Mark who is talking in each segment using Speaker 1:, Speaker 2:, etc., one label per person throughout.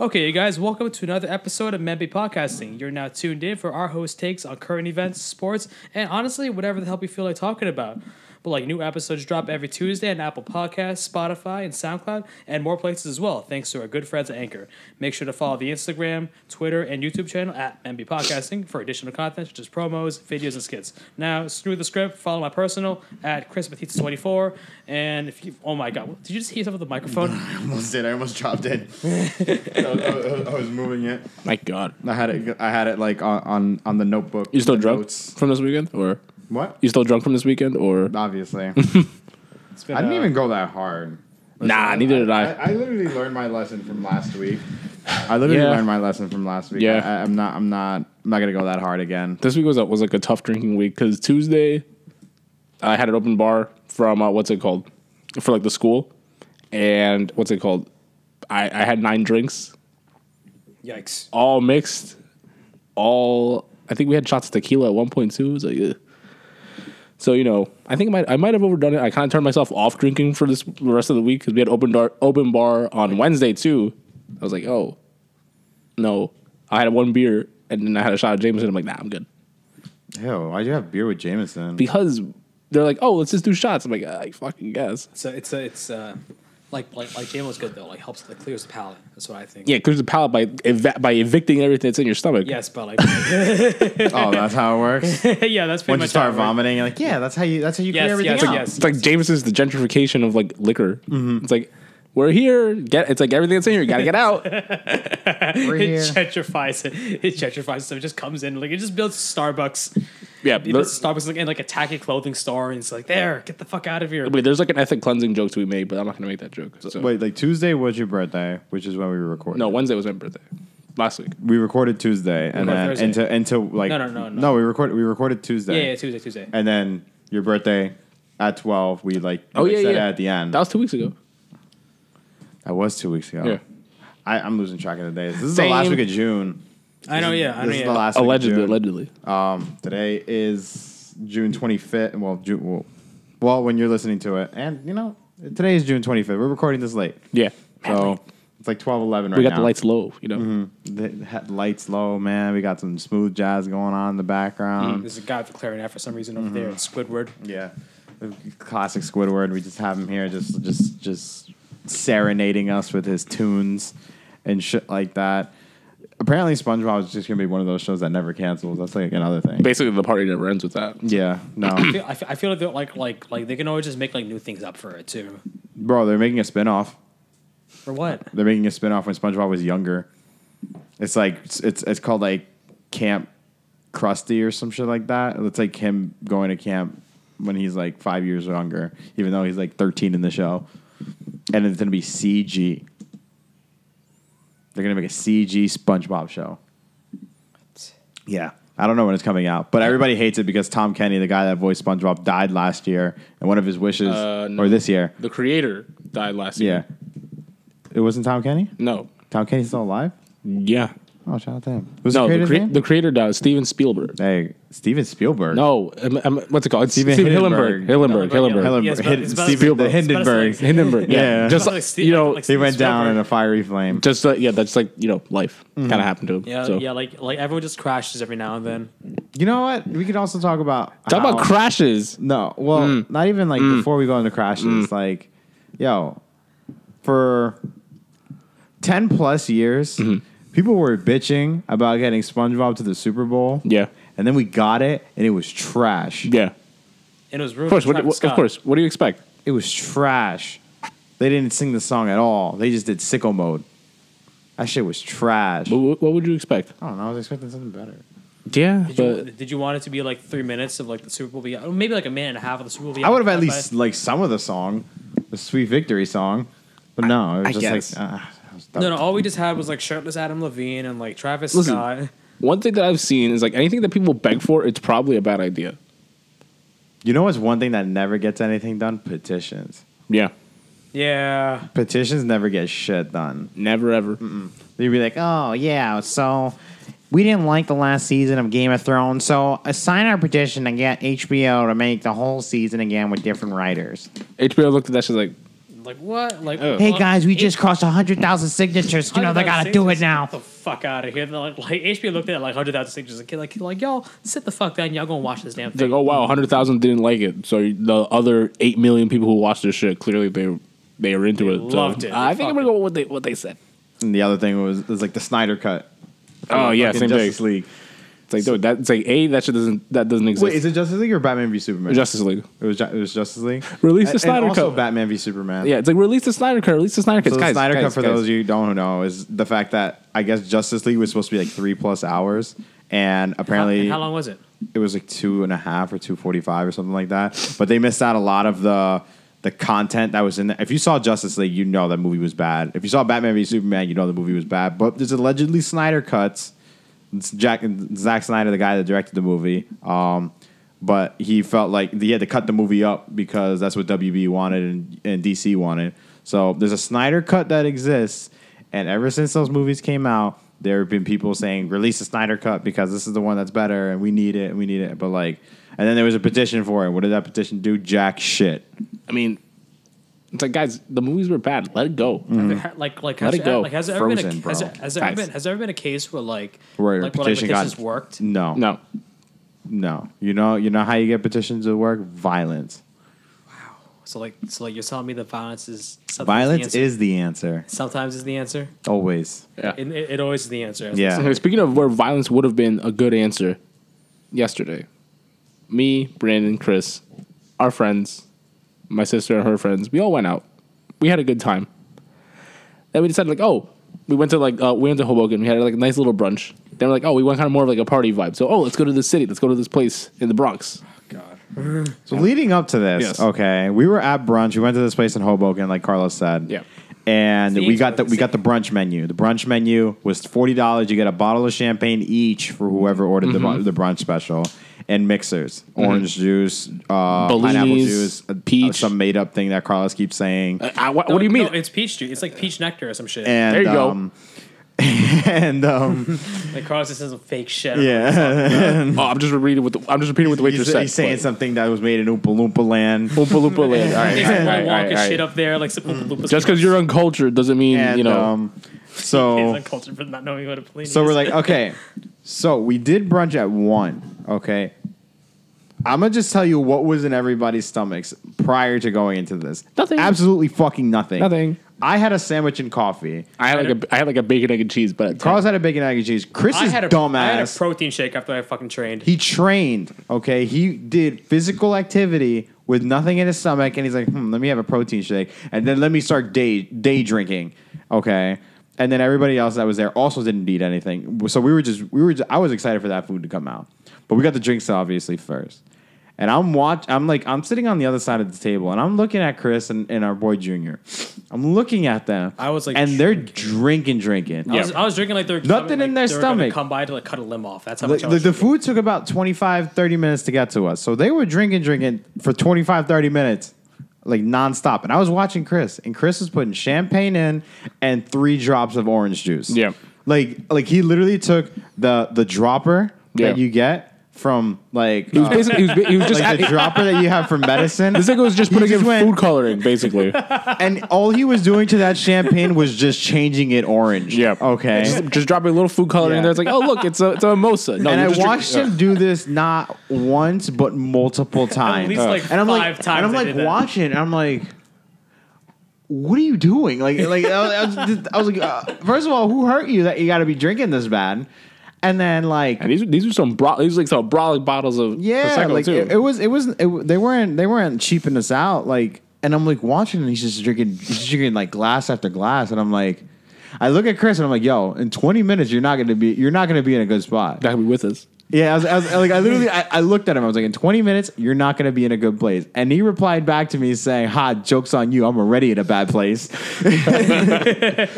Speaker 1: Okay, you guys, welcome to another episode of Membe Podcasting. You're now tuned in for our host takes on current events, sports, and honestly, whatever the hell we feel like talking about. But like new episodes drop every Tuesday on Apple Podcasts, Spotify, and SoundCloud, and more places as well, thanks to our good friends at Anchor. Make sure to follow the Instagram, Twitter, and YouTube channel at MB Podcasting for additional content such as promos, videos, and skits. Now, screw the script, follow my personal at Chris 24 and if you, oh my god, did you just hit yourself with the microphone?
Speaker 2: I almost did. I almost dropped it. I, was, I was- I was moving it.
Speaker 3: My God,
Speaker 2: I had it. I had it like on on, on the notebook.
Speaker 3: you still
Speaker 2: the
Speaker 3: drunk
Speaker 2: notes.
Speaker 3: from this weekend, or
Speaker 2: What?
Speaker 3: you still drunk from this weekend, or
Speaker 2: Obviously, I
Speaker 1: It's been,
Speaker 2: didn't
Speaker 1: uh,
Speaker 2: even go that hard.
Speaker 3: nah? Ah, Neither did
Speaker 2: I,
Speaker 3: I.
Speaker 2: I literally learned my lesson from last week. I literally
Speaker 3: Yeah.
Speaker 2: learned my lesson from last week.
Speaker 3: Yeah.
Speaker 2: I, I'm not. I'm not. I'm not gonna go that hard again.
Speaker 3: This week was a, was like a tough drinking week because Tuesday, I had an open bar from uh, what's it called for like the school, and what's it called? I, I had nine drinks,
Speaker 1: yikes.
Speaker 3: all mixed, all. I think we had shots of tequila at one point too. It was like, ugh. so you know, I think I might I might have overdone it. I kind of turned myself off drinking for this the rest of the week because we had open bar open bar on Wednesday too. I was like, oh, no, I had one beer and then I had a shot of Jameson. I'm like, nah, I'm good
Speaker 2: Ew, why'd you have beer with Jameson?
Speaker 3: because they're like, oh, let's just do shots. I'm like, I fucking guess.
Speaker 1: So it's a, it's uh, like like like Jamelo's good though. Like helps like clears the palate. That's what I think.
Speaker 3: Yeah, clears the palate by eva- by evicting everything that's in your stomach.
Speaker 1: Yes, but like
Speaker 2: oh, that's how it works.
Speaker 1: yeah, that's pretty
Speaker 2: Once
Speaker 1: much
Speaker 2: you start
Speaker 1: how it works.
Speaker 2: vomiting, you're like, yeah, that's how you. That's how you
Speaker 1: Yes,
Speaker 2: clear everything
Speaker 1: yes,
Speaker 2: out.
Speaker 1: yes.
Speaker 3: It's like Jameson's the gentrification of like liquor.
Speaker 2: Mm-hmm.
Speaker 3: It's like we're here. Get it's like everything that's in here. You gotta get out.
Speaker 2: We're
Speaker 1: It
Speaker 2: here.
Speaker 1: gentrifies it. It gentrifies. So it just comes in like it just builds Starbucks.
Speaker 3: yeah,
Speaker 1: It
Speaker 3: there-
Speaker 1: builds Starbucks like, in like a tacky clothing store, and it's like there, get the fuck out of here.
Speaker 3: wait, there's like an ethnic cleansing joke to be made, but I'm not gonna make that joke. So.
Speaker 2: Wait, like Tuesday was your birthday, which is when we were recording.
Speaker 3: no, Wednesday was my birthday. Last week.
Speaker 2: we recorded Tuesday, and
Speaker 1: recorded
Speaker 2: then
Speaker 1: Thursday.
Speaker 2: until until like
Speaker 1: No, no, no, no.
Speaker 2: no, we recorded we recorded
Speaker 1: Yeah,
Speaker 2: Tuesday.
Speaker 1: yeah, Tuesday, Tuesday.
Speaker 2: and then your birthday at 12 we like
Speaker 3: Oh, yeah,
Speaker 2: said it
Speaker 3: yeah.
Speaker 2: at the end
Speaker 3: That was two weeks ago.
Speaker 2: that was two weeks ago
Speaker 3: Yeah.
Speaker 2: I, i'm losing track of the days this is the last
Speaker 3: Same.
Speaker 2: week of june
Speaker 1: I know. Yeah, I know.
Speaker 2: this is
Speaker 1: Yeah.
Speaker 2: the last week of
Speaker 3: Allegedly,
Speaker 2: June.
Speaker 3: allegedly.
Speaker 2: um today is june 25th well june well, well when you're listening to it and you know today is june 25th we're recording this late
Speaker 3: Yeah.
Speaker 2: so it's like 12 11 right
Speaker 3: we got
Speaker 2: now Mm-hmm.
Speaker 3: the lights low. You know.
Speaker 2: the ha- lights low man we got some smooth jazz going on in the background
Speaker 1: There's a guy with a clarinet for some reason over there.
Speaker 2: Mm-hmm.
Speaker 1: Squidward.
Speaker 2: Yeah, classic Squidward. We just have him here, just just just serenading us with his tunes and shit like that. Apparently, SpongeBob is just gonna be one of those shows that never cancels. That's like another thing.
Speaker 3: Basically, the party never ends with that.
Speaker 2: Yeah, no,
Speaker 1: I feel, I feel- I feel like they're like like like they can always just make like new things up for it too.
Speaker 2: bro, they're making a spinoff.
Speaker 1: For what?
Speaker 2: They're making a spinoff when SpongeBob was younger. It's like it's it's, it's called like Camp Krusty or some shit like that. It's like him going to camp when he's like five years younger, even though he's like thirteen in the show. And it's gonna be CG. They're gonna make a CG SpongeBob show. Yeah. I don't know when it's coming out, but everybody hates it because Tom Kenny, the guy that voiced SpongeBob, died last year, and one of his wishes,
Speaker 3: Uh, no.
Speaker 2: or this year,
Speaker 3: The creator died last
Speaker 2: yeah,
Speaker 3: year.
Speaker 2: it wasn't Tom Kenny.
Speaker 3: No.
Speaker 2: Tom Kenny's still alive.
Speaker 3: Yeah.
Speaker 2: Oh, shout out to him. Who's
Speaker 3: no, the,
Speaker 2: creator's
Speaker 3: crea-
Speaker 2: name?
Speaker 3: the creator dies. Steven Spielberg.
Speaker 2: hey, Steven Spielberg.
Speaker 3: No, um, um, what's it called? It's
Speaker 2: Steven
Speaker 3: Steven,
Speaker 2: Hillenburg.
Speaker 3: Hillenburg. Hillenburg. Hillenburg.
Speaker 2: Hillenburg.
Speaker 1: Yeah, it's about- it's about-
Speaker 2: Steven
Speaker 1: it's about-
Speaker 2: the
Speaker 1: it's about-
Speaker 2: Hindenburg.
Speaker 1: it's about-
Speaker 3: Hindenburg. Yeah.
Speaker 2: Yeah.
Speaker 3: Just
Speaker 1: Like
Speaker 3: like,
Speaker 1: Steve-
Speaker 3: you know,
Speaker 1: like
Speaker 2: he went down
Speaker 1: Spielberg.
Speaker 2: in a fiery flame.
Speaker 3: just uh, yeah, that's like you know, life kind of happened to him.
Speaker 1: Yeah,
Speaker 3: so.
Speaker 1: yeah, like like everyone just crashes every now and then.
Speaker 2: You know what? We could also talk about
Speaker 3: Talk about Mm.
Speaker 2: how-
Speaker 3: crashes.
Speaker 2: No, well, not even like before we go into crashes.
Speaker 3: Mm.
Speaker 2: Like, yo, for ten plus years,
Speaker 3: Mm-hmm.
Speaker 2: people were bitching about getting SpongeBob to the Super Bowl.
Speaker 3: Yeah.
Speaker 2: and then we got it, and it was trash.
Speaker 3: Yeah, of
Speaker 1: And it was ruined.
Speaker 3: course.
Speaker 1: by
Speaker 3: What,
Speaker 1: Travis
Speaker 3: what, of
Speaker 1: Scott.
Speaker 3: course. What do you expect?
Speaker 2: It was trash. They didn't sing the song at all. They just did sicko mode. That shit was trash.
Speaker 3: What, what what would you expect?
Speaker 2: I don't know. I was expecting something better.
Speaker 3: Yeah,
Speaker 1: Did you,
Speaker 3: but
Speaker 1: did you want it to be like three minutes of like the Super Bowl? Or maybe like a minute and a half of the Super Bowl.
Speaker 2: I would have at
Speaker 1: Bye-bye.
Speaker 2: least liked some of the song, the Sweet Victory song, but no, it was
Speaker 3: I
Speaker 2: just
Speaker 3: guess.
Speaker 2: like. Uh, that was-
Speaker 1: No, no. All we just had was like shirtless Adam Levine and like Travis
Speaker 3: Listen.
Speaker 1: Scott.
Speaker 3: One thing that I've seen is like anything that people beg for, it's probably a bad idea.
Speaker 2: You know what's one thing that never gets anything done? Petitions.
Speaker 3: Yeah.
Speaker 1: Yeah.
Speaker 2: Petitions never get shit done.
Speaker 3: Never ever.
Speaker 2: They'd be like, oh, yeah, so we didn't like the last season of Game of Thrones, so uh, sign our petition to get HBO to make the whole season again with different writers.
Speaker 3: HBO looked at that shit like,
Speaker 1: Like what? Like
Speaker 3: Oh.
Speaker 2: Hey,
Speaker 1: well,
Speaker 2: guys, we
Speaker 1: H-
Speaker 2: just crossed 100,000 signatures. You know, they
Speaker 1: 100,000
Speaker 2: gotta do it
Speaker 1: signatures,
Speaker 2: now.
Speaker 1: Get the fuck out of here! They're like, like HBO looked at it like hundred thousand signatures and kid like like y'all sit the fuck down. Y'all gonna watch this damn
Speaker 3: it's like,
Speaker 1: thing.
Speaker 3: oh wow, hundred thousand didn't like it. So the other eight million people who watched this shit clearly they they are into
Speaker 1: They
Speaker 3: it.
Speaker 1: loved
Speaker 3: so,
Speaker 1: it.
Speaker 3: I
Speaker 1: They
Speaker 3: think I'm
Speaker 1: fucking-
Speaker 3: gonna go with what they what they said.
Speaker 2: And the other thing was, was like the Snyder cut.
Speaker 3: Oh yeah,
Speaker 2: Fucking
Speaker 3: same
Speaker 2: Justice
Speaker 3: thing.
Speaker 2: League.
Speaker 3: It's like dude, that it's like a that shit doesn't that doesn't exist.
Speaker 2: Wait, is it Justice League or Batman v Superman?
Speaker 3: Justice League.
Speaker 2: It was, Ju- it was Justice League.
Speaker 3: Release the
Speaker 2: And-
Speaker 3: Snyder
Speaker 2: and also
Speaker 3: Cut.
Speaker 2: Batman v Superman.
Speaker 3: Yeah, it's like release the Snyder cut. Release the Snyder cut.
Speaker 2: So the
Speaker 3: guys,
Speaker 2: Snyder
Speaker 3: guys,
Speaker 2: Cut, for
Speaker 3: guys.
Speaker 2: those of you who don't know, is the fact that I guess Justice League was supposed to be like three plus hours, and
Speaker 3: "Oh,
Speaker 1: How,
Speaker 2: apparently
Speaker 1: how long was it?
Speaker 2: it was like two and a half or two forty five or something like that. But they missed out a lot of the the content that was in there. If you saw Justice League, you know that movie was bad. If you saw Batman v Superman, you know the movie was bad. But there's allegedly Snyder cuts. It's Jack Zack Snyder, the guy that directed the movie. Um, but he felt like he had to cut the movie up because that's what WB wanted and, and DC wanted. So there's a Snyder cut that exists, and ever since those movies came out, there have been people saying release the Snyder cut because this is the one that's better and we need it and we need it. But like, and then there was a petition for it. What did that petition do? Jack shit.
Speaker 3: I mean, it's like guys, the movies were bad. Let it go.
Speaker 2: Mm-hmm.
Speaker 1: Ha- Like like
Speaker 3: Let
Speaker 1: has
Speaker 3: it go.
Speaker 1: Like, has there ever been
Speaker 2: Frozen,
Speaker 1: a, has,
Speaker 2: bro.
Speaker 1: there- has there ever
Speaker 3: Guys.
Speaker 1: been has there ever been a case where like like, where,
Speaker 2: Where
Speaker 1: like
Speaker 2: petition got
Speaker 1: petitions worked?
Speaker 2: No,
Speaker 3: No,
Speaker 2: no. You know, you know how you get petitions to work? Violence.
Speaker 1: So like so like you're telling me that violence is sometimes
Speaker 2: Violence
Speaker 1: the answer.
Speaker 2: is the answer.
Speaker 1: sometimes is the answer.
Speaker 2: Always.
Speaker 3: yeah.
Speaker 1: It, it, it always is the answer.
Speaker 2: Yeah.
Speaker 3: Okay, speaking of where violence would have been a good answer, yesterday, me, Brandon, Chris, our friends, my sister and her friends, we all went out. We had a good time. Then we decided like, oh, we went to like uh, we went to Hoboken. We had like a nice little brunch. Then we're like, oh, we went kind of more of like a party vibe. So oh, let's go to the city. Let's go to this place in the Bronx.
Speaker 2: So leading up to this,
Speaker 3: Yes.
Speaker 2: okay, we were at brunch. We went to this place in Hoboken, like Carlos said.
Speaker 3: Yeah.
Speaker 2: And
Speaker 1: It's the
Speaker 2: we got the
Speaker 1: Expo,
Speaker 2: we got the brunch menu. The brunch menu was forty dollars. You get a bottle of champagne each for whoever ordered the,
Speaker 3: Mm-hmm.
Speaker 2: bu- the brunch special, and mixers, orange juice, uh, pineapple
Speaker 3: Bellinis,
Speaker 2: juice, uh,
Speaker 3: Mm-hmm. peach.
Speaker 2: some made up thing that Carlos keeps saying.
Speaker 3: I, Uh, what, what do you
Speaker 1: No,
Speaker 3: mean?
Speaker 1: it's peach juice. It's like peach nectar or some shit.
Speaker 2: and
Speaker 3: there you go.
Speaker 2: um, and um,
Speaker 1: like Carlos just says some fake shit.
Speaker 2: yeah,
Speaker 3: oh, I'm just repeating what the, I'm just repeating what the waitress
Speaker 2: he's,
Speaker 3: said.
Speaker 2: he's saying
Speaker 3: But-
Speaker 2: something that was made in Oompa Loompa land.
Speaker 3: Oompa Loompa land. All right,
Speaker 1: There's
Speaker 3: all right,
Speaker 1: right,
Speaker 3: all right, all right,
Speaker 1: walk and
Speaker 3: all
Speaker 1: shit
Speaker 3: right.
Speaker 1: up there, like some
Speaker 2: Mm.
Speaker 1: lupus.
Speaker 3: Just because you're uncultured doesn't mean
Speaker 2: And
Speaker 3: you know.
Speaker 2: um, so
Speaker 1: uncultured for not knowing what a plane
Speaker 2: So
Speaker 1: is.
Speaker 2: we're like, okay. So we did brunch at one. Okay. I'm gonna just tell you what was in everybody's stomachs prior to going into this.
Speaker 3: Nothing.
Speaker 2: Absolutely fucking nothing.
Speaker 3: Nothing.
Speaker 2: I had a sandwich and coffee.
Speaker 3: I had like a I had like a bacon egg and cheese, but
Speaker 2: Carlos had a bacon egg and cheese. Chris
Speaker 1: I
Speaker 2: is
Speaker 1: had a
Speaker 2: dumbass.
Speaker 1: I had a protein shake after I fucking trained.
Speaker 2: he trained. Okay. He did physical activity with nothing in his stomach, and he's like, hmm, let me have a protein shake, and then let me start day day drinking. Okay. And then everybody else that was there also didn't eat anything. So we were just we were just, I was excited for that food to come out, but we got the drinks obviously first. And I'm watch. I'm like I'm sitting on the other side of the table, and I'm looking at Chris and, and our boy Junior. I'm looking at them.
Speaker 1: I was like,
Speaker 2: and they're drinking, drinking.
Speaker 1: I, was, I was drinking like they were
Speaker 2: Nothing in their
Speaker 1: like, they were gonna
Speaker 2: stomach.
Speaker 1: Come by to like cut a limb off. That's how
Speaker 2: The,
Speaker 1: much I
Speaker 2: the,
Speaker 1: was
Speaker 2: the
Speaker 1: drinking.
Speaker 2: food took about 25, 30 minutes to get to us. So they were drinking, drinking for 25, 30 minutes, like nonstop. And I was watching Chris, and Chris was putting champagne in and three drops of orange juice.
Speaker 3: Yeah.
Speaker 2: Like, like he literally took the the dropper
Speaker 3: Yeah.
Speaker 2: that you get from like,
Speaker 3: he was
Speaker 2: uh,
Speaker 3: basically he was, ba- he was just
Speaker 2: like the dropper that you have from medicine.
Speaker 3: this nigga was just putting
Speaker 2: just
Speaker 3: in
Speaker 2: went-
Speaker 3: food coloring, basically.
Speaker 2: and all he was doing to that champagne was just changing it orange.
Speaker 3: yeah.
Speaker 2: Okay.
Speaker 3: Just, just dropping a little food coloring in
Speaker 2: Yeah.
Speaker 3: there. It's like, oh look, it's a it's a mimosa. No,
Speaker 2: and
Speaker 3: you
Speaker 2: I
Speaker 3: just drink-
Speaker 2: watched him do this not once but multiple times.
Speaker 1: least, like,
Speaker 2: and I'm
Speaker 1: five
Speaker 2: like,
Speaker 1: times
Speaker 2: and I'm
Speaker 1: they
Speaker 2: like
Speaker 1: did that.
Speaker 2: watching, and I'm like, what are you doing? Like, like I was, I was, I was like, uh, first of all, who hurt you that you got to be drinking this bad? And then like,
Speaker 3: And these these are some bro- these are like some brolic bottles of
Speaker 2: yeah,
Speaker 3: prosecco
Speaker 2: like
Speaker 3: too.
Speaker 2: it, it was, it was, it, w- they weren't, they weren't cheaping us out. Like, and I'm like watching, and he's just drinking, he's just drinking like glass after glass, and I'm like. I look at Chris and I'm like, "Yo, in 20 minutes, you're not gonna be, you're not gonna be in a good spot."
Speaker 3: Not gonna be with us.
Speaker 2: Yeah, I was, I was like, I literally, I, I looked at him. I was like, in 20 minutes, you're not going to be in a good place. And he replied back to me saying, "Ha, jokes on you. I'm already in a bad place." and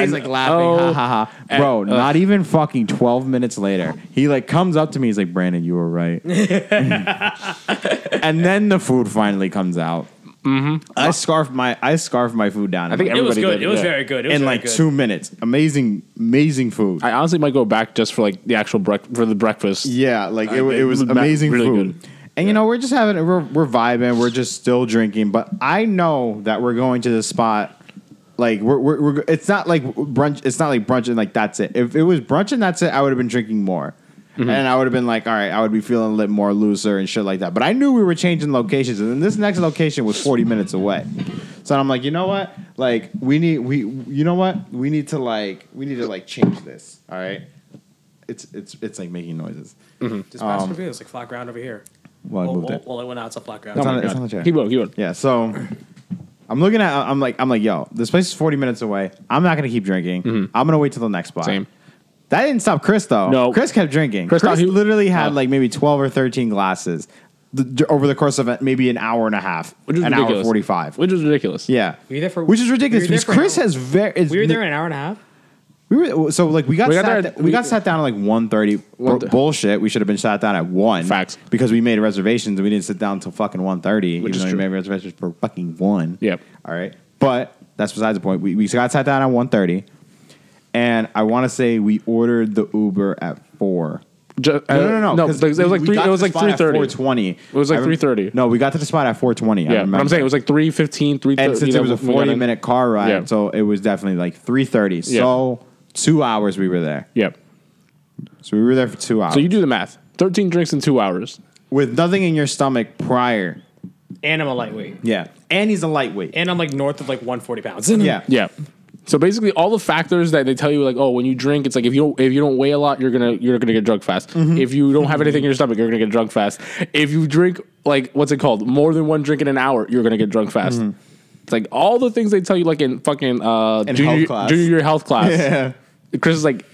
Speaker 2: he's like laughing, ha
Speaker 3: Oh.
Speaker 2: ha uh, ha. Bro, not even fucking 12 minutes later, he like comes up to me. He's like, "Brandon, you were right." and then the food finally comes out. Mm-hmm. I scarfed my, I scarfed my food down.
Speaker 3: I think
Speaker 1: It was
Speaker 3: Everybody
Speaker 1: good.
Speaker 3: did,
Speaker 1: It was
Speaker 3: yeah.
Speaker 1: very good. It was
Speaker 2: in
Speaker 1: very
Speaker 2: like
Speaker 1: good.
Speaker 2: two minutes, amazing, amazing food.
Speaker 3: I honestly might go back just for like the actual break for the breakfast.
Speaker 2: Yeah, like it,
Speaker 3: I mean,
Speaker 2: it was
Speaker 3: it was ma-
Speaker 2: amazing
Speaker 3: really
Speaker 2: food.
Speaker 3: good.
Speaker 2: And you know, we're just having we're, we're vibing, we're just still drinking, but I know that we're going to the spot. Like we're, we're, we're it's not like brunch. It's not like brunch and like that's it. If it was brunch and that's it, I would have been drinking more,
Speaker 3: Mm-hmm.
Speaker 2: and I would have been like, all right, I would be feeling a little more looser and shit like that. But I knew we were changing locations, and then this next location was forty minutes away. So I'm like, you know what? Like we need we you know what we need to like we need to like change this. All right, it's it's it's like making noises.
Speaker 1: Just pass the beer. It's like flat ground over here.
Speaker 2: Um, Well, I
Speaker 1: Well,
Speaker 2: moved
Speaker 1: well,
Speaker 2: it.
Speaker 1: well, it went out. It's a flat ground.
Speaker 2: It's
Speaker 3: Oh
Speaker 2: on,
Speaker 3: my
Speaker 2: the- it's
Speaker 3: God.
Speaker 2: on the chair.
Speaker 3: Keep going, keep going.
Speaker 2: Yeah, so I'm looking at. I'm like, I'm like, yo, this place is 40 minutes away. I'm not gonna keep drinking. I'm gonna wait till the next spot.
Speaker 3: Mm-hmm. Same.
Speaker 2: That didn't stop Chris though.
Speaker 3: No.
Speaker 2: Chris kept drinking. Chris,
Speaker 3: Chris thought he-
Speaker 2: literally had
Speaker 3: No.
Speaker 2: like maybe 12 or 13 glasses th- d- over the course of a- maybe an hour and a half,
Speaker 3: Which is
Speaker 2: an
Speaker 3: ridiculous.
Speaker 2: hour 45.
Speaker 3: Which is ridiculous.
Speaker 2: yeah,
Speaker 1: We were there for-
Speaker 2: which is
Speaker 1: we were
Speaker 2: ridiculous
Speaker 1: there
Speaker 2: because
Speaker 1: for an
Speaker 2: Chris
Speaker 1: hour.
Speaker 2: has very.
Speaker 1: We were there an hour and a half.
Speaker 2: We were so like we got,
Speaker 3: We got
Speaker 2: sat
Speaker 3: there-
Speaker 2: da- we, got sat down at like 1.30.
Speaker 3: One
Speaker 2: Bu-
Speaker 3: thir-
Speaker 2: bullshit. We should have been sat down at one.
Speaker 3: Facts.
Speaker 2: Because we made reservations and we didn't sit down until fucking 1.30.
Speaker 3: Which
Speaker 2: even
Speaker 3: is
Speaker 2: though we
Speaker 3: true.
Speaker 2: made reservations for fucking one.
Speaker 3: Yep.
Speaker 2: All right. But that's besides the point. We we got sat down at 1.30. and I want to say we ordered the Uber at four.
Speaker 3: Ju- uh,
Speaker 2: No, no, no,
Speaker 3: no.
Speaker 2: 'cause
Speaker 3: because it
Speaker 2: we-
Speaker 3: was like
Speaker 2: we
Speaker 3: three.
Speaker 2: got
Speaker 3: It
Speaker 2: to
Speaker 3: was
Speaker 2: the
Speaker 3: like
Speaker 2: spot
Speaker 3: three
Speaker 2: at
Speaker 3: thirty.
Speaker 2: 4:20.
Speaker 3: It was like
Speaker 2: I rem-
Speaker 3: 3:30.
Speaker 2: No, we got to the spot at 4:20. I
Speaker 3: Yeah, but
Speaker 2: remember.
Speaker 3: I'm saying it was like three fifteen, three thirty.
Speaker 2: and since it was a 40 minute car ride,
Speaker 3: Yeah.
Speaker 2: so it was definitely like 3:30.
Speaker 3: Yeah.
Speaker 2: So two hours we were there.
Speaker 3: Yep.
Speaker 2: So we were there for two hours.
Speaker 3: So you do the math. Thirteen drinks in two hours.
Speaker 2: with nothing in your stomach prior.
Speaker 1: And I'm a lightweight.
Speaker 2: Yeah, and he's a lightweight.
Speaker 1: And I'm like north of like 140 pounds.
Speaker 2: yeah,
Speaker 3: Yeah. So basically, all the factors that they tell you, like, oh, when you drink, it's like if you don't if you don't weigh a lot, you're gonna you're gonna get drunk fast.
Speaker 2: Mm-hmm.
Speaker 3: If you don't have anything in your stomach, you're gonna get drunk fast. If you drink like what's it called, more than one drink in an hour, you're gonna get drunk fast. It's like all the things they tell you, like in fucking uh,
Speaker 2: Mm-hmm. In
Speaker 3: junior,
Speaker 2: health class.
Speaker 3: junior year health class.
Speaker 2: Yeah.
Speaker 3: Chris is like,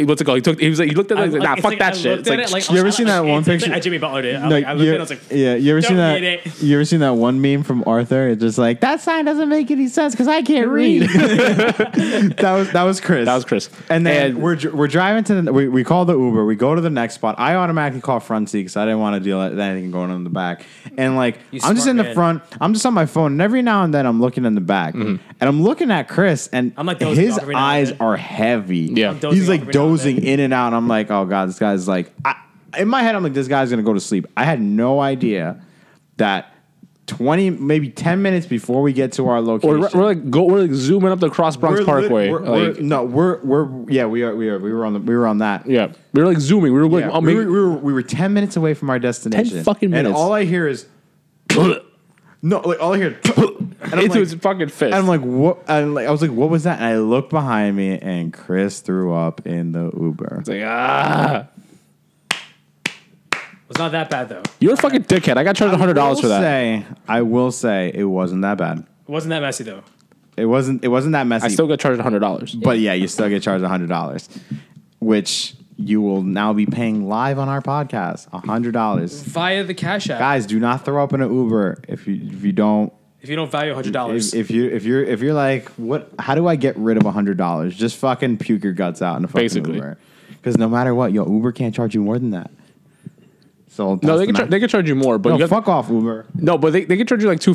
Speaker 3: what's it called? He took he was like he looked at it,
Speaker 1: I-
Speaker 3: like, nah,
Speaker 1: it's
Speaker 3: fuck
Speaker 1: like,
Speaker 3: that
Speaker 1: I
Speaker 3: shit.
Speaker 1: looked
Speaker 3: It's
Speaker 1: at
Speaker 3: like,
Speaker 1: it,
Speaker 2: you ever
Speaker 1: I-
Speaker 2: seen
Speaker 1: I-
Speaker 2: that
Speaker 1: it's
Speaker 2: one
Speaker 1: like-
Speaker 2: picture-
Speaker 1: Jimmy Butler did. I,
Speaker 2: No,
Speaker 1: like, I looked at
Speaker 2: you-
Speaker 1: it. I was like,
Speaker 2: yeah, you ever
Speaker 1: "Don't
Speaker 2: seen that?
Speaker 1: read it."
Speaker 2: You ever seen that one meme from Arthur? It's just like that sign doesn't make any sense because I can't read. that was that was Chris.
Speaker 3: That was Chris.
Speaker 2: And then
Speaker 3: And-
Speaker 2: we're dr- we're driving to the we, we call the Uber. We go to the next spot. I automatically call front seat because I didn't want to deal with anything going on in the back. And like
Speaker 1: You
Speaker 2: I'm just
Speaker 1: smart
Speaker 2: in the
Speaker 1: man.
Speaker 2: front. I'm just on my phone, and every now and then I'm looking in the back,
Speaker 3: Mm-hmm.
Speaker 2: and I'm looking at Chris, and
Speaker 1: I'm, like, dozing
Speaker 2: his
Speaker 1: off every now and
Speaker 2: eyes
Speaker 1: then.
Speaker 2: are heavy.
Speaker 3: Yeah. I'm
Speaker 1: dozing
Speaker 2: he's
Speaker 1: off
Speaker 2: like
Speaker 1: every now and then.
Speaker 2: dozing in and out. And I'm like, oh god, this guy's like, I, in my head, I'm like, this guy's gonna go to sleep. I had no idea that 20, maybe 10 minutes before we get to our
Speaker 3: we're,
Speaker 2: location.
Speaker 3: we're like go, we're like zooming up the Cross Bronx
Speaker 2: we're lit-
Speaker 3: Parkway.
Speaker 2: we're- we're-
Speaker 3: like,
Speaker 2: no, we're we're yeah, we are we are we were on the we were on that.
Speaker 3: yeah, we were like zooming. We were like,
Speaker 2: Yeah,
Speaker 3: oh,
Speaker 2: we,
Speaker 3: maybe-
Speaker 2: were, we, were, we were 10 minutes away from our destination.
Speaker 3: fucking
Speaker 2: And
Speaker 3: minutes.
Speaker 2: all I hear is, no, like all I hear, and I'm
Speaker 3: into
Speaker 2: like-
Speaker 3: his fucking fist.
Speaker 2: And I'm like, what? And like, I was like, what was that? And I looked behind me, and Chris threw up in the Uber.
Speaker 3: It's like, ah.
Speaker 1: It's not that bad though. It
Speaker 3: You're a fucking dickhead. I got charged hundred dollars for
Speaker 2: I will
Speaker 3: that.
Speaker 2: Say, I will say it wasn't that bad.
Speaker 1: wasn't that messy though.
Speaker 2: It wasn't. It wasn't that messy.
Speaker 3: I still got charged hundred dollars.
Speaker 2: but yeah, you still get charged hundred dollars, which you will now be paying live on our podcast. hundred dollars,
Speaker 1: Via the Cash App.
Speaker 2: guys. Do not throw up in an Uber if you if you don't.
Speaker 1: If you don't value $100,
Speaker 2: If, if you if you're if you're like what how do I get rid of hundred dollars just fucking puke your guts out in a fucking
Speaker 3: Basically.
Speaker 2: Uber because no matter what your Uber can't charge you more than that so that's
Speaker 3: No, they
Speaker 2: the
Speaker 3: can char-
Speaker 2: math.
Speaker 3: they can charge you more, but
Speaker 2: no
Speaker 3: you have,
Speaker 2: fuck Mm-hmm. off Uber
Speaker 3: no, but they, they can charge you like two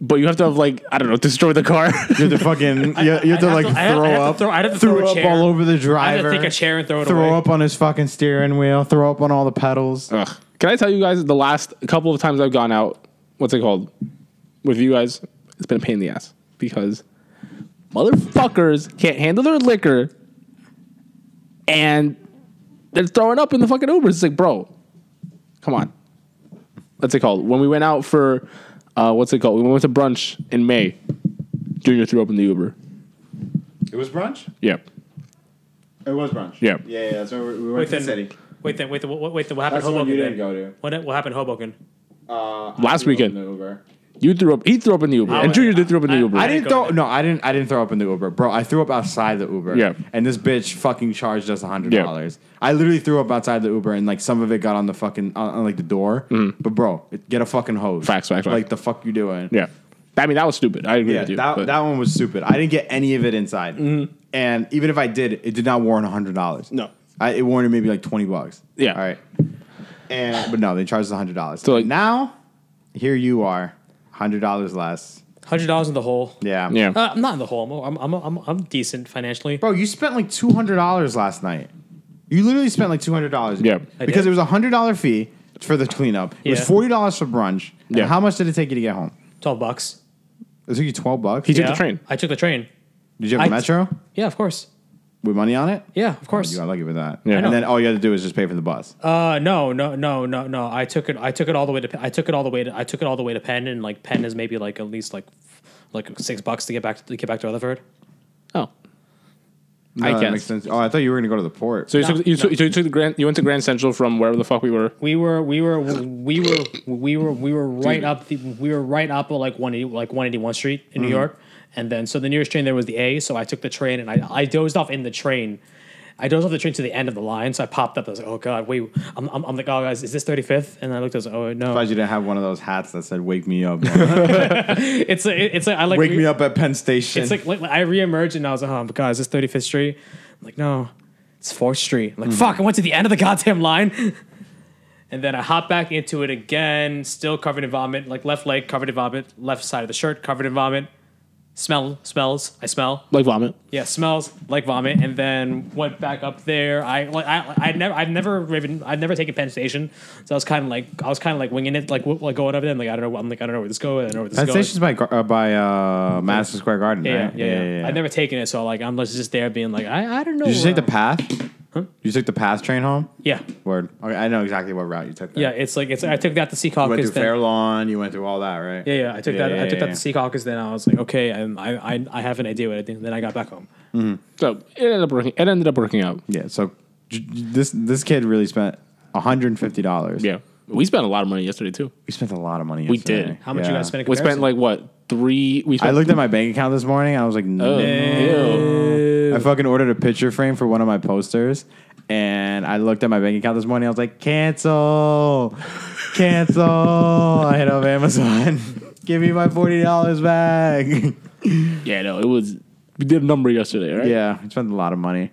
Speaker 3: But you have to have like I don't know, destroy the car.
Speaker 2: You have to fucking. You, you have
Speaker 1: I'd
Speaker 2: to
Speaker 1: have
Speaker 2: like
Speaker 1: to- I'd have-
Speaker 2: throw
Speaker 1: I'd have to
Speaker 2: up.
Speaker 1: throw- I'd have to
Speaker 2: throw,
Speaker 1: throw a
Speaker 2: up
Speaker 1: chair.
Speaker 2: all over the
Speaker 1: I'd have
Speaker 2: driver.
Speaker 1: to take a chair and throw it
Speaker 2: Throw
Speaker 1: away.
Speaker 2: up on his fucking steering wheel. Throw up on all the pedals.
Speaker 3: Ugh. Can I tell you guys the last couple of times I've gone out? What's it called? With you guys, it's been a pain in the ass because motherfuckers can't handle their liquor, and they're throwing up in the fucking Ubers. It's like, bro, come on. What's it called? When we went out for, uh, what's it called? We went to brunch in May. Junior threw up in the Uber.
Speaker 2: It was brunch.
Speaker 3: Yep.
Speaker 2: It was brunch.
Speaker 3: Yeah.
Speaker 2: Yeah, yeah. That's where we, we went
Speaker 1: Wait, then, wait, then, wait, then, what, what- wait, then, what happened
Speaker 2: That's
Speaker 1: in
Speaker 2: the one
Speaker 1: Hoboken?
Speaker 2: you
Speaker 1: then?
Speaker 2: didn't go to.
Speaker 1: What, what happened in Hoboken?
Speaker 2: Uh,
Speaker 3: Last weekend.
Speaker 2: Uber.
Speaker 3: You threw up. He threw up in the Uber,
Speaker 1: I
Speaker 3: and
Speaker 1: was-
Speaker 3: Junior did throw up in the
Speaker 1: I-
Speaker 3: Uber.
Speaker 2: I
Speaker 1: I
Speaker 2: didn't
Speaker 1: didn't go
Speaker 2: throw
Speaker 1: there.
Speaker 2: no, I didn't I didn't throw up in the Uber, bro. I threw up outside the Uber.
Speaker 3: Yeah.
Speaker 2: And this bitch fucking charged us hundred dollars. I literally threw up outside the Uber and like some of it got on the fucking on, on, like the door. But bro, it- get a fucking hose.
Speaker 3: Mm-hmm. Facts, facts, facts.
Speaker 2: Like the fuck you doing?
Speaker 3: yeah, I mean that was stupid. I agree
Speaker 2: Yeah,
Speaker 3: with you.
Speaker 2: that,
Speaker 3: but- Mm-hmm.
Speaker 2: that one was stupid. I didn't get any of it inside, and even if I did, it did not warrant hundred dollars.
Speaker 3: No.
Speaker 2: I, it warranted maybe like twenty bucks.
Speaker 3: Yeah.
Speaker 2: all right. And but no, they charged us hundred dollars.
Speaker 3: So,
Speaker 2: So
Speaker 3: like-
Speaker 2: now, here you are, hundred dollars less.
Speaker 1: Hundred dollars in the hole.
Speaker 2: Yeah,
Speaker 3: yeah,
Speaker 1: Uh, I'm not in the hole. I'm I'm I'm, I'm, I'm decent financially.
Speaker 2: Bro, you spent like two hundred dollars last night. You literally spent like two hundred dollars.
Speaker 3: Yeah. I
Speaker 2: because
Speaker 1: did.
Speaker 2: it was a hundred dollar fee for the cleanup. It was
Speaker 1: Yeah.
Speaker 2: forty dollars for brunch. And
Speaker 3: Yeah.
Speaker 2: how much did it take you to get home?
Speaker 1: Twelve bucks.
Speaker 2: It took you twelve bucks.
Speaker 3: He took- the train.
Speaker 1: I took the train.
Speaker 2: did you have a
Speaker 1: I-
Speaker 2: metro
Speaker 1: Yeah, of course.
Speaker 2: with money on it?
Speaker 1: Yeah, of course.
Speaker 2: You got lucky with that.
Speaker 3: Yeah. I know.
Speaker 2: And then all you had to do was just pay for the bus.
Speaker 1: Uh, no, no, no, no, no. I took it. I took it all the way to. I took it all the way to. I took it all the way to Penn, and like Penn is maybe like at least like, f- like six bucks to get back to get back to Rutherford.
Speaker 3: oh,
Speaker 2: No,
Speaker 3: I
Speaker 2: that
Speaker 3: guess.
Speaker 2: makes sense. Oh, I thought you were gonna go to the port.
Speaker 3: So you,
Speaker 1: No,
Speaker 3: took, you,
Speaker 1: no.
Speaker 3: took- so you took the grand. You went to Grand Central from wherever the fuck we were.
Speaker 1: We were, we were, we were, we were, we were right up. The, we were right up at like one eighty, like one eighty one Street in
Speaker 2: Mm-hmm.
Speaker 1: New York, and then so the nearest train there was the A. So I took the train, and I I dozed off in the train. I dozed off the train to the end of the line, so I popped up. I was like, "Oh God, wait!" I'm, I'm, I'm like, "Oh guys, is this 35th?" And I looked. I was like, "Oh no!"
Speaker 2: Surprised you didn't have one of those hats that said "Wake me up,
Speaker 1: It's like, it's like I like
Speaker 2: wake
Speaker 1: re-
Speaker 2: me up at Penn Station."
Speaker 1: It's like, like, like, I reemerged and I was like, oh my god, is this 35th Street? I'm like, no, it's 4th Street.
Speaker 2: Hmm.
Speaker 1: I'm like, fuck, I went to the end of the goddamn line. and then I hop back into it again, still covered in vomit, like left leg covered in vomit, left side of the shirt covered in vomit. Smell, smells, I smell.
Speaker 3: Like vomit.
Speaker 1: Yeah, smells like vomit, and then went back up there. I like I I never I've never driven I've never taken Penn Station, so I was kind of like I was kind of like winging it, like w- like going up there, and like I don't know, I'm like I don't know where this goes, I don't know where this
Speaker 2: Penn
Speaker 1: goes.
Speaker 2: Station's by Gar- uh, by uh, Madison Square Garden,
Speaker 1: Yeah,
Speaker 2: right?
Speaker 1: yeah, yeah, I've never taken it, so like I'm just just there being like, I, I don't know.
Speaker 2: Did you
Speaker 1: where
Speaker 2: take the
Speaker 1: I'm-
Speaker 2: path? You took the path train home.
Speaker 1: Yeah,
Speaker 2: Word. Okay, I know exactly what route you took. There.
Speaker 1: yeah. It's like it's. I took that to Sea
Speaker 2: You went
Speaker 1: Caucus.
Speaker 2: through
Speaker 1: Then,
Speaker 2: Fair Lawn. You went through all that, right?
Speaker 1: yeah, yeah. I took that.
Speaker 2: Yeah,
Speaker 1: I took
Speaker 2: yeah,
Speaker 1: that to
Speaker 2: yeah.
Speaker 1: Sea Caucus. Then I was like, okay, I'm, I, I, I have an idea what I think. Then I got back home.
Speaker 3: So it ended up working. It ended up working out.
Speaker 2: Yeah. So j- j- this this kid really spent one hundred and fifty dollars.
Speaker 3: Yeah, we spent a lot of money yesterday too.
Speaker 2: We spent a lot of money.
Speaker 3: We
Speaker 2: yesterday.
Speaker 3: did.
Speaker 1: How much you
Speaker 2: Yeah.
Speaker 1: guys spent? in
Speaker 3: We spent
Speaker 1: comparison?
Speaker 3: like what three? We
Speaker 2: I
Speaker 3: spent,
Speaker 2: looked at my bank account this morning. I was like,
Speaker 3: Oh,
Speaker 2: no.
Speaker 3: ew.
Speaker 2: I fucking ordered a picture frame for one of my posters. And I looked at my bank account this morning. I was like, cancel, cancel. I hit up Amazon. Give me my forty dollars back.
Speaker 3: Yeah, no, it was. We did a number yesterday, right?
Speaker 2: yeah, I spent a lot of money.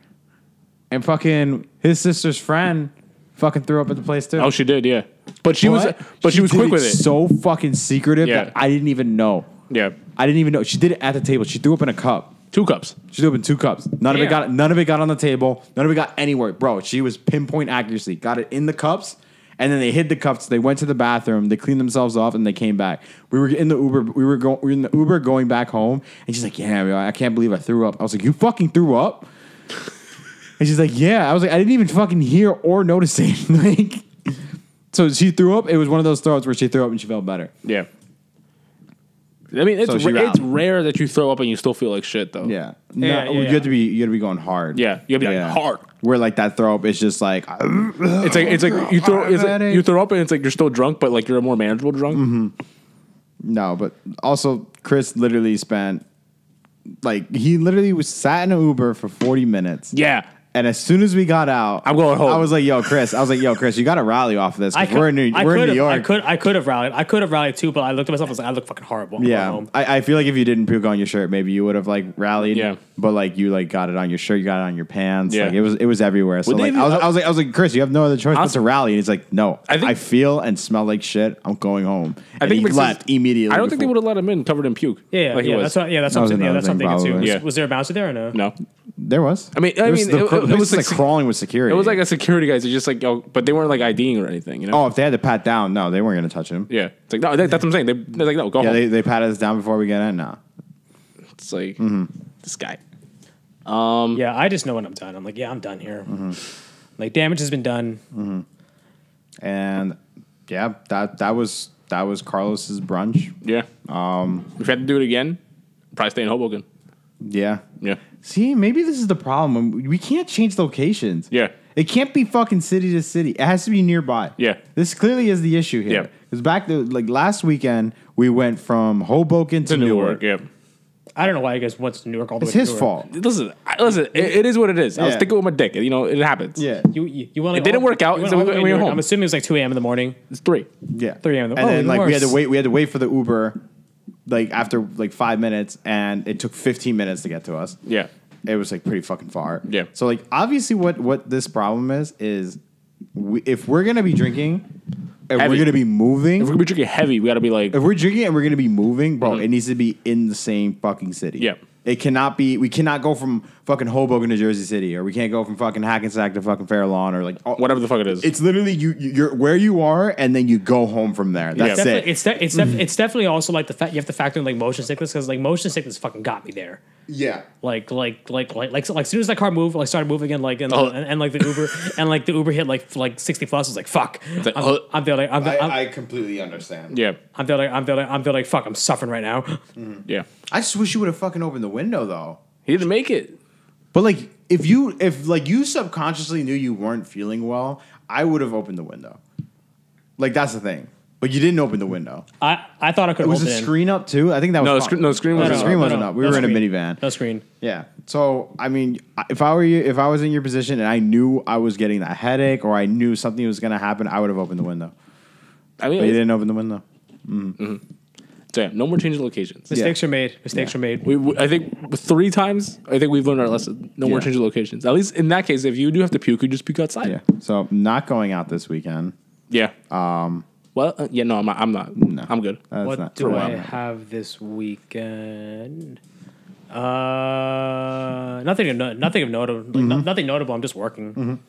Speaker 2: And fucking his sister's friend fucking threw up at the place too.
Speaker 3: Oh, she did. Yeah, but she was.
Speaker 2: What?
Speaker 3: But she, was
Speaker 2: did
Speaker 3: quick with it.
Speaker 2: So fucking secretive
Speaker 3: Yeah.
Speaker 2: that I didn't even know.
Speaker 3: yeah,
Speaker 2: I didn't even know. She did it at the table. She threw up in a cup.
Speaker 3: two cups.
Speaker 2: She threw up in two cups. None of it
Speaker 1: Damn.
Speaker 2: got none of it got on the table. None of it got anywhere. Bro, she was pinpoint accuracy. Got it in the cups. And then they hid the cups. They went to the bathroom. They cleaned themselves off, and they came back. We were in the Uber. We were going. We were in the Uber going back home. And she's like, "Yeah, I can't believe I threw up." I was like, "You fucking threw up." And she's like, "Yeah." I was like, "I didn't even fucking hear or notice it." like, so she threw up. It was one of those throws where she threw up and she felt better.
Speaker 3: Yeah. I mean, it's
Speaker 2: So she
Speaker 3: ra- it's
Speaker 2: out.
Speaker 3: rare that you throw up and you still feel like shit though.
Speaker 2: Yeah.
Speaker 1: Yeah,
Speaker 2: no,
Speaker 1: yeah,
Speaker 2: you
Speaker 1: yeah.
Speaker 2: have to be you have to be going hard.
Speaker 3: Yeah, you gotta be, like, hard.
Speaker 2: Where like that throw up is just like
Speaker 3: It's like it's like you throw it's like,
Speaker 2: Alrighty.
Speaker 3: you throw up and it's like you're still drunk, but like you're a more manageable drunk.
Speaker 2: Mm-hmm. no, but also Chris literally spent like he literally was sat in an Uber for 40 minutes.
Speaker 3: Yeah,
Speaker 2: And as soon as we got out,
Speaker 3: I'm going home.
Speaker 2: I was like, "Yo, Chris!" I was like, "Yo, Chris, you got to rally off of this. 'cause
Speaker 1: cou-
Speaker 2: we're in New,
Speaker 1: I
Speaker 2: we're in
Speaker 1: could've-
Speaker 2: New York.
Speaker 1: I could, I could have rallied. I could have rallied too, but I looked at myself. I was like, I look fucking horrible. I'm going
Speaker 2: yeah,
Speaker 1: home.
Speaker 2: I, I feel like if you didn't puke on your shirt, maybe you would have like rallied.
Speaker 3: Yeah.
Speaker 2: but like you like got it on your shirt, you got it on your pants.
Speaker 3: Yeah.
Speaker 2: like it was it was everywhere. So
Speaker 3: Would they
Speaker 2: like
Speaker 3: even-
Speaker 2: I was, I was like I was like Chris, you have no other choice but
Speaker 3: Honestly-
Speaker 2: to rally. And he's like, no,
Speaker 3: I
Speaker 2: I,
Speaker 3: think-
Speaker 2: feel and smell like shit. I'm going home. And
Speaker 3: think
Speaker 2: he
Speaker 3: because-
Speaker 2: left immediately.
Speaker 3: I don't think they
Speaker 2: before-
Speaker 3: would have let him in covered in puke.
Speaker 1: yeah, yeah,
Speaker 3: like he
Speaker 1: yeah,
Speaker 3: was.
Speaker 1: that's what, yeah, that's
Speaker 2: That
Speaker 1: what I'm
Speaker 2: was
Speaker 1: saying. Yeah,
Speaker 2: another
Speaker 1: that's something
Speaker 2: thing,
Speaker 1: too. Was,
Speaker 2: probably.
Speaker 3: Yeah.
Speaker 1: was there a bouncer there or no?
Speaker 3: no,
Speaker 2: There was.
Speaker 3: I mean- I
Speaker 2: It
Speaker 3: mean,
Speaker 2: the,
Speaker 3: it- it
Speaker 2: the place
Speaker 3: was
Speaker 2: was like
Speaker 3: like-
Speaker 2: crawling with security.
Speaker 3: it was like a security guys. It's just like yo, but they weren't like IDing or anything. You know?
Speaker 2: oh, if they had to pat down, no, they weren't going to touch him.
Speaker 3: Yeah, it's like no, that, that's what I'm saying. They, they're like no, go
Speaker 2: Yeah,
Speaker 3: home.
Speaker 2: they, they patted us down before we get in. No,
Speaker 3: it's like
Speaker 2: Mm-hmm.
Speaker 3: this guy.
Speaker 1: Yeah, I just know when I'm done. I'm like, yeah, I'm done here.
Speaker 2: Mm-hmm.
Speaker 1: Like damage has been done.
Speaker 2: and yeah, that that was that was Carlos's brunch.
Speaker 3: Yeah. Um, if we had to do it again, probably stay in Hoboken.
Speaker 2: Yeah,
Speaker 3: Yeah.
Speaker 2: See, maybe this is the problem. We can't change locations.
Speaker 3: Yeah.
Speaker 2: It can't be fucking city to city. It has to be nearby.
Speaker 3: Yeah.
Speaker 2: This clearly is the issue here.
Speaker 3: Yeah.
Speaker 2: Because back to like last weekend, we went from Hoboken to, Newark.
Speaker 3: Yeah.
Speaker 1: I don't know why you guys went to Newark all the
Speaker 2: It's
Speaker 1: way.
Speaker 2: his
Speaker 1: to Newark.
Speaker 2: fault.
Speaker 3: Listen, I, listen. It, it is what it is. I was
Speaker 2: Yeah.
Speaker 3: thinking with my dick. You know, it happens.
Speaker 2: Yeah.
Speaker 1: You you, you went. Like,
Speaker 3: It didn't
Speaker 1: all-
Speaker 3: work out,
Speaker 1: you went
Speaker 3: so
Speaker 1: all
Speaker 3: we
Speaker 1: the
Speaker 3: went-
Speaker 1: way to
Speaker 3: we went
Speaker 1: Newark.
Speaker 3: home.
Speaker 1: I'm assuming it was like 2 a.m. in the morning.
Speaker 3: It's three.
Speaker 2: Yeah.
Speaker 1: 3 a.m. in the-
Speaker 2: And
Speaker 1: oh,
Speaker 2: then
Speaker 1: even
Speaker 2: like we had to
Speaker 1: worse.
Speaker 2: wait we had to wait for the Uber like after like five minutes and it took fifteen minutes to get to us.
Speaker 3: Yeah.
Speaker 2: It was like pretty fucking far.
Speaker 3: Yeah.
Speaker 2: So like obviously what what this problem is is we, if we're gonna be drinking and
Speaker 3: Heavy.
Speaker 2: we're gonna be moving
Speaker 3: If we're gonna be drinking heavy, we gotta be like
Speaker 2: if we're drinking and we're gonna be moving, bro, it needs to be in the same fucking city.
Speaker 3: Yeah.
Speaker 2: It cannot be. We cannot go from fucking Hoboken to Jersey City, or we can't go from fucking Hackensack to fucking Fair Lawn, or like all-
Speaker 3: whatever the fuck it is.
Speaker 2: It's literally you. you- You're where you are, and then you go home from there. That's
Speaker 1: Definitely-
Speaker 2: it.
Speaker 1: It's de- it's
Speaker 3: Mm-hmm.
Speaker 1: def- it's definitely also like the fact you have to factor in like motion sickness because like motion sickness fucking got me there.
Speaker 2: Yeah.
Speaker 1: Like like like like like so, like soon as that car moved, like started moving and like and,
Speaker 3: Oh.
Speaker 1: and, and, like the Uber and like the Uber hit like f- like sixty plus. I was like fuck.
Speaker 3: like,
Speaker 1: I'm,
Speaker 3: oh.
Speaker 1: I'm there like I'm, I'm,
Speaker 2: completely understand.
Speaker 3: yeah,
Speaker 1: I'm there like I'm there like I'm there like fuck. I'm suffering right now.
Speaker 3: yeah.
Speaker 2: I just wish you would have fucking opened the window though.
Speaker 3: He didn't make it.
Speaker 2: But like, if you if like you subconsciously knew you weren't feeling well, I would have opened the window. Like that's the thing. But you didn't open the window.
Speaker 1: I I thought I could
Speaker 2: It was
Speaker 1: have
Speaker 2: the screen up too. I think that was
Speaker 3: No, the
Speaker 2: fine.
Speaker 3: screen- no, the screen
Speaker 2: Oh,
Speaker 3: was
Speaker 2: the
Speaker 3: up.
Speaker 2: screen
Speaker 1: No,
Speaker 2: wasn't
Speaker 1: no,
Speaker 2: up. We
Speaker 1: no
Speaker 2: were in a
Speaker 1: screen.
Speaker 2: minivan.
Speaker 1: No screen.
Speaker 2: Yeah. So I mean, if I were you, if I was in your position and I knew I was getting that headache or I knew something was going to happen, I would have opened the window.
Speaker 3: I mean,
Speaker 2: But you didn't open the window.
Speaker 3: damn, no more changing locations.
Speaker 1: Mistakes are made. Mistakes
Speaker 2: Yeah.
Speaker 1: are made.
Speaker 3: We, we, I think three times. I think we've learned our lesson. No more
Speaker 2: Yeah.
Speaker 3: changing locations. At least in that case, if you do have to puke, you just puke outside.
Speaker 2: Yeah. So not going out this weekend.
Speaker 3: Yeah. Um. Well, uh, yeah. No, I'm not. I'm not. I'm good.
Speaker 2: That's
Speaker 1: What
Speaker 2: not
Speaker 1: do I
Speaker 2: Well,
Speaker 1: have this weekend? Uh, nothing. Of no, nothing of notable. Like,
Speaker 3: Mm-hmm.
Speaker 1: no- nothing notable. I'm just working.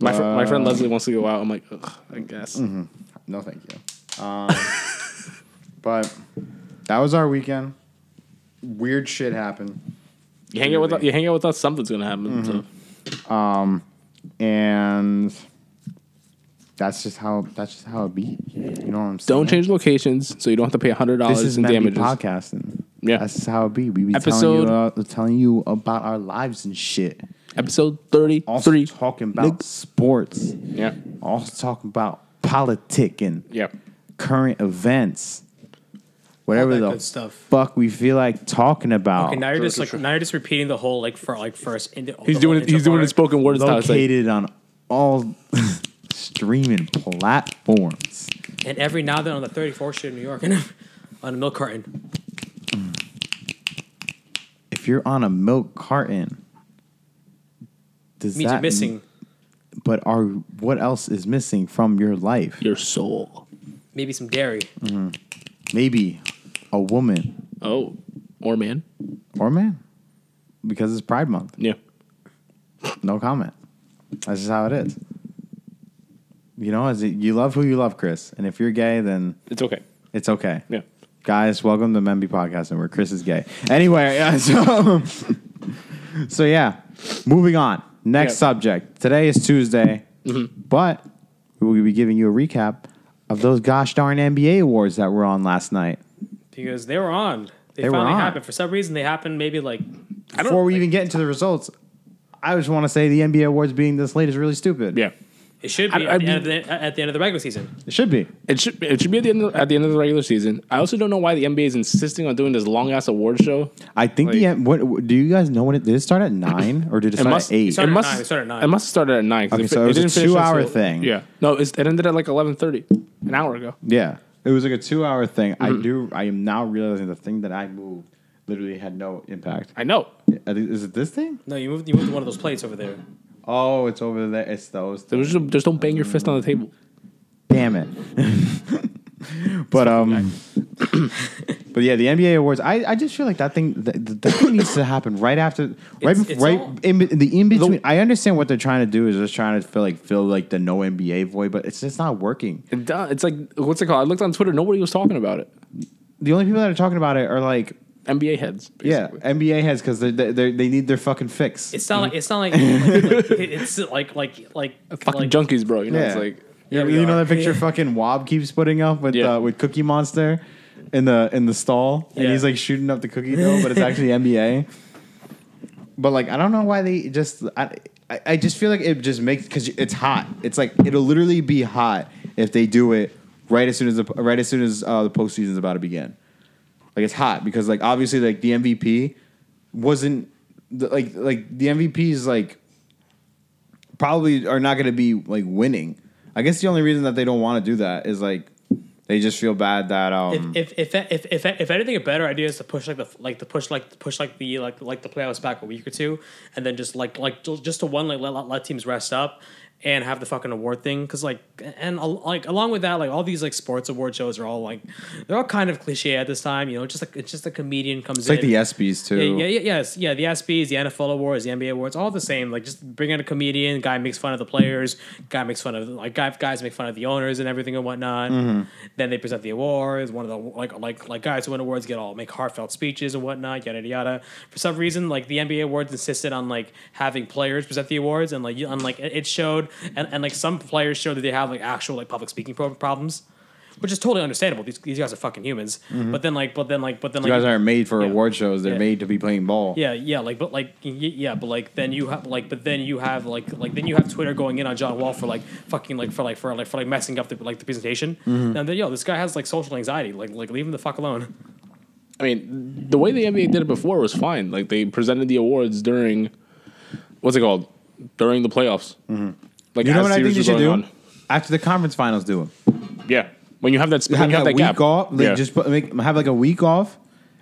Speaker 3: my fr- my friend Leslie wants to go out. I'm like, Ugh, I guess.
Speaker 2: Mm-hmm. No, thank you. Um, but that was our weekend. Weird shit happened.
Speaker 3: You hang out with you hang out with us. Something's gonna happen.
Speaker 2: Mm-hmm.
Speaker 3: So.
Speaker 2: And that's just how that's just how it be. You know what I'm saying?
Speaker 3: Don't change locations, so you don't have to pay hundred
Speaker 2: This
Speaker 3: dollars
Speaker 2: is
Speaker 3: in
Speaker 2: meant to be
Speaker 3: damages.
Speaker 2: podcasting.
Speaker 3: Yeah.
Speaker 2: that's how it be. We be telling you,
Speaker 3: Episode-
Speaker 2: uh, telling you about our lives and shit.
Speaker 3: Episode thirty
Speaker 2: Also
Speaker 3: three.
Speaker 2: talking about sports.
Speaker 3: Yeah.
Speaker 2: Also talking about politic and
Speaker 3: Yeah.
Speaker 2: current events. Whatever
Speaker 1: that
Speaker 2: the
Speaker 1: good stuff.
Speaker 2: fuck we feel like talking about.
Speaker 1: Okay, now you're just like now you're just repeating the whole like for like first. In,
Speaker 3: He's doing it. He's doing his spoken word style. It's like,
Speaker 2: Located on all streaming platforms.
Speaker 1: And every now and then on the 34th street in New York, and on a milk carton.
Speaker 2: If you're on a milk carton, does
Speaker 1: Means you're
Speaker 2: that
Speaker 1: missing.
Speaker 2: But are what else is missing from your life?
Speaker 3: your soul.
Speaker 1: Maybe some dairy.
Speaker 2: Maybe a woman
Speaker 3: Oh, or man.
Speaker 2: or man, because it's Pride Month.
Speaker 3: Yeah.
Speaker 2: No comment. That's just how it is. You know, is it, you love who you love, Chris, and if you're gay, then
Speaker 3: It's okay.
Speaker 2: it's okay.
Speaker 3: Yeah.
Speaker 2: Guys, welcome to Memby Podcast, and where Chris is gay. Anyway, yeah, so so yeah, moving on. Next
Speaker 3: Yeah.
Speaker 2: subject. Today is Tuesday, but we will be giving you a recap of those gosh darn NBA awards that were on last night.
Speaker 1: Because they were on. They,
Speaker 2: They were
Speaker 1: finally
Speaker 2: on.
Speaker 1: happened. For some reason, they happened maybe like.
Speaker 2: Before we even get into the results, I just want to say the NBA awards being this late is really stupid.
Speaker 3: Yeah.
Speaker 1: It should
Speaker 3: I-
Speaker 1: be
Speaker 3: I
Speaker 1: at, the end of the, at the end of the regular season.
Speaker 2: it should be.
Speaker 3: It should it should be at the end of, at the end of the regular season. I also don't know why the NBA is insisting on doing this long ass award show.
Speaker 2: I think the end. What do you guys know? When it did it start at nine or did it start
Speaker 3: must-
Speaker 2: at eight?
Speaker 1: started
Speaker 3: it
Speaker 1: at
Speaker 3: must
Speaker 1: nine. It started at nine.
Speaker 3: It must have started at nine. 'cause
Speaker 2: Okay,
Speaker 3: it,
Speaker 2: so it was a
Speaker 3: didn't finish
Speaker 2: two-hour
Speaker 3: until-
Speaker 2: thing.
Speaker 3: Yeah. No, it's, it ended at like eleven thirty, an hour ago.
Speaker 2: Yeah. It was like a two hour thing. I do I am now realizing the thing that I moved literally had no impact.
Speaker 3: I know.
Speaker 2: I think- Is it this thing?
Speaker 1: No, you moved. You moved to one of those plates over there.
Speaker 2: Oh, it's over there. It's those.
Speaker 3: There was just, just don't bang your fist on the table.
Speaker 2: Damn it. but um But yeah, the NBA awards. I, I just feel like that thing that, that thing needs to happen right after,
Speaker 1: It's-
Speaker 2: right bef-
Speaker 1: it's
Speaker 2: right
Speaker 1: all-
Speaker 2: in, be- the in between. I understand what they're trying to do is just trying to feel like fill like the no NBA void, but it's just not working.
Speaker 3: It do- It's like what's it called? I looked on Twitter. Nobody was talking about it.
Speaker 2: The only people that are talking about it are like
Speaker 3: NBA heads. basically.
Speaker 2: yeah NBA heads because they they they need their fucking fix.
Speaker 1: It's not like it's not like, like, like it's like like like
Speaker 3: Fucking
Speaker 1: like,
Speaker 3: junkies, bro. You know, it's like
Speaker 1: Yeah, we
Speaker 2: you know
Speaker 1: are.
Speaker 2: that picture fucking Wob keeps putting up with
Speaker 3: Yeah.
Speaker 2: uh, with Cookie Monster in the in the stall, and
Speaker 1: Yeah.
Speaker 2: he's like shooting up the cookie dough, but it's actually NBA. But like, I don't know why they just. I, I, I just feel like it just makes because it's hot. It's like it'll literally be hot if they do it right as soon as the right as soon as uh, the postseason is about to begin. Like it's hot because like obviously like the MVP wasn't the- like like the MVP is like probably are not going to be like winning. I guess the only reason that they don't want to do that is like they just feel bad that um
Speaker 1: if if if if if anything, a better idea is to push like the like to push like push like the like like the playoffs back a week or two, and then just like like ju- just to one like let, let- let teams rest up and have the fucking award thing because like and al- like along with that like all these like sports award shows are all like they're all kind of cliche at this time you know just like it's just a comedian comes
Speaker 2: it's like
Speaker 1: in
Speaker 2: the ESPYS too.
Speaker 1: yeah, yeah, yeah, yes, yeah. The SBs, the NFL awards, the NBA awards, all the same. Like just bring in a comedian, guy makes fun of the players, guy makes fun of like guy, guys make fun of the owners and everything and whatnot. Then they present the awards. One of the like like like guys who win awards get all make heartfelt speeches and whatnot. Yada yada. yada. For some reason, like the NBA awards insisted on like having players present the awards and like you- and like it it showed and, and like some players showed that they have like actual like public speaking pro- problems. Which is totally understandable. These, these guys are fucking humans. But then, like, but then, like, but then, like,
Speaker 2: You guys aren't made for
Speaker 1: Yeah.
Speaker 2: award shows. They're
Speaker 1: Yeah.
Speaker 2: made to be playing ball.
Speaker 1: yeah, yeah, like but like y- yeah, but like then you have like but then you have like like then you have Twitter going in on John Wall for like fucking like for like for like for like messing up the like the presentation.
Speaker 3: Mm-hmm.
Speaker 1: And then yo, this guy has like social anxiety. Like like leave him the fuck alone.
Speaker 3: I mean, the way the NBA did it before was fine. Like they presented the awards during, what's it called? During the playoffs. Mm-hmm. Like
Speaker 2: You know
Speaker 3: as
Speaker 2: what I think
Speaker 3: series
Speaker 2: you
Speaker 3: were
Speaker 2: should
Speaker 3: going
Speaker 2: do?
Speaker 3: on.
Speaker 2: After the conference finals, do it.
Speaker 3: Yeah, when you have that, sp- when
Speaker 2: have,
Speaker 3: you have
Speaker 2: that,
Speaker 3: that,
Speaker 2: week
Speaker 3: gap.
Speaker 2: off. Like
Speaker 3: yeah.
Speaker 2: Just put, make, have like a week off,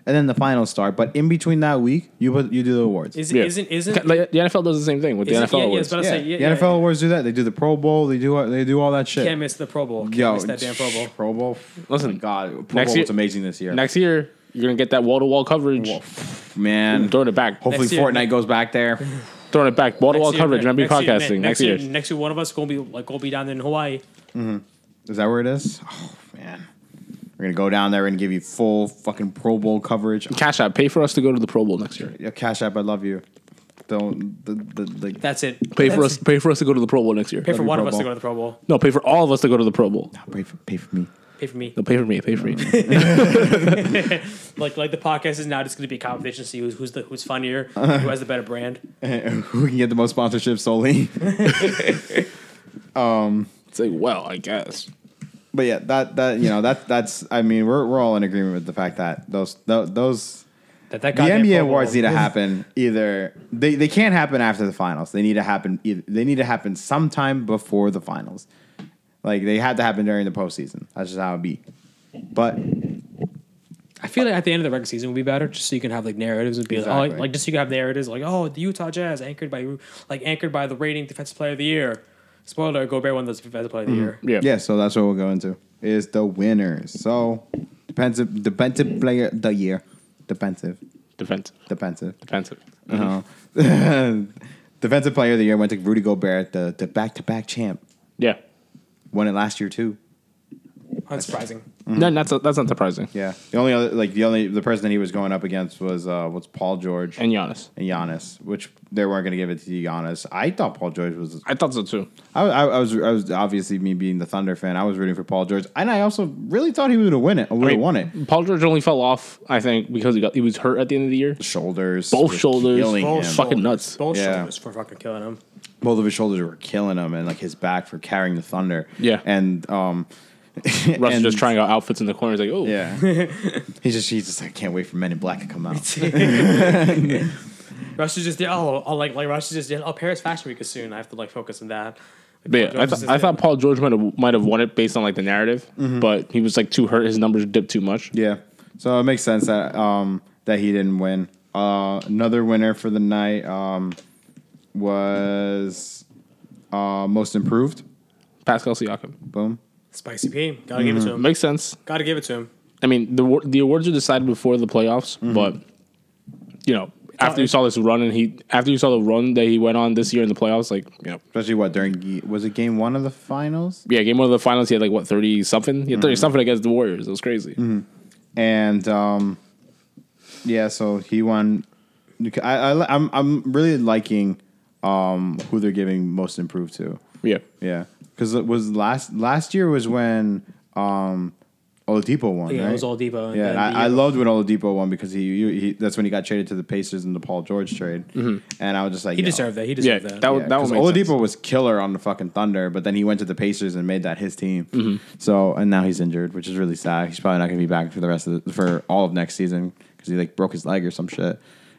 Speaker 2: and then the finals start. But in between that week, you put you do the awards.
Speaker 1: Is
Speaker 3: yeah.
Speaker 1: isn't isn't
Speaker 3: Like, the NFL does the same thing with the
Speaker 1: Isn't-
Speaker 3: NFL
Speaker 1: yeah, yeah,
Speaker 3: awards.
Speaker 1: it's about- I
Speaker 2: yeah.
Speaker 1: say, yeah,
Speaker 2: the
Speaker 1: yeah,
Speaker 2: NFL awards do that. They do the Pro Bowl. They do they do all that shit.
Speaker 1: can't miss the Pro Bowl. Can't
Speaker 2: Yo,
Speaker 1: miss that damn Pro Bowl.
Speaker 2: Pro Bowl.
Speaker 3: Listen,
Speaker 2: Oh my God, Pro
Speaker 3: next
Speaker 2: Bowl
Speaker 3: year-
Speaker 2: was amazing this year.
Speaker 3: Next year, you're gonna get that wall to wall coverage.
Speaker 2: man.
Speaker 3: Throwing it back,
Speaker 2: Hopefully,
Speaker 1: Next year-
Speaker 2: Fortnite goes back there.
Speaker 3: throwing it back, wall to wall
Speaker 1: Next year,
Speaker 3: coverage. Remember
Speaker 1: next year,
Speaker 3: podcasting next, year.
Speaker 1: Next year, one of us gonna be like gonna be down there in Hawaii.
Speaker 2: Is that where it is? Oh man, we're gonna go down there and give you full fucking Pro Bowl coverage.
Speaker 3: Cash App, pay for us to go to the Pro Bowl next year.
Speaker 2: Yo, Cash App, I love you. Don't the, the, like
Speaker 1: That's it.
Speaker 3: Pay for
Speaker 1: That's
Speaker 3: us, pay for us to go to the Pro Bowl next year.
Speaker 1: Pay for
Speaker 2: you,
Speaker 1: one
Speaker 2: Pro
Speaker 1: of us
Speaker 2: Bowl.
Speaker 1: to go to the Pro Bowl.
Speaker 3: No, pay for all of us to go to the Pro Bowl.
Speaker 2: pay for, pay for me.
Speaker 1: Pay for me.
Speaker 3: No, pay for me, pay for me.
Speaker 1: Like like the podcast is now just gonna be a competition. See who's who's the who's funnier,
Speaker 3: Uh-huh.
Speaker 1: who has the better brand.
Speaker 2: Who can get the most sponsorships solely?
Speaker 3: it's like, well, I guess.
Speaker 2: but yeah, that that you know that that's I mean we're we're all in agreement with the fact that those those, those
Speaker 1: That that
Speaker 2: the
Speaker 1: goddamn
Speaker 2: NBA
Speaker 1: Pro Bowl-
Speaker 2: awards need to happen either they they can't happen after the finals. They need to happen either, they need to happen sometime before the finals. Like they had to happen during the postseason. That's just how it be. But
Speaker 1: I feel like at the end of the regular season would be better, just so you can have like narratives and be like, oh,
Speaker 2: Exactly.
Speaker 1: like just so you can have narratives like, oh, the Utah Jazz anchored by like anchored by the rating defensive player of the year. Spoiler: Gobert won the defensive player of the year.
Speaker 3: Yeah.
Speaker 2: yeah, so that's what we'll go into is the winners. So defensive defensive player of the year, defensive
Speaker 3: Defensive.
Speaker 2: defensive.
Speaker 3: Defensive.
Speaker 1: Mm-hmm.
Speaker 2: Uh-huh. Defensive player of the year went to Rudy Gobert, the the back to back champ.
Speaker 3: Yeah.
Speaker 2: Won it last year too.
Speaker 1: Unsurprising.
Speaker 2: Mm-hmm.
Speaker 3: No, that's that's not surprising.
Speaker 2: Yeah. The only other like the only the person that he was going up against was uh what's Paul George and,
Speaker 3: And Giannis,
Speaker 2: Giannis, which they weren't gonna give it to Giannis. I thought Paul George was
Speaker 3: I thought so too.
Speaker 2: I, I, I was I was obviously me being the Thunder fan, I was rooting for Paul George. And I also really thought he would have win it would have
Speaker 3: mean,
Speaker 2: won it.
Speaker 3: Paul George only fell off, I think, because he got he was hurt at the end of the year.
Speaker 2: Shoulders
Speaker 3: Both
Speaker 2: were
Speaker 3: shoulders.
Speaker 2: killing
Speaker 3: Both
Speaker 2: him.
Speaker 3: Fucking nuts.
Speaker 1: Both
Speaker 2: Yeah.
Speaker 1: shoulders for fucking killing him.
Speaker 2: both of his shoulders were killing him and like his back for carrying the thunder.
Speaker 3: Yeah.
Speaker 2: And um
Speaker 3: Russ
Speaker 2: and-
Speaker 3: just trying out outfits in the corner. He's like, oh,
Speaker 2: Yeah. he's just he's just I can't wait for Men in Black to come out.
Speaker 1: Rush is just did oh, oh like like Rush is just did oh Paris Fashion Week is soon. I have to like focus on that.
Speaker 3: But yeah, I,
Speaker 1: George
Speaker 3: th-
Speaker 1: is-
Speaker 3: I thought Paul George might have might have won it based on like the narrative,
Speaker 2: Mm-hmm.
Speaker 3: but he was like too hurt. His numbers dipped too much.
Speaker 2: yeah. So it makes sense that um that he didn't win. Uh another winner for the night um was uh most improved.
Speaker 3: Pascal Siakam
Speaker 2: Boom.
Speaker 1: Spicy P, gotta give it
Speaker 2: Mm-hmm.
Speaker 1: to him.
Speaker 3: makes sense.
Speaker 1: Gotta give it to him.
Speaker 3: I mean, the wa- the awards are decided before the playoffs,
Speaker 2: Mm-hmm.
Speaker 3: but you know, after you saw this run and he after you saw the run that he went on this year in the playoffs, like you know,
Speaker 2: Especially what during ge- was it game 1 of the finals?
Speaker 3: yeah, game one of the finals, he had like what thirty something, he had
Speaker 2: Mm-hmm.
Speaker 3: 30 something against the Warriors. It was crazy.
Speaker 2: And um yeah, so he won I, I li- I'm I'm really liking um who they're giving most improved to.
Speaker 3: Yeah,
Speaker 2: Yeah, because it was last last year was when um Oladipo won.
Speaker 1: Yeah,
Speaker 2: right?
Speaker 1: it was Oladipo. and
Speaker 2: Yeah,
Speaker 1: then
Speaker 2: and
Speaker 1: the
Speaker 2: I, I
Speaker 1: year-
Speaker 2: loved when Oladipo won because he, he, he that's when he got traded to the Pacers in the Paul George trade, and I was just like,
Speaker 1: Mm-hmm. He
Speaker 2: yo.
Speaker 1: deserved that. He
Speaker 3: Yeah,
Speaker 1: deserved that.
Speaker 3: that would
Speaker 2: Yeah,
Speaker 3: that
Speaker 2: 'cause
Speaker 3: would make
Speaker 2: Oladipo
Speaker 3: sense.
Speaker 2: was killer on the fucking Thunder, but then he went to the Pacers and made that his team.
Speaker 3: Mm-hmm.
Speaker 2: So and now he's injured, which is really sad. He's probably not going to be back for the rest of the, for all of next season because he like broke his leg or some shit,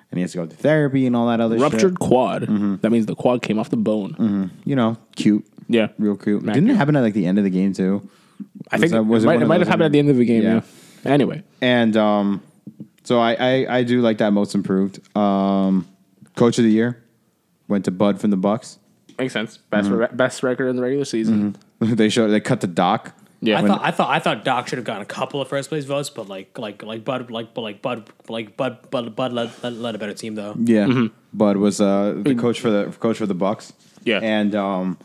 Speaker 2: and he has to go to therapy and all that other
Speaker 3: Ruptured
Speaker 2: shit. Mm-hmm.
Speaker 3: quad. That means the quad came off the bone.
Speaker 2: You know, cute,
Speaker 3: Yeah,
Speaker 2: real cute.
Speaker 3: Mac
Speaker 2: Didn't it
Speaker 3: cute.
Speaker 2: happen at like the end of the game too?
Speaker 3: I think
Speaker 2: that- was
Speaker 3: it,
Speaker 2: it
Speaker 3: might,
Speaker 2: one
Speaker 3: it
Speaker 2: of
Speaker 3: might
Speaker 2: those
Speaker 3: have happened at the end of the game.
Speaker 2: Yeah.
Speaker 3: Yeah. Anyway,
Speaker 2: And um, so I, I I do like that most improved. Um, coach of the year went to Bud from the Bucks.
Speaker 3: makes sense. Best
Speaker 2: Mm-hmm.
Speaker 3: re- best record in the regular season.
Speaker 2: they showed they cut the doc.
Speaker 3: Yeah,
Speaker 1: I thought I thought I thought Doc should have gotten a couple of first place votes, but like like like Bud like but like Bud like Bud Bud Bud led, led, led a better team though.
Speaker 2: Yeah, Bud was uh, the coach for the coach for the Bucks.
Speaker 3: Yeah.
Speaker 2: and um,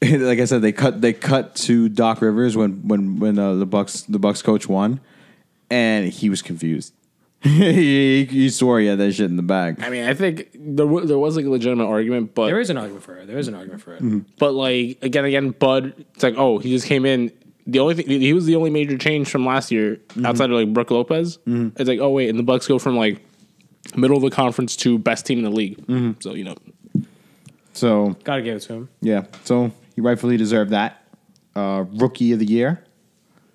Speaker 2: like I said, they cut they cut to Doc Rivers when when when uh, the Bucks the Bucks coach won, and he was confused. he, he swore he had that shit in the bag.
Speaker 3: I mean, I think there w- there was like a legitimate argument, but
Speaker 1: There is an argument for it. There is an argument for it.
Speaker 3: but like again, again, Bud. It's like oh, he just came in. The only thing he was the only major change from last year outside of like Brooke Lopez. It's like oh wait, and the Bucks go from like middle of the conference to best team in the league. So you know,
Speaker 2: So
Speaker 1: Gotta give it to him.
Speaker 2: yeah, so he rightfully deserved that. Uh, rookie of the year,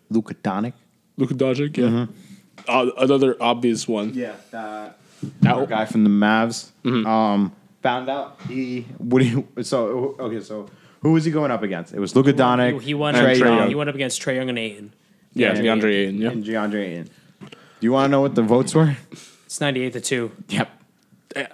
Speaker 2: Luka Doncic.
Speaker 3: Luka Doncic, yeah, Uh, another obvious one.
Speaker 2: Yeah, uh,
Speaker 3: Now-
Speaker 2: guy from the Mavs.
Speaker 3: Mm-hmm.
Speaker 2: Um, found out he what he so okay so who was he going up against? It was Luka Doncic.
Speaker 1: He, he won.
Speaker 2: Trae
Speaker 1: uh,
Speaker 2: Young,
Speaker 1: He went up against Trey Young and Aiden.
Speaker 3: yeah,
Speaker 2: Yeah.
Speaker 3: DeAndre Ayton, yeah.
Speaker 2: and DeAndre Ayton. Do you want to know what the votes were?
Speaker 1: It's ninety eight to two.
Speaker 2: Yep,
Speaker 3: Eh,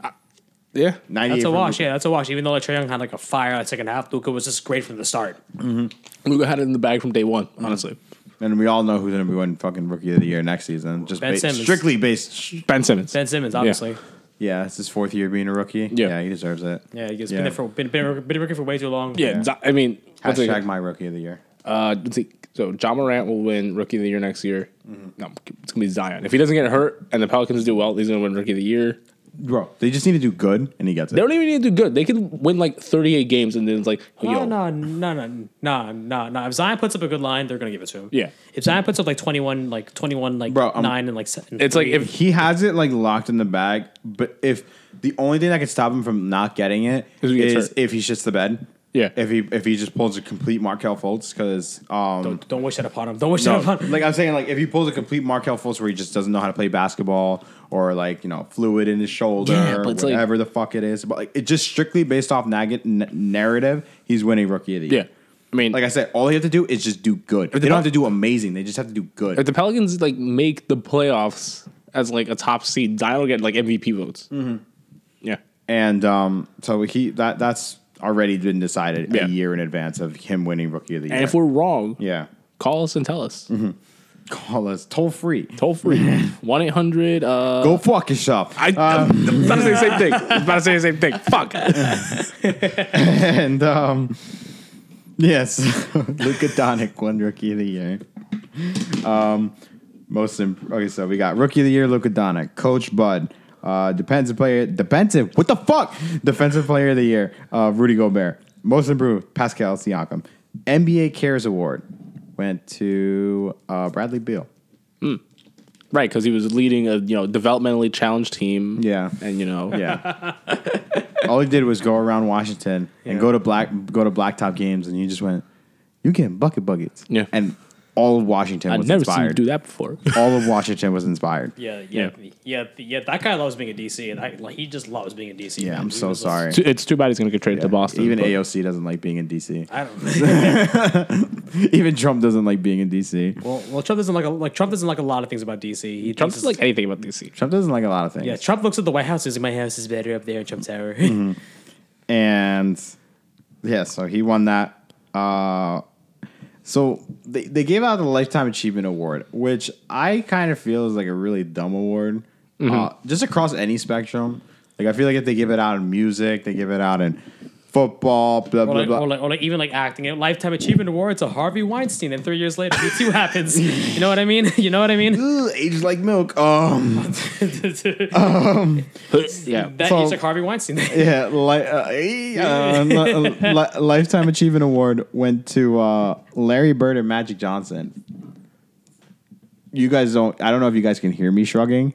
Speaker 3: Yeah.
Speaker 2: ninety.
Speaker 1: That's a wash. Yeah, that's a wash. Even though like, Trey Young had like a fire that second half, Luca was just great from the start.
Speaker 3: Luka had it in the bag from day one, honestly.
Speaker 2: And we all know who's going to be winning fucking rookie of the year next season. Just
Speaker 1: Ben
Speaker 2: ba-
Speaker 1: Simmons.
Speaker 2: strictly based.
Speaker 3: Ben Simmons.
Speaker 1: Ben Simmons, obviously.
Speaker 2: Yeah, it's his fourth year being a rookie.
Speaker 3: Yeah.
Speaker 2: he deserves it.
Speaker 1: Yeah, he's been there for been been, been working for way too long.
Speaker 3: yeah, Zo- I mean, what's it-
Speaker 2: Hashtag my rookie of the year.
Speaker 3: Uh, let's see. So John Morant will win Rookie of the Year next year. No, it's gonna be Zion. If he doesn't get hurt and the Pelicans do well, he's gonna win Rookie of the Year.
Speaker 2: Bro, they just need to do good, and he gets it.
Speaker 3: They don't even need to do good. They could win like 38 games and then it's like, oh,
Speaker 1: No,
Speaker 3: yo,
Speaker 1: no, no, no, no, no, no. If Zion puts up a good line, they're gonna give it to him.
Speaker 3: Yeah.
Speaker 1: If Zion puts up like twenty one, like twenty one, like
Speaker 2: Bro, I'm-
Speaker 1: nine and like seven,
Speaker 3: it's like if
Speaker 2: he has it like locked in the bag, but if the only thing that could stop him from not getting it
Speaker 3: Is if he gets
Speaker 2: is
Speaker 3: hurt.
Speaker 2: if he shits the bed.
Speaker 3: Yeah.
Speaker 2: If he if he just pulls a complete Markel Fultz because um
Speaker 1: don't, don't wish that upon him. Don't wish that
Speaker 2: no,
Speaker 1: upon him.
Speaker 2: like I'm saying like if he pulls a complete Markel Fultz where he just doesn't know how to play basketball or like you know fluid in his shoulder
Speaker 3: Yeah,
Speaker 2: or
Speaker 3: but it's like-
Speaker 2: whatever the fuck it is but like it just strictly based off nag- n- narrative he's winning rookie of the year
Speaker 3: yeah, I mean,
Speaker 2: like I said all they have to do is just do good they don't have to do amazing they just have to do good
Speaker 3: if the Pelicans like make the playoffs as like a top seed, Zion will get like MVP votes. Yeah,
Speaker 2: And um, so he that that's already been decided
Speaker 3: Yeah.
Speaker 2: a year in advance of him winning Rookie of the Year.
Speaker 3: and if we're wrong,
Speaker 2: yeah,
Speaker 3: call us and tell us
Speaker 2: call us toll free.
Speaker 3: toll free one eight hundred. Uh,
Speaker 2: Go fuck yourself.
Speaker 3: I, I'm about to say the same thing. I'm about to say the same thing. Fuck.
Speaker 2: and um, yes, Luka Doncic won Rookie of the Year. Um, most imp- okay, so we got Rookie of the Year Luka Doncic, Coach Bud. Uh, defensive player, defensive. What the fuck? Defensive player of the year, uh, Rudy Gobert. Most improved, Pascal Siakam. NBA Cares Award went to uh, Bradley Beal.
Speaker 3: Right, because he was leading a you know developmentally challenged team.
Speaker 2: Yeah.
Speaker 3: and you know
Speaker 2: Yeah. All he did was go around Washington and go to black go to blacktop games, and you just went, "You getting bucket buckets?"
Speaker 3: Yeah.
Speaker 2: And all of Washington
Speaker 3: I've
Speaker 2: was
Speaker 3: never seen you
Speaker 2: inspired.
Speaker 3: do that before.
Speaker 2: All of Washington was inspired.
Speaker 1: Yeah, yeah, yeah, yeah, That guy loves being a DC, and I, like he just loves being a DC.
Speaker 2: Yeah,
Speaker 1: man.
Speaker 2: I'm
Speaker 1: He
Speaker 2: so
Speaker 1: was just-
Speaker 2: sorry.
Speaker 3: it's too bad he's going to get traded to Boston.
Speaker 2: Even
Speaker 3: but-
Speaker 2: AOC doesn't like being in DC.
Speaker 1: I don't.
Speaker 2: Even Trump doesn't like being in DC.
Speaker 1: well, well, Trump doesn't like a, like Trump doesn't like a lot of things about DC. He
Speaker 3: Trump
Speaker 1: thinks
Speaker 3: doesn't like
Speaker 1: it's-
Speaker 3: anything about DC.
Speaker 2: Trump doesn't like a lot of things.
Speaker 1: yeah. Trump looks at the White House. He's like, my house is better up there in Trump Tower.
Speaker 2: and yeah, so he won that. Uh, so they, they gave out the lifetime achievement award, which I kind of feel is like a really dumb award, uh, just across any spectrum. Like I feel like if they give it out in music, they give it out in football, blah
Speaker 1: or,
Speaker 2: blah
Speaker 1: like,
Speaker 2: blah.
Speaker 1: or, like, or like even like acting a lifetime achievement award to Harvey Weinstein, and three years later, Me Too happens. You know what I mean? You know what I mean?
Speaker 2: Ugh, Aged like milk. Um,
Speaker 1: Uh,
Speaker 3: yeah,
Speaker 1: That
Speaker 2: So-
Speaker 1: he's like Harvey Weinstein.
Speaker 2: yeah, li- uh, eh, uh, li- li- lifetime achievement award went to uh, Larry Bird and Magic Johnson. you guys don't. I don't know if you guys can hear me shrugging.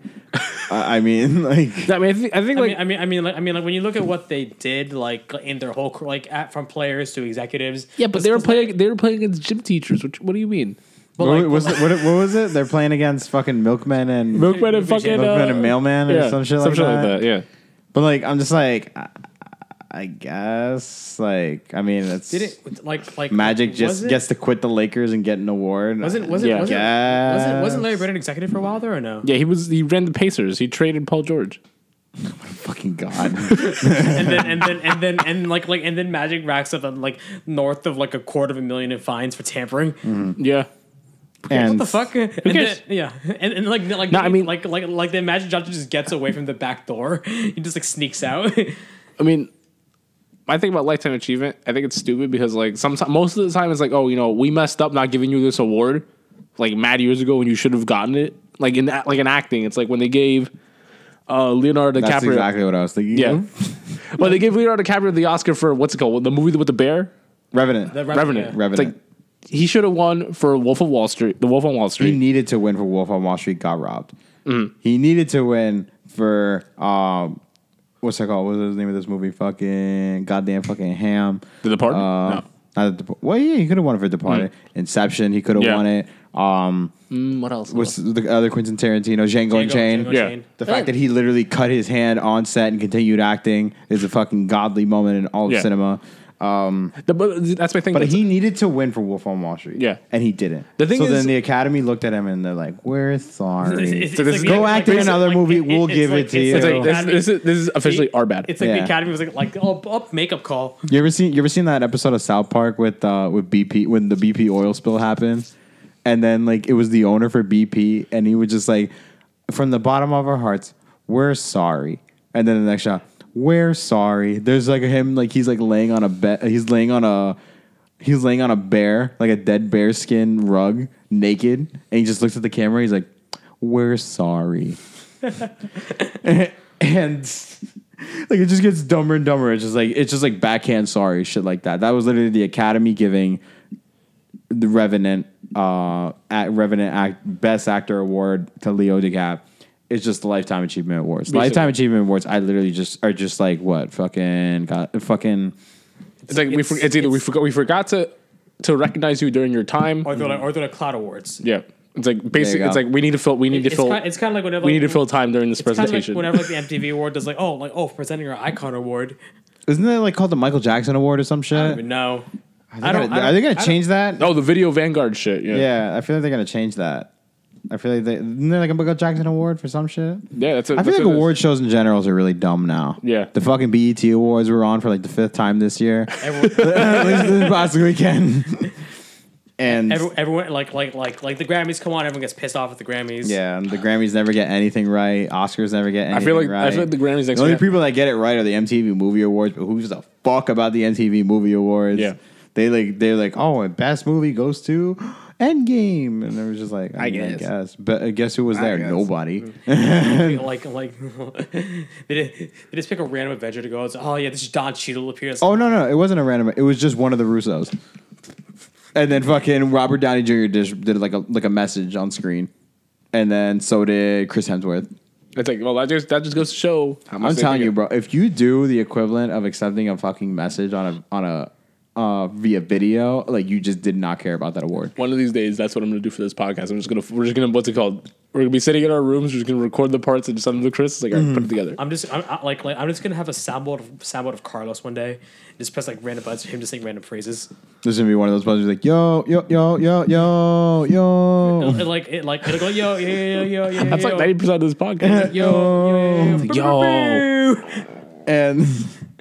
Speaker 2: I I mean, like
Speaker 3: I mean, I think, I think like
Speaker 1: I mean, I mean, I mean, like, I mean, like when you look at what they did, like in their whole, cr- like at, from players to executives.
Speaker 3: yeah, but
Speaker 1: it's-
Speaker 3: they were
Speaker 1: it's
Speaker 3: playing. they were playing against gym teachers. Which, what do you mean?
Speaker 1: But
Speaker 2: what,
Speaker 1: like,
Speaker 2: was it, what, what was it? They're playing against fucking milkmen and
Speaker 3: Milkman and
Speaker 1: Vision.
Speaker 3: fucking
Speaker 2: Milkman
Speaker 3: uh,
Speaker 2: and mailman or
Speaker 3: yeah,
Speaker 2: some shit like that.
Speaker 3: Yeah.
Speaker 2: But like, I'm just like, I, I guess like I mean, it's
Speaker 1: did it like like
Speaker 2: Magic
Speaker 1: was
Speaker 2: just
Speaker 1: it-
Speaker 2: gets to quit the Lakers and get an award.
Speaker 1: wasn't wasn't
Speaker 3: Yeah.
Speaker 1: wasn't,
Speaker 2: Yes.
Speaker 1: wasn't wasn't Larry Bird an executive for a while there or no?
Speaker 3: Yeah, he was. He ran the Pacers. He traded Paul George.
Speaker 2: fucking god.
Speaker 1: and then and then and then and like like and then Magic racks up on like north of like a quarter of a million in fines for tampering.
Speaker 3: Yeah.
Speaker 2: and
Speaker 1: What the fuck? Who and
Speaker 3: cares?
Speaker 1: Then, yeah, and, and like like
Speaker 3: No, I mean-
Speaker 1: like like like the Magic Johnson just gets away from the back door. He just like sneaks out.
Speaker 3: I mean, I think about lifetime achievement. I think it's stupid because like sometimes most of the time it's like, oh, you know, we messed up not giving you this award like mad years ago when you should have gotten it. Like in like in acting, it's like when they gave uh, Leonardo DiCaprio.
Speaker 2: That's exactly what I was thinking. Mm-hmm.
Speaker 3: yeah.
Speaker 2: of.
Speaker 3: well, they gave Leonardo DiCaprio the Oscar for what's it called? The movie with the bear,
Speaker 2: Revenant.
Speaker 1: The Revenant,
Speaker 3: Revenant.
Speaker 1: yeah.
Speaker 2: Revenant.
Speaker 3: It's like he should have won for Wolf of Wall Street. The Wolf on Wall
Speaker 2: he
Speaker 3: Street.
Speaker 2: needed to win for Wolf on Wall Street. Got robbed.
Speaker 3: Mm-hmm.
Speaker 2: He needed to win for um, what's that called? What was the name of this movie? Fucking goddamn fucking ham.
Speaker 3: The Departed?
Speaker 2: Uh,
Speaker 3: No. Mm.
Speaker 2: Not the Dep- well, yeah, he could have won it for Departed. Inception. He could have
Speaker 3: Yeah.
Speaker 2: won it. Um,
Speaker 3: Mm, what else?
Speaker 2: what's the other Quentin Tarantino? Django, and Chain.
Speaker 1: Django
Speaker 3: Yeah.
Speaker 2: The fact that he literally cut his hand on set and continued acting is a fucking godly moment in all of
Speaker 3: Yeah.
Speaker 2: cinema.
Speaker 3: The- but that's my thing.
Speaker 2: But
Speaker 3: That's-
Speaker 2: he needed to win for Wolf on Wall Street.
Speaker 3: Yeah.
Speaker 2: And he didn't.
Speaker 3: The thing
Speaker 2: so
Speaker 3: is-
Speaker 2: then the Academy looked at him and they're like, We're
Speaker 1: It's-
Speaker 2: sorry.
Speaker 1: it's-
Speaker 3: So this
Speaker 1: it's
Speaker 3: is-
Speaker 1: like-
Speaker 3: Go
Speaker 1: like-
Speaker 2: act in
Speaker 1: it's
Speaker 2: another
Speaker 1: like-
Speaker 2: movie,
Speaker 1: it-
Speaker 2: we'll
Speaker 1: it's
Speaker 2: give it to
Speaker 1: it's
Speaker 2: you.
Speaker 1: the
Speaker 2: It's like,
Speaker 3: this- this is- this is officially our bad.
Speaker 1: It's like the
Speaker 2: Yeah.
Speaker 1: Academy was like like oh, up makeup call.
Speaker 2: you ever seen you ever seen that episode of South Park with uh with BP when the BP oil spill happened? And then like it was the owner for BP and he was just like, From the bottom of our hearts, we're sorry. And then the next shot, we're sorry. There's like him like he's like laying on a bed he's laying on a he's laying on a bear, like a dead bear skin rug, naked, and he just looks at the camera, he's like, We're sorry. and like it just gets dumber and dumber. It's just like it's just like backhand sorry shit like that. That was literally the Academy giving the Revenant uh at Revenant act best actor award to Leo DiCap. It's just the lifetime achievement awards.
Speaker 3: Basically.
Speaker 2: Lifetime achievement awards. I literally just are just like what fucking got fucking
Speaker 3: It's like we
Speaker 1: It's-
Speaker 3: for, it's either we
Speaker 1: it's-
Speaker 3: forgot we forgot to to recognize you during your time.
Speaker 1: Or they're like, or they're like cloud awards.
Speaker 3: Yeah, it's like
Speaker 2: There
Speaker 3: basically
Speaker 2: you
Speaker 3: it's
Speaker 2: go.
Speaker 3: like we need to fill we need to
Speaker 1: It's
Speaker 3: fill
Speaker 1: kind, it's kind of like whenever
Speaker 3: we
Speaker 1: like,
Speaker 3: need to fill time during this
Speaker 1: it's kinda
Speaker 3: presentation.
Speaker 1: Like whenever like the MTV award does like oh like oh presenting our icon award.
Speaker 2: isn't that like called the Michael Jackson Award or some shit?
Speaker 1: I don't even know.
Speaker 2: Are they gonna- are they gonna change that?
Speaker 3: oh, the video Vanguard shit. Yeah, yeah,
Speaker 2: Yeah, I feel like they're gonna change that. I feel like they isn't there like a Michael Jackson Award for some shit.
Speaker 3: that's. A,
Speaker 2: I feel
Speaker 3: that's
Speaker 2: like
Speaker 3: what it is.
Speaker 2: award shows in generals are really dumb now.
Speaker 3: Yeah.
Speaker 2: The fucking BET awards were on for like the fifth time this year. this, this past weekend. and
Speaker 1: Every, everyone like like like like the Grammys come on, everyone gets pissed off at the Grammys.
Speaker 2: yeah, and the Grammys never get anything right. Oscars never get anything
Speaker 3: I feel like
Speaker 2: right.
Speaker 3: I feel like the Grammys next.
Speaker 2: the only
Speaker 3: year-
Speaker 2: people that get it right are the MTV Movie Awards, but who gives a fuck about the MTV Movie Awards?
Speaker 3: Yeah.
Speaker 2: They like they're like, oh, and best movie goes to Endgame, and it was just like, I,
Speaker 3: guess.
Speaker 2: but uh, guess who was there?
Speaker 3: guess.
Speaker 2: Nobody.
Speaker 1: Like like they, they just pick a random Avenger to go. It's oh yeah, this is Don Cheadle appears.
Speaker 2: Oh no, no, it wasn't a random. It was just one of the Russos. And then fucking Robert Downey Jr. did, did like a like a message on screen, and then so did Chris Hemsworth.
Speaker 3: It's like well, that just that just goes to show. How much
Speaker 2: I'm
Speaker 3: they
Speaker 2: telling
Speaker 3: think
Speaker 2: you,
Speaker 3: it-
Speaker 2: bro, if you do the equivalent of accepting a fucking message on a on a uh, via video, like you just did not care about that award.
Speaker 3: One of these days, that's what I'm gonna do for this podcast. I'm just gonna we're just gonna what's it called? We're gonna be sitting in our rooms. We're just gonna record the parts and send them to Chris. It's like all right, put it together.
Speaker 1: I'm just I'm, I, like like I'm just gonna have a soundboard of, soundboard of Carlos one day. Just press like random buttons for him to sing random phrases.
Speaker 2: This is gonna be one of those buzzers like yo yo yo yo yo yo. Mm.
Speaker 1: It'll- it, like it like it'll go yo yo yo yo yo.
Speaker 3: That's
Speaker 1: yo,
Speaker 3: like ninety percent of this podcast.
Speaker 1: yo yo yo.
Speaker 3: Yo.
Speaker 2: And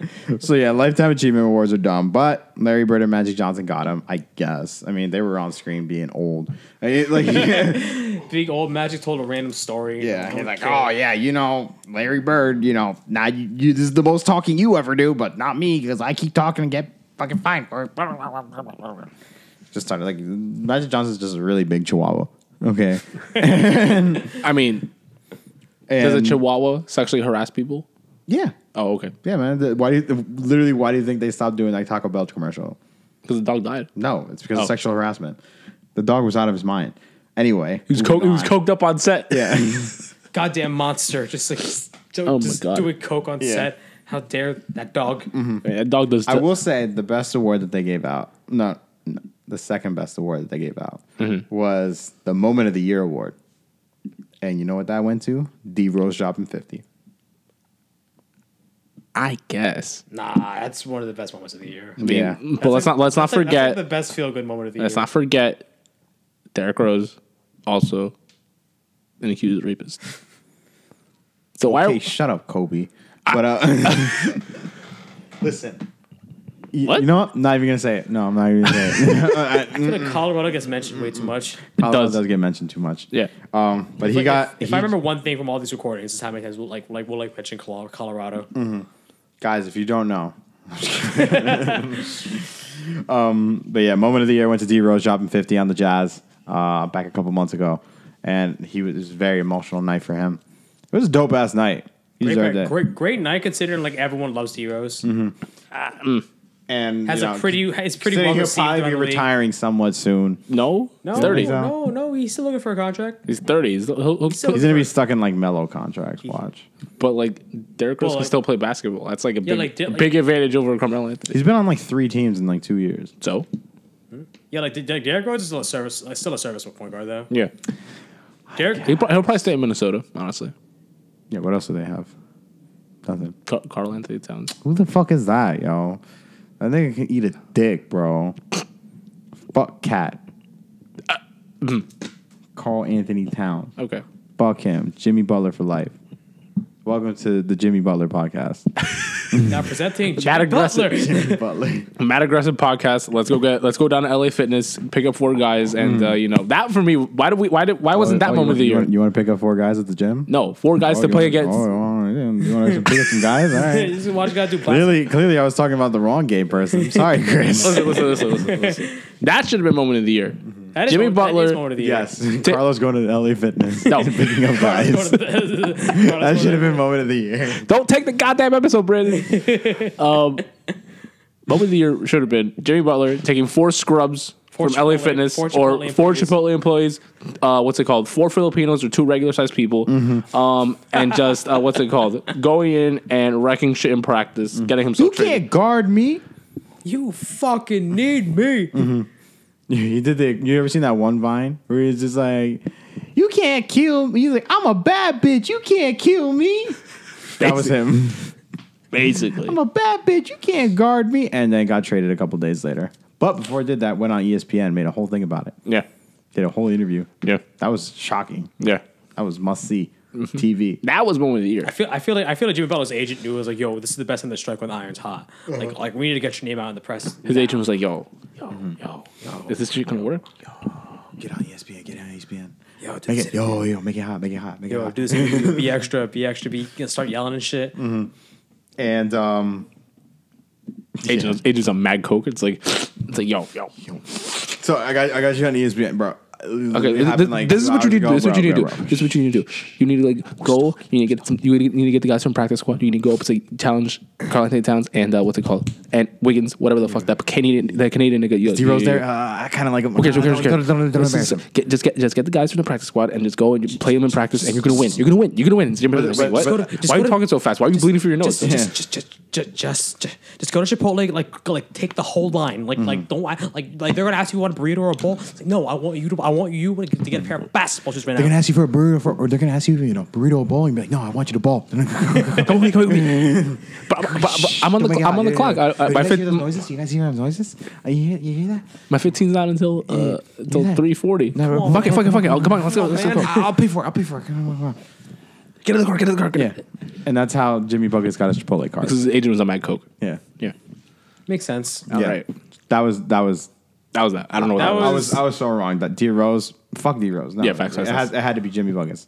Speaker 2: so yeah, lifetime achievement awards are dumb, but Larry Bird and Magic Johnson got them. I guess. I mean, they were on screen being old. I mean, like
Speaker 1: Big old Magic told a random story.
Speaker 2: yeah,
Speaker 1: I don't
Speaker 2: he's like,
Speaker 1: care.
Speaker 2: oh yeah, you know, Larry Bird. You know, now you, you this is the most talking you ever do, but not me because I keep talking and get fucking fined for it. Just started like Magic Johnson's just a really big chihuahua. Okay,
Speaker 3: I mean, does a
Speaker 2: And-
Speaker 3: Chihuahua sexually harass people?
Speaker 2: yeah.
Speaker 3: Oh, okay.
Speaker 2: Yeah, man. The- Why do you, literally? Why do you think they stopped doing that Taco Bell commercial?
Speaker 3: Because the dog died.
Speaker 2: No, it's because
Speaker 3: Oh.
Speaker 2: of sexual harassment. The dog was out of his mind. Anyway,
Speaker 3: He was, co-
Speaker 2: moving
Speaker 3: he was
Speaker 2: on.
Speaker 3: coked up on set.
Speaker 2: Yeah.
Speaker 1: Goddamn monster. Just like do,
Speaker 3: Oh my
Speaker 1: just
Speaker 3: God.
Speaker 1: doing coke on
Speaker 2: Yeah.
Speaker 1: set. How dare that dog?
Speaker 3: Yeah, that dog does.
Speaker 2: I will say the best award that they gave out, no, no, the second best award that they gave out
Speaker 3: Mm-hmm.
Speaker 2: was the Moment of the Year award. And you know what that went to? D Rose dropping 50.
Speaker 3: I guess.
Speaker 1: Nah, that's one of the best moments of the year.
Speaker 3: I mean,
Speaker 2: Yeah.
Speaker 3: But let's not let's not
Speaker 1: That's like- that's
Speaker 3: forget
Speaker 1: like the best feel good moment of the
Speaker 3: let's
Speaker 1: year.
Speaker 3: not forget Derek Rose also an accused rapist. So why? Ah.
Speaker 2: Hey, shut up, Kobe. But uh, listen. You,
Speaker 3: What?
Speaker 2: you know what? I'm not even going to say it. No, I'm not even going to say it.
Speaker 1: I feel like Colorado gets mentioned way too much.
Speaker 2: Colorado
Speaker 3: does.
Speaker 2: does get mentioned too much.
Speaker 3: yeah.
Speaker 2: Um, but he
Speaker 1: Like,
Speaker 2: got,
Speaker 1: If, if
Speaker 2: he-
Speaker 1: I remember one thing from all these recordings, is how many times we'll like like we'll like mention Col- Colorado.
Speaker 3: Mm-hmm.
Speaker 2: guys, if you don't know. um, but yeah, moment of the year went to D Rose dropping 50 on the Jazz uh, back a couple months ago, and he was, it was a very emotional night for him. It was a dope ass night. He
Speaker 1: Great,
Speaker 2: deserved
Speaker 1: great,
Speaker 2: it.
Speaker 1: great, night considering like everyone loves the Heroes.
Speaker 3: Mm-hmm.
Speaker 2: And
Speaker 1: Has
Speaker 2: you
Speaker 1: a
Speaker 2: know,
Speaker 1: pretty it's pretty
Speaker 2: considering
Speaker 1: well
Speaker 2: he'll
Speaker 1: received.
Speaker 2: probably
Speaker 1: around
Speaker 2: be
Speaker 1: the league.
Speaker 2: retiring somewhat soon.
Speaker 3: No.
Speaker 1: No,
Speaker 3: He's thirty.
Speaker 1: no, no, no, he's uh, still looking for a contract.
Speaker 3: He's thirty. He's, he'll, he'll
Speaker 1: still-
Speaker 2: He's gonna be stuck in like mellow contracts. Watch.
Speaker 3: but like Derek Rose
Speaker 1: Well,
Speaker 3: can
Speaker 1: like-
Speaker 3: still play basketball. That's like a big,
Speaker 1: like, di-
Speaker 3: a
Speaker 1: like-
Speaker 3: big advantage over Carmelo Anthony.
Speaker 2: He's been on like three teams in like two years.
Speaker 3: So
Speaker 1: Yeah, like De- Derrick Rose is still a service, like, still a serviceable point guard though.
Speaker 3: yeah,
Speaker 1: Derrick,
Speaker 3: he, pro- he'll probably stay in Minnesota. Honestly,
Speaker 2: Yeah. What else do they have? Nothing.
Speaker 3: Car- Carl Anthony Towns.
Speaker 2: Who the fuck is that, yo? That nigga can eat a dick, bro. Fuck cat. Carl Anthony Town.
Speaker 3: Okay.
Speaker 2: Fuck him. Jimmy Butler for life. Welcome to the Jimmy Butler podcast.
Speaker 1: now presenting Jimmy
Speaker 3: aggressive.
Speaker 1: Butler.
Speaker 2: Jimmy Butler.
Speaker 3: Mad aggressive podcast. Let's go get. Let's go down to LA Fitness. Pick up four guys, and uh, you know that for me. Why did we? Why did? Why wasn't that
Speaker 2: Oh,
Speaker 3: moment of the
Speaker 2: you
Speaker 3: year?
Speaker 2: Want, you want to pick up four guys at the gym?
Speaker 3: No, four guys
Speaker 2: Oh,
Speaker 3: to
Speaker 2: you
Speaker 3: play
Speaker 2: want-
Speaker 3: against.
Speaker 2: Oh, oh, yeah. you want to pick up some guys? All right.
Speaker 1: This is why you gotta do plastic.
Speaker 2: Clearly, clearly, I was talking about the wrong game person. I'm sorry, Chris.
Speaker 3: Listen, listen, listen, listen, listen. That should have been moment of the year.
Speaker 1: That is
Speaker 3: Jimmy
Speaker 1: moment- that is
Speaker 3: Butler-
Speaker 1: moment of the year.
Speaker 2: yes, Carlos going to LA Fitness.
Speaker 3: No.
Speaker 2: and picking up
Speaker 1: Go
Speaker 2: guys.
Speaker 1: to the- go to
Speaker 2: That
Speaker 1: the-
Speaker 2: should have been moment of the year.
Speaker 3: Don't take the goddamn episode, Brandon. um, moment of the year should have been Jimmy Butler taking four scrubs
Speaker 1: Four
Speaker 3: from LA
Speaker 1: Chipotle-
Speaker 3: Fitness
Speaker 1: four
Speaker 3: or
Speaker 1: Chipotle
Speaker 3: four
Speaker 1: employees.
Speaker 3: Chipotle employees. Uh, what's it called? Four Filipinos or two regular sized people.
Speaker 1: Mm-hmm.
Speaker 3: Um, and just uh, what's it called? Going in and wrecking shit in practice,
Speaker 1: Mm-hmm.
Speaker 3: getting
Speaker 2: You
Speaker 3: himself traded.
Speaker 2: can't guard me.
Speaker 1: You fucking need me.
Speaker 2: He did the. You ever seen that one Vine where he's just like, "You can't kill me." He's like, "I'm a bad bitch. You can't kill me." That was him.
Speaker 3: Basically,
Speaker 2: I'm a bad bitch. You can't guard me. And then got traded a couple days later. But before he did that, went on E ESPN, made a whole thing about it.
Speaker 3: yeah,
Speaker 2: Did a whole interview.
Speaker 3: yeah,
Speaker 2: That was shocking.
Speaker 3: yeah.
Speaker 2: That was must see TV.
Speaker 3: That was moment of the year.
Speaker 1: I feel, I feel like I feel like Jimmy Butler's agent knew it was like, yo, this is the best time to strike when the iron's hot.
Speaker 2: Uh-huh.
Speaker 1: Like, like we need to get your name out in the press.
Speaker 3: His agent was like, "Yo, yo, yo, yo, is this shit gonna work?"
Speaker 2: Get on E ESPN. Get on ESPN.
Speaker 1: Yo, do
Speaker 2: Make
Speaker 1: this,
Speaker 2: it, yo, yo, make it hot, make it hot, make it
Speaker 1: yo,
Speaker 2: hot.
Speaker 1: do this. interview. Be extra. Be extra. Be start yelling and shit.
Speaker 2: And um,
Speaker 3: Agent, agent's on mad coke. It's like, it's like, yo, yo, yo.
Speaker 2: so I got, I got you on E ESPN, bro.
Speaker 3: Okay, this, this is what you need to do. This is what you need to do. This is what you need to do. You need to like go. You need to get some. You need need to get the guys from practice squad. You need to go up and say challenge Carl Anthony Towns and uh, what's it called and Wiggins, whatever the fuck that Canadian that Canadian nigga. Yo,
Speaker 2: Zero's
Speaker 3: yo, yo,
Speaker 2: there.
Speaker 3: yo.
Speaker 2: Uh, I kind of like him.
Speaker 3: Who cares? Who cares? Who
Speaker 2: Don't- don't- don't-
Speaker 3: cares?
Speaker 2: don't
Speaker 3: Listen,
Speaker 2: embarrass
Speaker 3: listen, get- Just get just get the guys from the practice squad and just go and you play them in practice and you're gonna win. You're gonna win. You're gonna win. It's-
Speaker 2: but-
Speaker 3: What?
Speaker 2: but-
Speaker 1: just
Speaker 3: Why
Speaker 1: go
Speaker 3: are you
Speaker 1: to-
Speaker 3: talking so fast? Why are you bleeding for your nose?
Speaker 1: Just, just, just, just, just, just, just, go to Chipotle. Like, like, take the whole line. Like, like, don't I, like, like they're gonna ask you want a burrito or a bowl. It's like, no, I want you to, I want you to get a pair of basketball shoes right
Speaker 2: They're gonna
Speaker 1: now.
Speaker 2: ask you for a burrito, for, or they're gonna ask you, you know, burrito or bowl, and be like, "No, I want you to bowl."
Speaker 3: Come with me, come with me. But, but, but I'm on the,
Speaker 2: Oh my
Speaker 3: cl- I'm
Speaker 2: God,
Speaker 3: on the
Speaker 2: yeah,
Speaker 3: clock.
Speaker 2: yeah.
Speaker 3: I, I,
Speaker 2: Wait,
Speaker 3: my,
Speaker 2: you guys hear those
Speaker 3: fif-
Speaker 2: noises? You guys hear those noises? Uh, you, hear, you hear that?
Speaker 3: my 15's not until uh, until
Speaker 2: Yeah.
Speaker 3: 3:40.
Speaker 2: No,
Speaker 1: on,
Speaker 3: Fuck it,
Speaker 1: man.
Speaker 3: fuck it, fuck it. Oh, come on, let's go. Let's
Speaker 2: man,
Speaker 3: go.
Speaker 2: I- I'll pay for it. I'll pay for it. Come on, come on, come
Speaker 3: Get in the car. Get in the car.
Speaker 2: on. Yeah, and that's how Jimmy Buckets got his Chipotle card.
Speaker 3: Because his agent was on Mad Coke.
Speaker 2: Yeah,
Speaker 3: Yeah.
Speaker 1: Makes sense.
Speaker 3: All
Speaker 2: yeah.
Speaker 3: right.
Speaker 2: That was that was
Speaker 3: That was that. I don't know what
Speaker 1: That
Speaker 3: that,
Speaker 2: I
Speaker 3: was.
Speaker 2: was I was so wrong. That D Rose, fuck D Rose. No,
Speaker 3: Yeah, facts,
Speaker 2: It,
Speaker 3: facts,
Speaker 2: has,
Speaker 3: facts.
Speaker 2: it had to be Jimmy Buckets,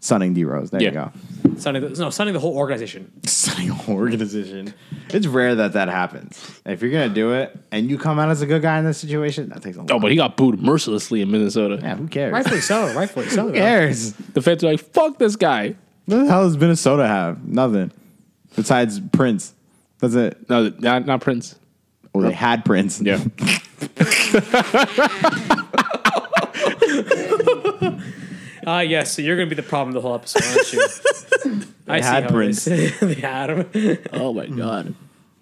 Speaker 2: sunning D Rose. There you
Speaker 3: Yeah.
Speaker 2: go.
Speaker 1: Sunning, the, no, sunning the whole organization.
Speaker 2: Sunning a whole organization. It's rare that that happens. If you're gonna do it and you come out as a good guy in this situation, that takes a lot.
Speaker 3: Oh, but he got booed mercilessly in Minnesota.
Speaker 2: yeah, who cares?
Speaker 1: Rightfully so. Rightfully so.
Speaker 2: Who cares?
Speaker 3: The fans were like, fuck this guy.
Speaker 2: What the hell does Minnesota have? Nothing besides Prince. That's it.
Speaker 3: No, th- not, not Prince.
Speaker 2: Oh, they had Prince.
Speaker 3: Yeah.
Speaker 1: Ah, yes. So you're going to be the problem the whole episode, aren't you? I see
Speaker 2: had
Speaker 1: how it is.
Speaker 2: Prince.
Speaker 1: they had him.
Speaker 3: Oh my god,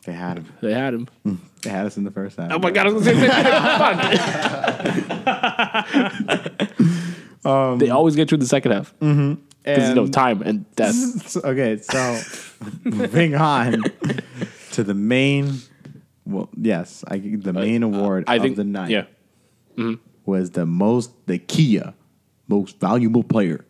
Speaker 2: They had him.
Speaker 3: they had him.
Speaker 2: They had us in the first half.
Speaker 3: Oh my god, I was gonna say the same thing. Fuck. they always get through the second half because you know
Speaker 2: And-
Speaker 3: time and death.
Speaker 2: okay, so moving on to the main. Well, yes, I, the main award
Speaker 3: Uh, I
Speaker 2: of
Speaker 3: think
Speaker 2: the night
Speaker 3: Yeah,
Speaker 2: was the most the Kia most valuable player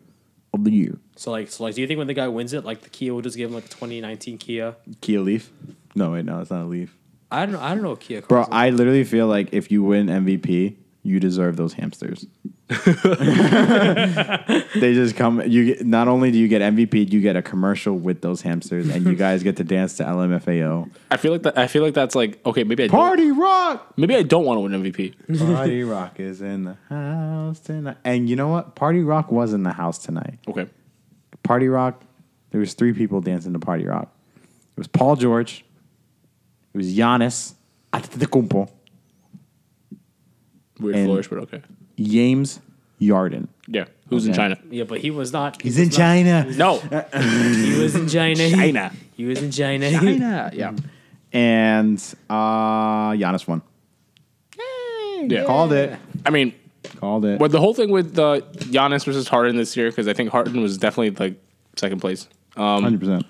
Speaker 2: of the year.
Speaker 1: So like, so like, do you think when the guy wins it, like the Kia will just give him like a 2019 Kia?
Speaker 2: Kia Leaf? No, wait, no, it's not a Leaf,
Speaker 1: I don't, I don't know what Kia.
Speaker 2: bro.
Speaker 1: cars are.
Speaker 2: I literally feel like if you win MVP, you deserve those hamsters. they just come. You get- not only do you get MVP, you get a commercial with those hamsters, and you guys get to dance to LMFAO.
Speaker 3: I feel like that. I feel like that's like okay. Maybe I don't,
Speaker 2: Party rock.
Speaker 3: maybe I don't want to win MVP.
Speaker 2: Party Rock is in the house tonight. And you know what? Party Rock was in the house tonight.
Speaker 3: Okay,
Speaker 2: Party Rock, there was three people dancing to Party Rock. It was Paul George. It was Giannis Antetokounmpo.
Speaker 3: weird
Speaker 2: And-
Speaker 3: flourish, but okay.
Speaker 2: James Yarden.
Speaker 3: Yeah, who's in
Speaker 2: Okay.
Speaker 3: China?
Speaker 1: yeah, but he was not.
Speaker 2: He's
Speaker 1: he
Speaker 2: in
Speaker 1: was not-
Speaker 2: China.
Speaker 3: No,
Speaker 1: He was in China.
Speaker 3: China.
Speaker 1: He was in China.
Speaker 3: China. Yeah,
Speaker 2: And uh, Giannis won.
Speaker 3: yeah.
Speaker 2: Called it.
Speaker 3: I mean,
Speaker 2: Called it.
Speaker 3: But the whole thing with uh, Giannis versus Harden this year, because I think Harden was definitely like second place. Um,
Speaker 2: 100%.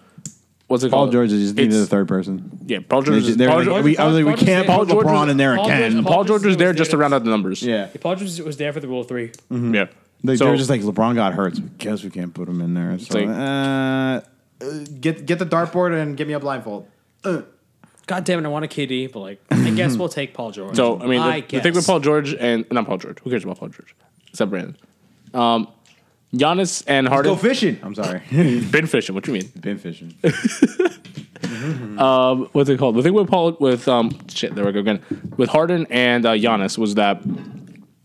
Speaker 3: what's it
Speaker 2: Paul
Speaker 3: called?
Speaker 2: George is just needed
Speaker 3: It's-
Speaker 2: the third person.
Speaker 3: Yeah, Paul
Speaker 2: They
Speaker 3: George.
Speaker 2: just-
Speaker 3: Is,
Speaker 2: they're
Speaker 3: Paul,
Speaker 2: like,
Speaker 3: George
Speaker 2: we, I was like, we
Speaker 1: Paul George
Speaker 2: can't
Speaker 1: is-
Speaker 2: put
Speaker 1: Paul
Speaker 2: LeBron
Speaker 1: George-
Speaker 2: in there
Speaker 1: Paul
Speaker 2: again.
Speaker 1: George-
Speaker 3: Paul George was there
Speaker 1: was
Speaker 3: just to
Speaker 1: there.
Speaker 3: round out the numbers. Mhm.
Speaker 2: Yeah.
Speaker 1: Paul George was there for the rule three.
Speaker 3: yeah.
Speaker 2: They,
Speaker 3: So-
Speaker 2: they were just like LeBron got hurt. So guess we can't put him in there. So,
Speaker 3: like-
Speaker 2: uh, uh, get get the dartboard and give me a blindfold.
Speaker 1: God damn it, I want a KD, but like, I guess we'll take Paul George.
Speaker 3: So I mean, the, the
Speaker 1: guess.
Speaker 3: thing with Paul George and not Paul George. Who cares about Paul George? Except Brandon. Um, Giannis and Harden
Speaker 2: Go fishing. I'm sorry.
Speaker 3: been fishing. What do you mean?
Speaker 2: Been fishing.
Speaker 3: what's it called? The thing with Paul with um shit, there we go again. With Harden and uh, Giannis was that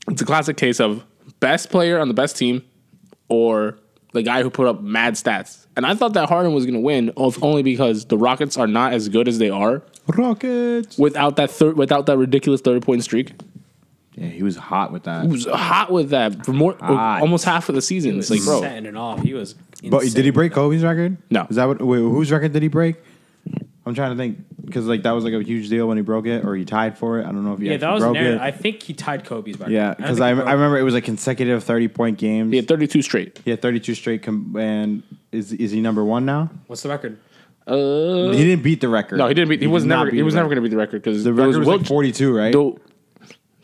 Speaker 3: it's a classic case of best player on the best team or the guy who put up mad stats. And I thought that Harden was gonna win if only because the Rockets are not as good as they are
Speaker 2: Rockets.
Speaker 3: without that third without that ridiculous thirty point streak.
Speaker 2: Yeah, he was hot with that.
Speaker 3: He was hot with that for more
Speaker 2: Hot.
Speaker 3: almost half of the season. It's like
Speaker 1: bro.
Speaker 3: bro.
Speaker 1: setting it off. He was.
Speaker 2: But
Speaker 1: insane.
Speaker 2: did he break Kobe's record?
Speaker 3: No.
Speaker 2: Is that what? Wait, whose record did he break? I'm trying to think because like that was like a huge deal when he broke it, or he tied for it. I don't know if he
Speaker 1: Yeah,
Speaker 2: actually
Speaker 1: that was
Speaker 2: broke
Speaker 1: narrative.
Speaker 2: it.
Speaker 1: I think he tied Kobe's record.
Speaker 2: yeah,
Speaker 1: don't
Speaker 2: because
Speaker 1: think
Speaker 2: I,
Speaker 1: he broke
Speaker 2: I remember it was like consecutive 30 point games.
Speaker 3: He had thirty two straight.
Speaker 2: He had 32 straight. Com- and is is he number one now?
Speaker 1: it. What's the record?
Speaker 3: Uh,
Speaker 2: He didn't beat the record.
Speaker 3: no, he didn't beat. He,
Speaker 2: did
Speaker 3: was
Speaker 2: not
Speaker 3: never.
Speaker 2: beat
Speaker 3: He
Speaker 2: the
Speaker 3: was never
Speaker 2: record.
Speaker 3: going to beat the record because
Speaker 2: The record was, like 42, right?
Speaker 3: The,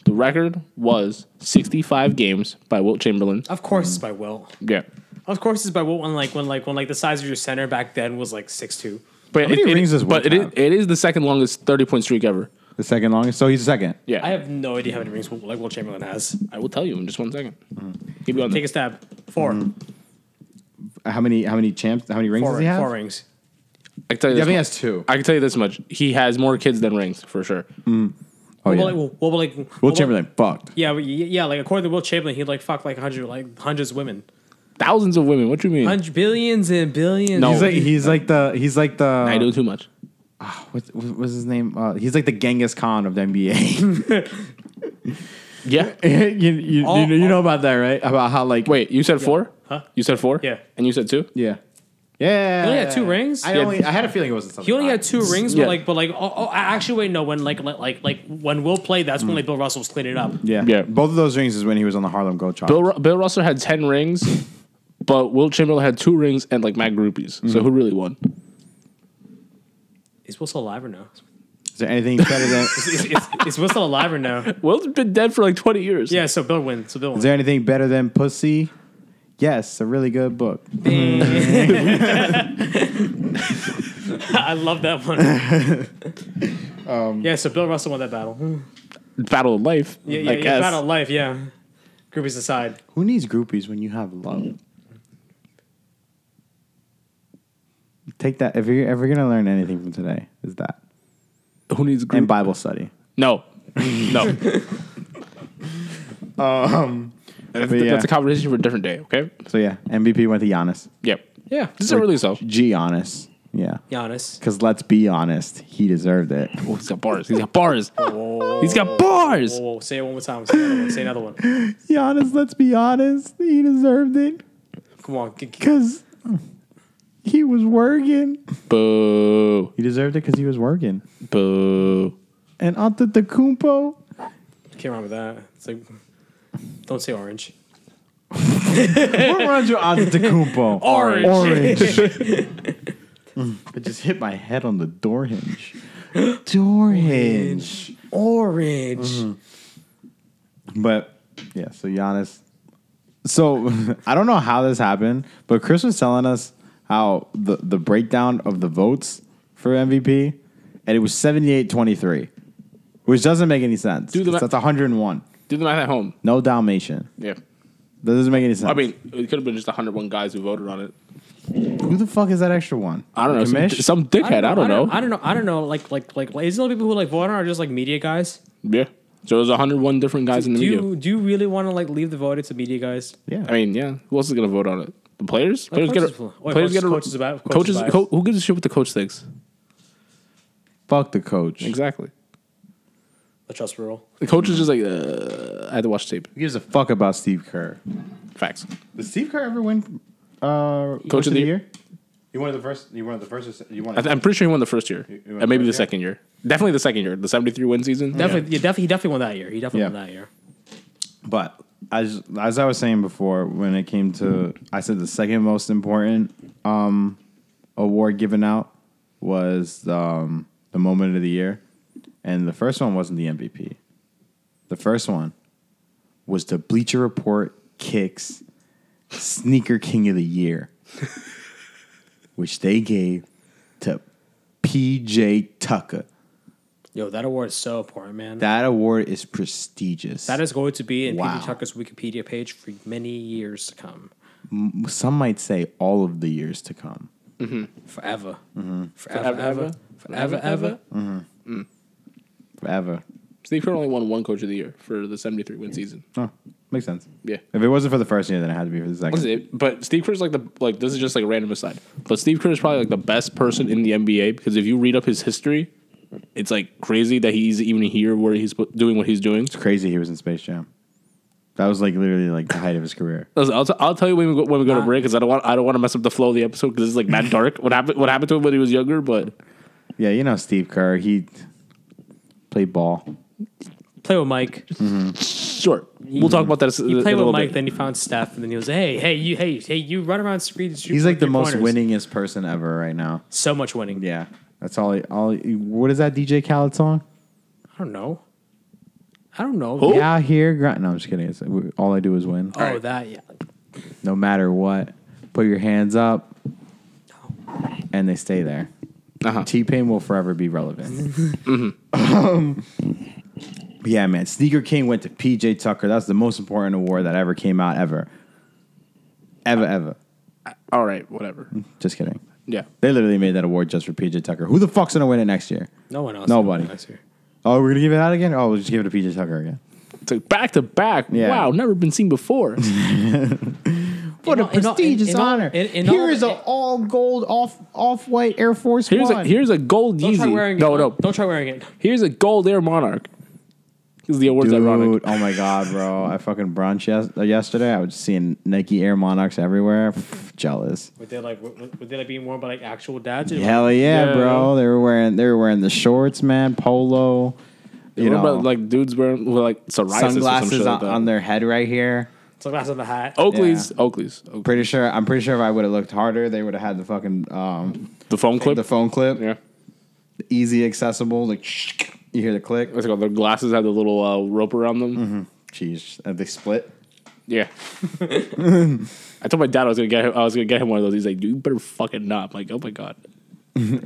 Speaker 3: the record was 65 games by Wilt Chamberlain.
Speaker 1: Of course, it's by Will.
Speaker 3: Yeah.
Speaker 1: Of course, it's by Will. When like when like when like the size of your center back then was like six two.
Speaker 3: But,
Speaker 2: many rings does
Speaker 3: but
Speaker 2: Wilt
Speaker 3: it, is,
Speaker 2: have?
Speaker 3: it is the second longest 30 point streak ever.
Speaker 2: The second longest. So he's second.
Speaker 3: Yeah.
Speaker 1: I have no idea how many rings Will- like Will Chamberlain has.
Speaker 3: I will tell you in just one second. Keep going.
Speaker 1: Take a stab. 4
Speaker 2: How many? How many champs? How many Mm. rings
Speaker 1: Four,
Speaker 2: does he have? Oh,
Speaker 1: four rings.
Speaker 3: I can tell you
Speaker 2: Yeah, I
Speaker 3: this
Speaker 2: think he
Speaker 3: much.
Speaker 2: has two.
Speaker 3: I can tell you this much. He has more kids than rings for sure.
Speaker 2: Oh
Speaker 1: Well,
Speaker 2: yeah.
Speaker 1: like, well, well, like,
Speaker 2: Will
Speaker 1: well,
Speaker 2: Chamberlain fucked.
Speaker 1: Yeah, but y- yeah, like according to Will Chamberlain, he like fucked like hundred like hundreds of women,
Speaker 3: Thousands of women. What do you mean?
Speaker 1: hundred billions and billions.
Speaker 3: No.
Speaker 2: He's like he's like the he's like the
Speaker 3: I do too much.
Speaker 2: What, what was his name? Uh, he's like the Genghis Khan of the NBA.
Speaker 3: Yeah.
Speaker 2: you, you, you
Speaker 1: All-
Speaker 2: know, you know about that, right? About how like
Speaker 3: Wait, you said four?
Speaker 1: Huh?
Speaker 3: You said four?
Speaker 1: Yeah.
Speaker 3: And you said two?
Speaker 2: yeah, yeah.
Speaker 1: He only had two rings?
Speaker 2: I
Speaker 1: He had-
Speaker 2: only I had a feeling it wasn't something.
Speaker 1: He only had
Speaker 2: high.
Speaker 1: two rings,
Speaker 3: Yeah.
Speaker 1: but like, but like, oh, oh, actually, wait, no. When like, like, like, like when Will played, that's when like Bill Russell was cleaning it up.
Speaker 2: Mm. Yeah,
Speaker 3: Yeah.
Speaker 2: Both of those rings is when he was on the Harlem Gold Trial.
Speaker 3: Bill, Ru- Bill Russell had 10 rings, but Will Chamberlain had two rings and like Matt Groupies. So who really won?
Speaker 1: Is Will still alive or no?
Speaker 2: is there anything better than? is
Speaker 1: Is, is, is Will still alive or no?
Speaker 3: Will's been dead for like 20 years.
Speaker 1: Yeah, so Bill wins. So Bill wins.
Speaker 2: there anything better than pussy? Yes, a really good book.
Speaker 1: I love that one. yeah, so Bill Russell won that battle. Hmm.
Speaker 3: Battle of life.
Speaker 1: Yeah, yeah,
Speaker 3: Um, I
Speaker 1: yeah
Speaker 3: guess.
Speaker 1: battle of life. Yeah, groupies aside.
Speaker 2: Who needs groupies when you have love? Take that if you're ever gonna learn anything from today is that
Speaker 3: Who needs
Speaker 2: and
Speaker 3: group?
Speaker 2: Bible study.
Speaker 3: no. No. um, that's,
Speaker 2: Um, but yeah.
Speaker 3: that's a conversation for a different day, okay?
Speaker 2: So yeah, MVP went to Giannis.
Speaker 3: Yep.
Speaker 1: Yeah,
Speaker 3: This is really so.
Speaker 2: Giannis. Yeah.
Speaker 1: Giannis.
Speaker 2: Because let's be honest, he deserved it.
Speaker 3: Oh, he's got bars. He's got bars. he's got bars.
Speaker 1: Whoa, whoa, say it one more time. Say another one. Say another one.
Speaker 2: Giannis, let's be honest, he deserved it.
Speaker 1: Come on. g- g-
Speaker 2: Because he was working.
Speaker 3: Boo.
Speaker 2: He deserved it because he was working.
Speaker 3: Boo.
Speaker 2: And Antetokounmpo,
Speaker 1: Can't remember that. It's like, don't say orange.
Speaker 2: what runs you Antetokounmpo?
Speaker 1: Orange.
Speaker 2: Orange. it just hit my head on the door hinge. Door hinge.
Speaker 1: Orange.
Speaker 3: Mm-hmm.
Speaker 2: But yeah, so Giannis. So I don't know how this happened, but Chris was telling us how the, the breakdown of the votes for MVP, and it was 78 23, which doesn't make any sense.
Speaker 3: Do the
Speaker 2: 'cause
Speaker 3: ma-
Speaker 2: that's 101.
Speaker 3: Do the math at home.
Speaker 2: No Dalmatian.
Speaker 3: Yeah.
Speaker 2: That doesn't make any sense.
Speaker 3: I mean, it could have been just 101 guys who voted on it.
Speaker 2: who the fuck is that extra one?
Speaker 3: I don't know. Some,
Speaker 2: Kamish?
Speaker 3: some dickhead. I don't know.
Speaker 1: I don't know. I don't know. Like, like, like, like is it only people who like vote on are just like media guys?
Speaker 3: Yeah. So there's 101 different guys in the
Speaker 1: Do
Speaker 3: media.
Speaker 1: you do you really want to like leave the vote to media guys?
Speaker 2: yeah.
Speaker 3: I mean, yeah. Who else is gonna vote on it? The players.
Speaker 1: Like
Speaker 3: players get
Speaker 1: coaches
Speaker 3: a,
Speaker 1: will. Or
Speaker 3: players
Speaker 1: coaches-
Speaker 3: get a,
Speaker 1: coaches about- coaches
Speaker 3: coaches.
Speaker 1: bias.
Speaker 3: co- who gives a shit what the coach thinks?
Speaker 2: fuck the coach.
Speaker 3: Exactly.
Speaker 1: The trust rule.
Speaker 3: The coach is just like, uh, I had to watch tape.
Speaker 2: Who gives a fuck about Steve Kerr?
Speaker 3: Facts.
Speaker 2: Did Steve Kerr ever win uh,
Speaker 3: Coach of the Year?
Speaker 2: You won the first. You won the first. Or se- you won.
Speaker 3: I th- I'm pretty sure he won the first year,
Speaker 2: He- he won
Speaker 3: and maybe
Speaker 2: the
Speaker 3: the
Speaker 2: first year?
Speaker 3: second year. Definitely the second year. The 73 win season.
Speaker 1: Definitely, yeah. definitely, he definitely won that year. He definitely
Speaker 2: Yeah.
Speaker 1: won that year.
Speaker 2: But as as I was saying before, when it came to, I said the second most important um, award given out was um, the moment of the year, and the first one wasn't the MVP. The first one was the Bleacher Report kicks sneaker king of the year, which they gave to PJ Tucker.
Speaker 1: Yo, that award is so important, man.
Speaker 2: That award is prestigious.
Speaker 1: that is going to be in
Speaker 2: Wow.
Speaker 1: PJ Tucker's Wikipedia page for many years to come,
Speaker 2: some might say all of the years to come.
Speaker 1: forever,
Speaker 2: Mm-hmm.
Speaker 1: forever, ever, forever, ever.
Speaker 2: Forever.
Speaker 3: Steve Kerr only won one coach of the year for the 73 win season.
Speaker 2: Oh, makes sense.
Speaker 3: Yeah.
Speaker 2: If it wasn't for the first year, then it had to be for the second.
Speaker 3: That's it. But Steve Kerr's like the like this is just like a random aside. But Steve Kerr is probably like the best person in the NBA because if you read up his history, it's like crazy that he's even here where he's pu- doing what he's doing.
Speaker 2: It's crazy he was in Space Jam. That was like literally like the height of his career.
Speaker 3: Listen, I'll, t- I'll tell you when we go, when we go
Speaker 2: Uh.
Speaker 3: to break because I don't want I don't want to mess up the flow of the episode because it's like that dark. What happened? What happened to him when he was younger? But
Speaker 2: Yeah, you know Steve Kerr. He played ball.
Speaker 1: Play with Mike.
Speaker 3: sure, we'll talk about that. as- uh,
Speaker 1: He
Speaker 3: in
Speaker 1: played
Speaker 3: a
Speaker 1: with
Speaker 3: little
Speaker 1: Mike,
Speaker 3: bit.
Speaker 1: then he found Steph, and then he was, hey, hey, you, hey, hey, you run around screen.
Speaker 2: He's like the most winningest person ever right now.
Speaker 1: So much winning.
Speaker 2: Yeah, that's all. He, all. He, what is that DJ Khaled song?
Speaker 1: I don't know. I don't know. Oh,
Speaker 3: Who?
Speaker 1: Yeah.
Speaker 2: Yeah, here. Grind. No, I'm just kidding. It's, all I do is win.
Speaker 1: Oh, that yeah.
Speaker 2: No matter what, put your hands up, and they stay there.
Speaker 3: Uh-huh.
Speaker 2: T Pain will forever be relevant. um, yeah, man. Sneaker King went to PJ Tucker. That's the most important award that ever came out ever. Ever, ever.
Speaker 3: All right, whatever.
Speaker 2: Just kidding.
Speaker 3: Yeah,
Speaker 2: They literally made that award just for PJ Tucker. Who the fuck's gonna win it next year?
Speaker 1: No one else.
Speaker 2: Nobody.
Speaker 1: No one else here.
Speaker 2: Oh, we're gonna give it out again? Oh, we'll just give it to PJ Tucker again.
Speaker 3: it's like back to back.
Speaker 2: Yeah.
Speaker 3: Wow, never been seen before.
Speaker 2: What
Speaker 1: all-
Speaker 2: a
Speaker 1: in all-
Speaker 2: prestigious
Speaker 1: in all-
Speaker 2: honor.
Speaker 1: in- in all-
Speaker 2: Here is an all gold off off white Air Force
Speaker 3: Here's
Speaker 2: One.
Speaker 3: a here's a gold
Speaker 1: Don't try
Speaker 3: Yeezy.
Speaker 1: wearing
Speaker 3: No,
Speaker 1: it.
Speaker 3: no,
Speaker 1: Don't try wearing it.
Speaker 3: Here's a gold air monarch. Is the award's
Speaker 2: Dude,
Speaker 3: ironic?
Speaker 2: oh my god, bro! I fucking brunch yes- uh, yesterday. I was seeing Nike Air Monarchs everywhere. Pff, Jealous.
Speaker 1: Were they like were, were they like being worn by like actual dads? Or
Speaker 2: Hell yeah,
Speaker 3: Yeah.
Speaker 2: bro! They were wearing they were wearing the shorts, man, polo. You
Speaker 3: what
Speaker 2: know,
Speaker 3: about like dudes wearing with like psoriasis or some
Speaker 2: sunglasses
Speaker 3: shit like
Speaker 2: on,
Speaker 3: that?
Speaker 2: on their head right here.
Speaker 1: It's like glass on the hat.
Speaker 2: Oh.
Speaker 3: Oakley's, Oakley's, Oak-
Speaker 2: Pretty sure. I'm pretty sure if I would have looked harder, they would have had the fucking um,
Speaker 3: the phone clip.
Speaker 2: the phone clip,
Speaker 3: yeah,
Speaker 2: easy accessible. Like you hear the click.
Speaker 3: what's it called? Their glasses have the little uh, rope around them.
Speaker 2: Mm-hmm. Jeez, and they split.
Speaker 3: Yeah. I told my dad I was gonna get him. I was gonna get him one of those. He's like, "Dude, you better fucking not." I'm like, "Oh my god."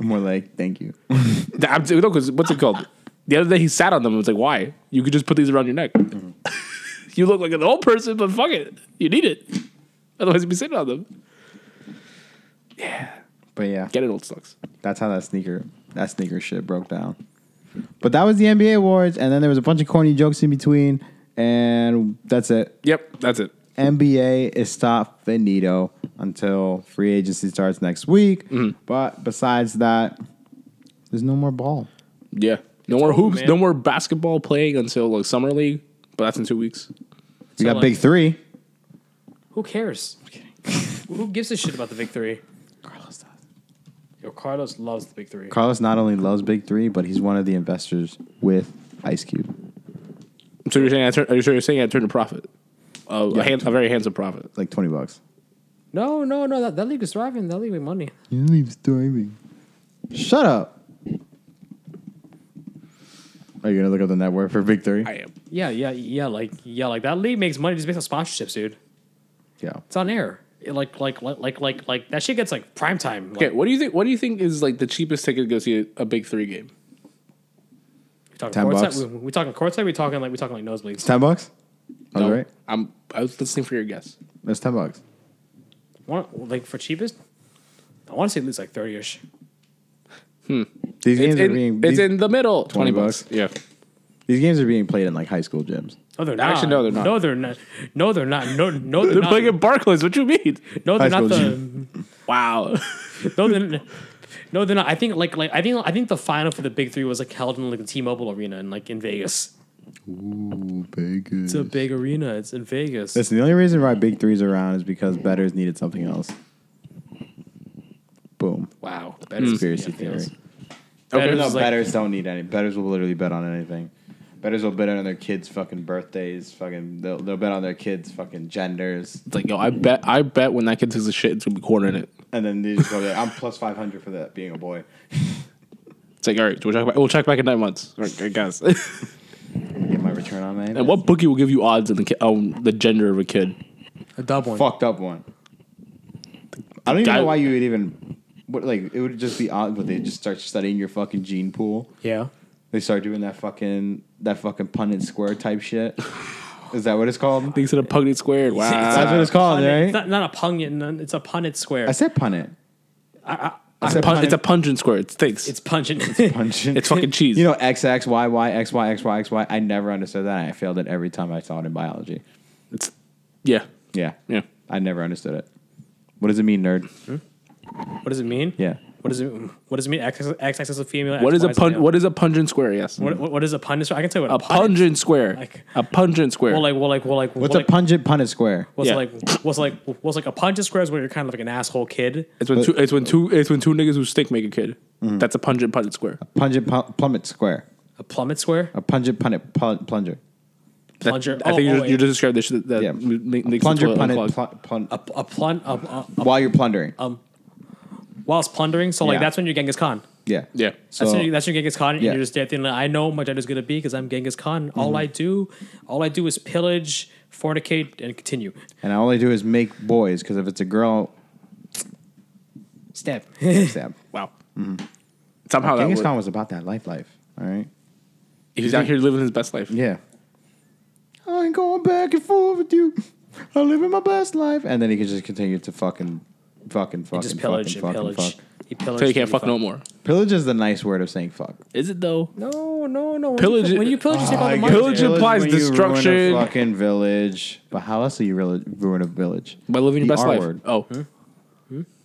Speaker 2: More like thank you.
Speaker 3: Th- I'm, no, 'cause what's it called? The other day he sat on them. I was like, "Why? You could just put these around your neck. you look like an old person, but fuck it, you need it. Otherwise, you'd be sitting on them.
Speaker 2: But yeah,
Speaker 3: Get it, old sucks."
Speaker 2: That's how that sneaker that sneaker shit broke down. But that was the NBA awards, and then there was a bunch of corny jokes in between, and that's it.
Speaker 3: Yep, that's it.
Speaker 2: NBA is stop finito until free agency starts next week. But besides that, there's no more ball.
Speaker 3: Yeah. No more
Speaker 1: over,
Speaker 3: hoops.
Speaker 1: man.
Speaker 3: No more basketball playing until like summer league, but that's in two weeks.
Speaker 2: We
Speaker 1: So,
Speaker 2: got
Speaker 1: like-
Speaker 2: big three.
Speaker 1: Who cares? Who gives a shit about the big three? Yo, Carlos loves the big three.
Speaker 2: Carlos not only loves Big Three, but he's one of the investors with Ice Cube,
Speaker 3: So you're saying I turn, are you sure you're saying I turned a profit? Uh, a, hand, a very handsome profit.
Speaker 2: like twenty bucks.
Speaker 1: no, no, no. That, that league is thriving. That league with money.
Speaker 2: You leave thriving. Shut up. Are you gonna look up the net worth for Big Three?
Speaker 3: I am.
Speaker 1: Yeah, yeah, yeah. Like, yeah, like that league makes money just based on sponsorships, dude.
Speaker 2: yeah.
Speaker 1: It's on air. It, like, like, like, like, like, like that shit gets like prime time. Like,
Speaker 3: Okay, what do you think? What do you think is like the cheapest ticket to go see a, a big three game?
Speaker 1: we talking
Speaker 2: 10
Speaker 1: courtside.
Speaker 2: bucks.
Speaker 1: We, we talking courtside. We talking like we talking like nosebleeds.
Speaker 2: It's ten bucks. That was
Speaker 3: No,
Speaker 2: right.
Speaker 3: I'm. I was listening for your guess.
Speaker 2: That's ten bucks.
Speaker 1: Want, like for cheapest, I want to say at least like thirty ish.
Speaker 2: These games
Speaker 3: It's,
Speaker 2: are
Speaker 3: in,
Speaker 2: being
Speaker 3: it's
Speaker 2: these,
Speaker 3: in the middle.
Speaker 2: 20
Speaker 3: Twenty
Speaker 2: bucks.
Speaker 3: bucks. Yeah.
Speaker 2: these games are being played in like high school gyms.
Speaker 1: No, they're not.
Speaker 3: Actually, no, they're not.
Speaker 1: No, they're not. No, they're not. No, no, they're,
Speaker 3: They're
Speaker 1: not.
Speaker 3: playing at Barclays. What you mean?
Speaker 1: no, they're
Speaker 2: High
Speaker 1: not the.
Speaker 2: school
Speaker 3: Wow.
Speaker 1: No, they're, no, they're not. I think like like I think I think the final for the big three was like held in like the T-Mobile Arena in like in Vegas.
Speaker 2: Ooh,
Speaker 1: It's
Speaker 2: Vegas.
Speaker 1: a big arena. It's in Vegas.
Speaker 2: Listen, the only reason why Big Three's around is because betters needed something else. Boom.
Speaker 1: wow,
Speaker 2: Conspiracy theory.
Speaker 1: Okay.
Speaker 2: no,
Speaker 1: Bettors is like-
Speaker 2: betters don't need any. Betters will literally bet on anything. Betters will bet on their kids' fucking birthdays. Fucking, they'll, they'll bet on their kids' fucking genders,
Speaker 3: It's like yo, I bet. I bet when that kid takes a shit, it's gonna be corn in it.
Speaker 2: and then they just go there. I'm plus five hundred for that being a boy.
Speaker 3: It's like all right, we'll check back. We'll check back in nine months. All right, I guess.
Speaker 2: Get my return on my.
Speaker 3: and
Speaker 2: investment.
Speaker 3: what bookie will give you odds on the ki- on the gender of a kid?
Speaker 1: A double one.
Speaker 2: fucked up one? I don't even
Speaker 3: Guy-
Speaker 2: know why you would even. What like it would just be odd, but they just start studying your fucking gene pool.
Speaker 1: Yeah.
Speaker 2: They start doing that fucking that fucking Punnett square type shit. Is that what it's called?
Speaker 3: Things in a pugnant squared. Wow.
Speaker 2: That's what it's called,
Speaker 1: It's
Speaker 2: Oh, right?
Speaker 1: not, not a pungent. It's a punnet square.
Speaker 2: I said Punnett. I,
Speaker 3: It's a,
Speaker 2: said
Speaker 3: pun-
Speaker 2: Punnett.
Speaker 3: it's a pungent square. It stinks.
Speaker 1: it's pungent.
Speaker 2: Punnett.
Speaker 3: It's fucking cheese.
Speaker 2: You know, X X Y Y X Y X Y X Y. I never understood that. I failed it every time I saw it in biology.
Speaker 3: It's yeah,
Speaker 2: Yeah,
Speaker 3: yeah.
Speaker 2: I never understood it. What does it mean, nerd?
Speaker 1: what does it mean?
Speaker 2: Yeah,
Speaker 1: What does it What does it mean? X X axis of female.
Speaker 3: What
Speaker 1: X,
Speaker 3: is a
Speaker 1: Y is male.
Speaker 3: pun? What is a pungent square? Yes,
Speaker 1: What, what, what is a pungent square? I can tell you
Speaker 3: a
Speaker 1: what a, pun.
Speaker 3: pungent square.
Speaker 1: Like-
Speaker 3: a pungent square.
Speaker 1: Well, like, well, like, well, like,
Speaker 2: what's
Speaker 1: well,
Speaker 2: a
Speaker 1: like,
Speaker 2: pungent Punnett square?
Speaker 1: What's
Speaker 3: Yeah.
Speaker 1: like, what's like, what's like a pungent square is where you're kind of like an asshole kid.
Speaker 3: it's when
Speaker 2: but- Mm-hmm.
Speaker 3: two. It's when two. It's when two niggas who stink make a kid. That's a pungent pungent square.
Speaker 2: Pungent pu- plummet square.
Speaker 1: A plummet square.
Speaker 2: A pungent Punnett pl- plunger.
Speaker 3: That-
Speaker 1: plunger-
Speaker 3: I
Speaker 1: oh,
Speaker 3: think
Speaker 1: oh,
Speaker 3: you, just, you
Speaker 1: wait.
Speaker 3: just described this. That, that
Speaker 2: Yeah.
Speaker 3: m- makes the
Speaker 2: Plunger
Speaker 3: toilet
Speaker 2: Punnett
Speaker 3: unclog.
Speaker 2: pl- plun-
Speaker 1: A, a plun. A, a, a,
Speaker 2: while you're plundering.
Speaker 1: whilst plundering. So like
Speaker 2: Yeah.
Speaker 1: that's when you're Genghis Khan.
Speaker 2: yeah.
Speaker 3: yeah.
Speaker 1: That's,
Speaker 2: So-
Speaker 1: when, you, that's when you're Genghis Khan, and
Speaker 2: Yeah.
Speaker 1: you're just there thinking, like, I know my gender's gonna be because I'm Genghis Khan. All I do, all I do is pillage, fornicate, and continue.
Speaker 2: And all I do is make boys because if it's a girl,
Speaker 1: Step.
Speaker 2: stab.
Speaker 3: Wow.
Speaker 2: Mm-hmm.
Speaker 3: Somehow that
Speaker 2: Genghis
Speaker 3: worked.
Speaker 2: Khan was about that life, life. All right.
Speaker 3: He's out here living his best life.
Speaker 2: Yeah. I ain't going back and forth with you. I'm living my best life, and then he could just continue to fucking, fucking, fucking,
Speaker 1: just pillage
Speaker 2: fucking,
Speaker 1: and
Speaker 2: fucking,
Speaker 1: pillage.
Speaker 2: fuck.
Speaker 1: He pillaged.
Speaker 3: So you can't
Speaker 1: he
Speaker 3: fuck
Speaker 1: fucked.
Speaker 3: no more.
Speaker 2: Pillage is the nice word of saying fuck.
Speaker 3: Is it though?
Speaker 1: No, no, no. When
Speaker 3: Pillage-
Speaker 1: You, pill- when you pillage, you take all the money.
Speaker 3: Pillage
Speaker 1: man.
Speaker 3: and- implies
Speaker 2: when you ruin
Speaker 3: destruction.
Speaker 2: a fucking village. But how else do you really ruin a village?
Speaker 3: By living your
Speaker 2: The
Speaker 3: best
Speaker 2: R
Speaker 3: life.
Speaker 2: word.
Speaker 3: Oh,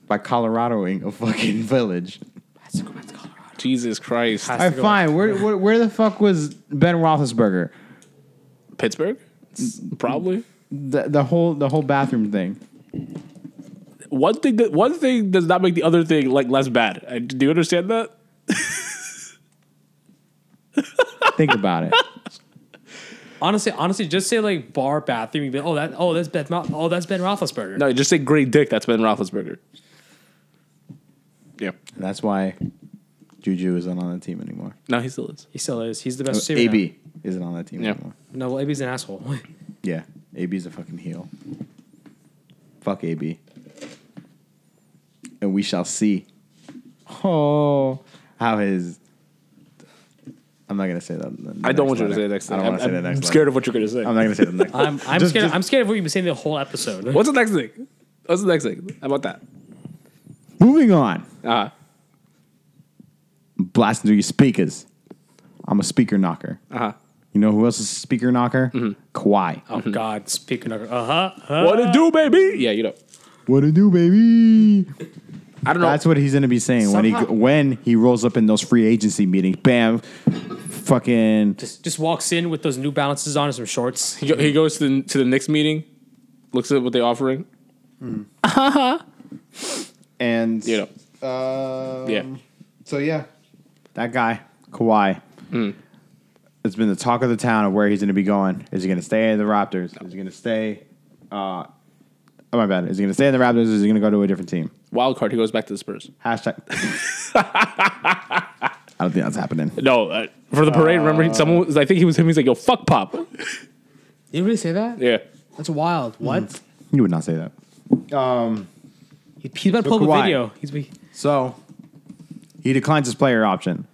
Speaker 2: By Coloradoing a fucking village.
Speaker 1: Has to go back to Colorado.
Speaker 3: Jesus Christ!
Speaker 1: Has to
Speaker 2: All right,
Speaker 1: go-
Speaker 2: fine. Where, where where the fuck was Ben Roethlisberger?
Speaker 3: Pittsburgh, probably.
Speaker 2: The, the whole the whole bathroom thing.
Speaker 3: One thing that one thing does not make the other thing like less bad. I- Do you understand that?
Speaker 2: Think about it.
Speaker 1: Honestly, honestly, just say like bar bathroom. You'd be like, oh that, oh that's Ben, Ro- oh that's Ben Roethlisberger.
Speaker 3: No, just say great dick. That's Ben Roethlisberger. Yeah.
Speaker 2: And that's why Juju isn't on the team anymore.
Speaker 3: No, he still is.
Speaker 1: He still is. He's the best. receiver now.
Speaker 2: AB isn't on that team
Speaker 3: Yeah.
Speaker 2: anymore.
Speaker 1: No, well, AB's an asshole.
Speaker 2: Yeah, AB's a fucking heel. Fuck AB. And we shall see. Oh, how his. I'm not gonna say that. the
Speaker 3: I
Speaker 2: next
Speaker 3: don't want you to
Speaker 2: letter.
Speaker 3: say the next.
Speaker 2: I don't
Speaker 3: thing.
Speaker 2: want to say
Speaker 3: I'm,
Speaker 2: the
Speaker 3: I'm
Speaker 2: next. letter.
Speaker 3: scared of what you're going to say.
Speaker 2: I'm not gonna say the next.
Speaker 1: I'm, I'm
Speaker 2: Just-
Speaker 1: scared.
Speaker 2: just-
Speaker 1: I'm scared of what you've been saying the whole episode.
Speaker 3: What's the next thing? What's the next thing? How about that?
Speaker 2: Moving on.
Speaker 3: Uh,
Speaker 2: Blasting through your speakers. I'm a speaker knocker.
Speaker 3: uh-huh.
Speaker 2: You know who else is a speaker knocker?
Speaker 3: Mm-hmm.
Speaker 2: Kawhi.
Speaker 1: Oh God! Speaking of, uh huh.
Speaker 3: What to do, baby? Yeah, you know.
Speaker 2: What to do, baby?
Speaker 3: I don't know.
Speaker 2: That's what he's gonna be saying when
Speaker 1: Somehow-
Speaker 2: he when he rolls up in those free agency meetings. Bam, fucking
Speaker 1: Just, just walks in with those New Balances on and some shorts.
Speaker 3: he, go- he goes to the, to the next meeting, looks at what they're offering,
Speaker 2: And
Speaker 3: You
Speaker 2: um,
Speaker 3: Yeah.
Speaker 2: So yeah, that guy Kawhi. It's been the talk of the town of where he's going to be going. Is he going to stay in the Raptors? Is he going to stay? Uh, oh my bad. Is he going to stay in the Raptors? Or is he going to go to a different team?
Speaker 3: Wild card. He goes back to the Spurs.
Speaker 2: Hashtag. I don't think that's happening.
Speaker 3: No, uh, for the parade. remember, he, someone. Was, I think he was him. He's like, "Yo, fuck Pop."
Speaker 1: Did you really say that?
Speaker 3: Yeah.
Speaker 1: That's wild. What?
Speaker 2: You would not say that.
Speaker 1: He, he's about to pull up
Speaker 2: Kawhi.
Speaker 1: a video. He's be,
Speaker 2: So he declines his player option.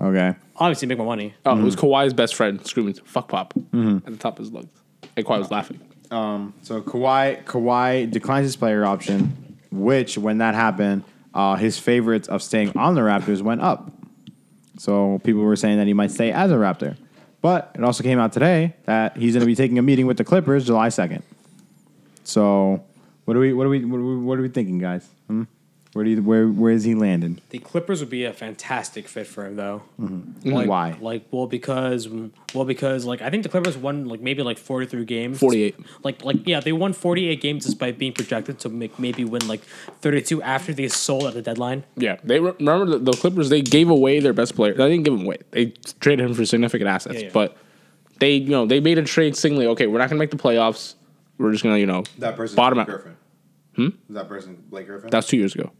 Speaker 2: Okay.
Speaker 1: obviously make more money.
Speaker 3: Oh, it was Kawhi's best friend screaming, "Fuck Pop!" at the top of his lungs. And Kawhi was laughing.
Speaker 2: So Kawhi Kawhi declines his player option, which when that happened, uh, his favorites of staying on the Raptors went up. So people were saying that he might stay as a Raptor. But it also came out today that he's going to be taking a meeting with the Clippers July second. So what are we what are we what are we, what are we thinking, guys? Hmm? Where do you, where where is he landing?
Speaker 1: The Clippers would be a fantastic fit for him, though. Like,
Speaker 2: Why?
Speaker 1: Like, well, because, well, because, like, I think the Clippers won like maybe like forty three games,
Speaker 3: 48.
Speaker 1: Like, like, yeah, they won forty eight games despite being projected to make, maybe win like thirty two after they sold at the deadline.
Speaker 3: Yeah, they re- remember the, the Clippers. They gave away their best player. They didn't give him away. They traded him for significant assets,
Speaker 1: Yeah, yeah.
Speaker 3: but they you know they made a trade singly. Okay, we're not gonna make the playoffs. We're just gonna you know
Speaker 4: That person,
Speaker 3: bottom
Speaker 4: Blake
Speaker 3: out.
Speaker 4: Griffin. Hmm? That person, Blake Griffin.
Speaker 3: That's two years ago.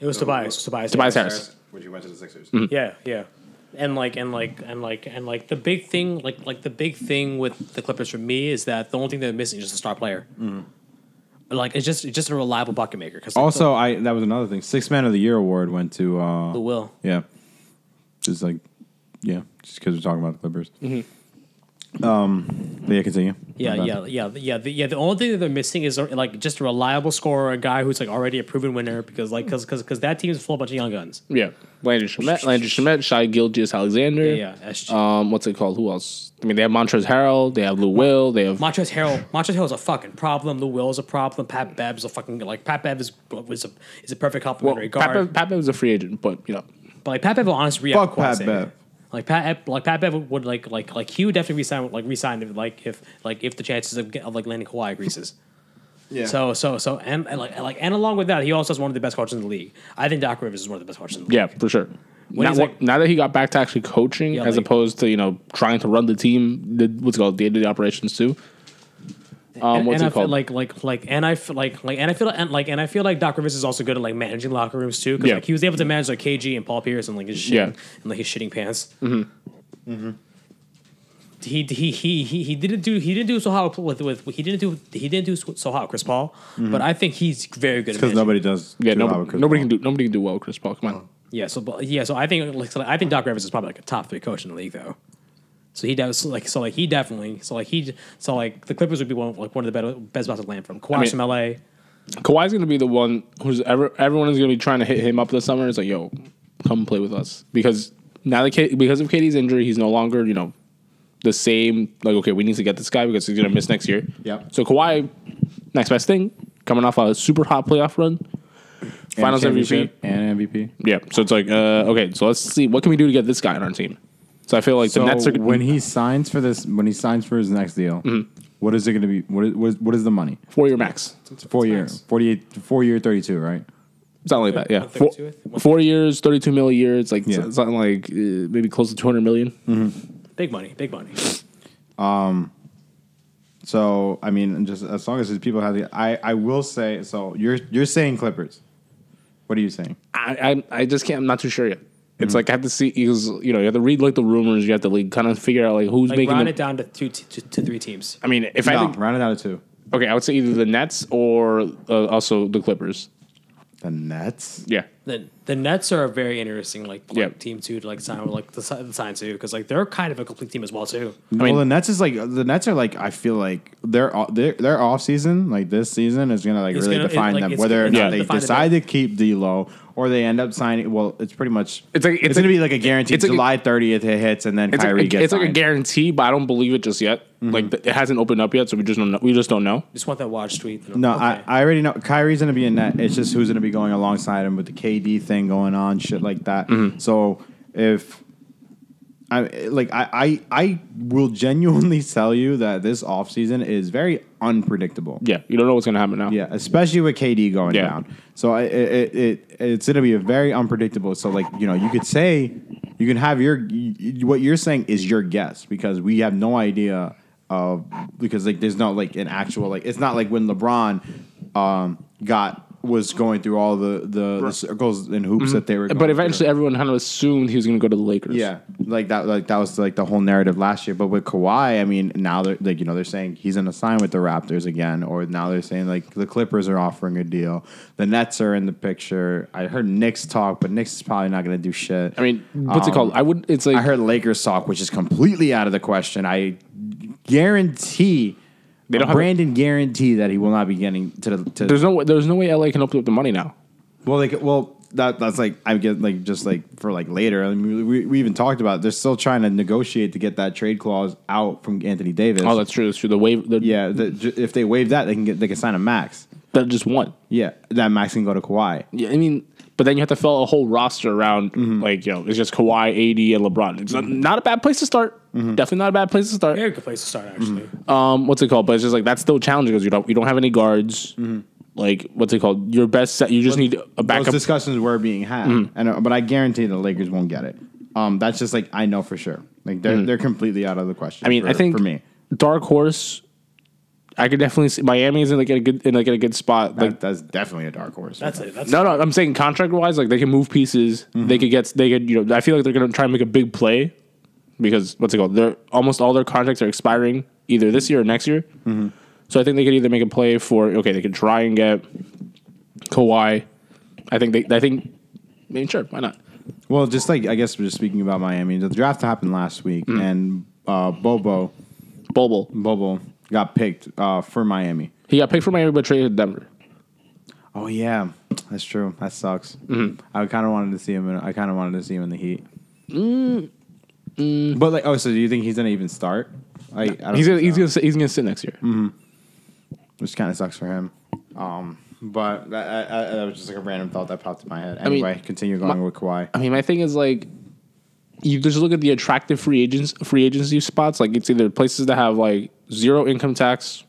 Speaker 1: It was Tobias. It was Tobias.
Speaker 3: Tobias
Speaker 1: yeah.
Speaker 3: Harris. Mm-hmm.
Speaker 4: When she went to the Sixers.
Speaker 1: Yeah, yeah. And like and like and like and like the big thing like like the big thing with the Clippers for me is that the only thing they're missing is just a star player. Like it's just it's just a reliable bucket maker because
Speaker 2: Also, I that was another thing. Six Man of the Year award went to uh,
Speaker 1: the will.
Speaker 2: Yeah. Just like, yeah, just because we're talking about the Clippers. Mm-hmm. Um, but yeah, continue.
Speaker 1: Yeah,
Speaker 2: My bad.
Speaker 1: yeah, yeah, yeah, the, yeah. The only thing that they're missing is uh, like just a reliable scorer, a guy who's like already a proven winner because like because because that team is full of bunch of young guns.
Speaker 3: Yeah, Landry Shamet, Landry Shamet, Shai Gilgeous Alexander.
Speaker 1: Yeah, yeah. SG.
Speaker 3: Um, what's it called? Who else? I mean, they have Montrezl Harrell. They have Lou Will. They have
Speaker 1: Montrezl Harrell, Montrezl Harrell's a fucking problem. Lou Will's a problem. Pat Bev a fucking like Pat Bev is is a is a perfect
Speaker 3: well,
Speaker 1: complimentary guard.
Speaker 3: Pat Pat Bev is a free agent, but you know,
Speaker 1: But like Pat Bev will honestly re
Speaker 2: Fuck Pat Bev.
Speaker 1: Like Pat, like Pat Bev would like like like he would definitely resign like resign if like if like if the chances of, get- of like landing Kawhi increases.
Speaker 4: Yeah.
Speaker 1: So so so and, and like and like and along with that, he also has one of the best coaches in the league. I think Doc Rivers is one of the best coaches. In the league.
Speaker 3: yeah, for sure. Now,
Speaker 1: he's like-
Speaker 3: now that he got back to actually coaching,
Speaker 1: Yeah,
Speaker 3: as
Speaker 1: like-
Speaker 3: opposed to you know trying to run the team, the, what's it called day to day operations too. Um,
Speaker 1: and,
Speaker 3: what's
Speaker 1: and I
Speaker 3: it
Speaker 1: feel
Speaker 3: called?
Speaker 1: like like like and I feel like like and I feel and like and I feel like Doc Rivers is also good at like managing locker rooms too. Because
Speaker 3: Yeah.
Speaker 1: like he was able to manage like KG and Paul Pierce and like his shitting,
Speaker 3: Yeah.
Speaker 1: and like his shitting pants. Mm-hmm. Mm-hmm. He, he he he he didn't do he didn't do so hot with with he didn't do he didn't do so hot with Chris Paul,
Speaker 3: Mm-hmm.
Speaker 1: but I think he's very good. at
Speaker 2: Because
Speaker 1: managing.
Speaker 2: nobody does.
Speaker 3: Yeah,
Speaker 2: do
Speaker 3: no,
Speaker 2: well with Chris
Speaker 3: nobody
Speaker 2: Paul.
Speaker 3: can do nobody can do well with Chris Paul. Come on.
Speaker 1: Yeah, so but- yeah, so I think like so I think Doc Rivers is probably like a top three coach in the league though. So he does like so like he definitely so like he so like the Clippers would be one like one of the best best spots to land from Kawhi
Speaker 3: mean-
Speaker 1: from LA.
Speaker 3: Kawhi's gonna be the one who's ever everyone is gonna be trying to hit him up this summer. It's like, yo, come play with us because now that K- because of Katie's injury, he's no longer you know the same. Like, okay, we need to get this guy because he's gonna miss next year.
Speaker 2: Yep.
Speaker 3: So Kawhi, next best thing, coming off a super hot playoff run,
Speaker 2: And
Speaker 3: Finals MVP.
Speaker 2: championship And MVP.
Speaker 3: Yeah. So it's like, uh, okay, so let's see what can we do to get this guy on our team. So I feel like
Speaker 2: So
Speaker 3: the Nets are
Speaker 2: when he signs for this, when he signs for his next deal,
Speaker 3: Mm-hmm.
Speaker 2: what is it going to be? What is, what is what is the money?
Speaker 3: four year max.
Speaker 2: It's four year, forty eight, four year, thirty two, right?
Speaker 3: Something like that, yeah. Four,
Speaker 1: 132, I think.
Speaker 3: four years, thirty-two million a year. It's like
Speaker 2: Yeah.
Speaker 3: something like uh, maybe close to two hundred million.
Speaker 1: Big money, big money.
Speaker 2: So I mean, just as long as his people have the, I I will say. So you're you're saying Clippers. What are you saying?
Speaker 3: I, I I just can't. I'm not too sure yet. It's
Speaker 2: Mm-hmm.
Speaker 3: like I have to see because you know you have to read like the rumors. You have to like kind of figure out like who's
Speaker 1: Like
Speaker 3: making.
Speaker 1: round
Speaker 3: The,
Speaker 1: it down to two t- to, to three teams.
Speaker 3: I mean, if I
Speaker 2: No,
Speaker 3: think
Speaker 2: round it out of two.
Speaker 3: okay, I would say either the Nets or uh, also the Clippers.
Speaker 2: The Nets.
Speaker 3: Yeah,
Speaker 1: The the Nets are a very interesting like, like
Speaker 3: Yeah.
Speaker 1: team too to like sign with, like the, si- the sign too because like they're kind of a complete team as well too.
Speaker 3: mean-
Speaker 2: well, the Nets is like the Nets are like I feel like their their their off season like this season is gonna like
Speaker 1: It's
Speaker 2: really
Speaker 1: gonna- it-
Speaker 2: define
Speaker 1: like,
Speaker 2: them
Speaker 1: it's-
Speaker 2: whether or
Speaker 1: it's
Speaker 2: not
Speaker 1: gonna
Speaker 2: they
Speaker 1: define the
Speaker 2: decide to keep D'Lo or they end up signing. Well, it's pretty much
Speaker 3: It's like-
Speaker 2: it's,
Speaker 3: it's
Speaker 2: gonna
Speaker 3: like-
Speaker 2: be like a guaranteed
Speaker 3: it's like a-
Speaker 2: July thirtieth it hits and then
Speaker 3: it's,
Speaker 2: Kyrie
Speaker 3: like, a,
Speaker 2: gets
Speaker 3: it's like a
Speaker 2: signed. Mm-hmm.
Speaker 3: guarantee, but I don't believe it just yet. Like th- it hasn't opened up yet, so we just don't know. we just don't know.
Speaker 1: Just want that watch tweet.
Speaker 2: No,
Speaker 1: Okay.
Speaker 2: I, I already know Kyrie's gonna be in net. It's just who's gonna be going alongside him with the KD thing going on, shit like that. So if I like I, I I will genuinely tell you that this offseason is very unpredictable.
Speaker 3: Yeah, you don't know what's gonna happen now.
Speaker 2: Yeah, especially with KD going
Speaker 3: Yeah.
Speaker 2: down. So I, it, it, it it's going to be a very unpredictable. So like you know, you could say you can have your y- y- what you're saying is your guess because we have no idea of because like there's not like an actual like it's not like when LeBron um got was going through all the the, the circles and hoops that they were.
Speaker 3: Mm-hmm. But
Speaker 2: going
Speaker 3: eventually, everyone kind of assumed he was gonna go to the Lakers.
Speaker 2: Oh, yeah, like that, like that was like the whole narrative last year. But with Kawhi, I mean, now they're like you know they're saying he's in a sign with the Raptors again, or now they're saying like the Clippers are offering a deal. The Nets are in the picture. I heard Knicks talk, but Knicks is probably not going to do shit.
Speaker 3: I mean, what's it
Speaker 2: Um,
Speaker 3: called? I would. It's like
Speaker 2: I heard Lakers talk, which is completely out of the question. I guarantee.
Speaker 3: They don't have-
Speaker 2: Brandon guarantee that he will not be getting to the. To
Speaker 3: there's no way- there's no way LA can open up the money now.
Speaker 2: well, like, well, that that's like I get like just like for like later. I mean, we, we even talked about it. they're still trying to negotiate to get that trade clause out from Anthony Davis.
Speaker 3: Oh, that's true. That's true. The wave. The,
Speaker 2: yeah. The, ju- if they waive that, they can get they can sign a max.
Speaker 3: that just won.
Speaker 2: Yeah, that max can go to Kawhi.
Speaker 3: Yeah, I mean, but then you have to fill a whole roster around
Speaker 2: Mm-hmm.
Speaker 3: like yo, it's just Kawhi, AD, and LeBron. It's not, not a bad place to start.
Speaker 2: Mm-hmm.
Speaker 3: Definitely not a bad place to start.
Speaker 1: Very good place to start, actually.
Speaker 2: Mm.
Speaker 3: Um, what's it called? But it's just like that's still challenging because you don't you don't have any guards.
Speaker 2: Mm-hmm.
Speaker 3: Like what's it called? Your best set. You just need a
Speaker 2: Those
Speaker 3: backup.
Speaker 2: discussions were being had,
Speaker 3: Mm-hmm.
Speaker 2: and uh, but I guarantee the Lakers won't get it. Um, that's just like I know for sure. Like they're they're completely out of the question.
Speaker 3: Mm-hmm. I mean,
Speaker 2: for,
Speaker 3: I think
Speaker 2: for me,
Speaker 3: dark horse. I could definitely see Miami's in like a good in like in a good spot.
Speaker 2: that,
Speaker 3: Like
Speaker 2: that's definitely a dark horse.
Speaker 1: That's it. That's
Speaker 3: No, no, I'm saying contract wise, like they can move pieces. They could get, they could, you know, I feel like they're going to try and make a big play because what's it called? They're almost all their contracts are expiring either this year or next year. So I think they could either make a play for, okay, they could try and get Kawhi. I think they, I think, I mean, sure, why not?
Speaker 2: Well, just like I guess we're just speaking about Miami. The draft happened last week, and uh, Bobo
Speaker 3: Mm. Bobo.
Speaker 2: Bobo got picked uh, for Miami.
Speaker 3: He got picked for Miami but traded to Denver.
Speaker 2: Oh yeah, that's true. That sucks.
Speaker 3: Mm-hmm.
Speaker 2: I kind of wanted to see him. In, I kind of wanted to see him in the Heat.
Speaker 3: Mm.
Speaker 2: But like, oh, so do you think he's gonna even start? Like, I don't
Speaker 3: He's gonna,
Speaker 2: think
Speaker 3: he's
Speaker 2: so.
Speaker 3: gonna, sit- he's gonna sit next year.
Speaker 2: which kind of sucks for him. Um, but that, I, I, that was just like a random thought that popped in my head.
Speaker 3: mean,
Speaker 2: Anyway, continue going with Kawhi.
Speaker 3: I mean, my thing is like, you just look at the attractive free agents, free agency spots. Like, it's either places that have like zero income tax,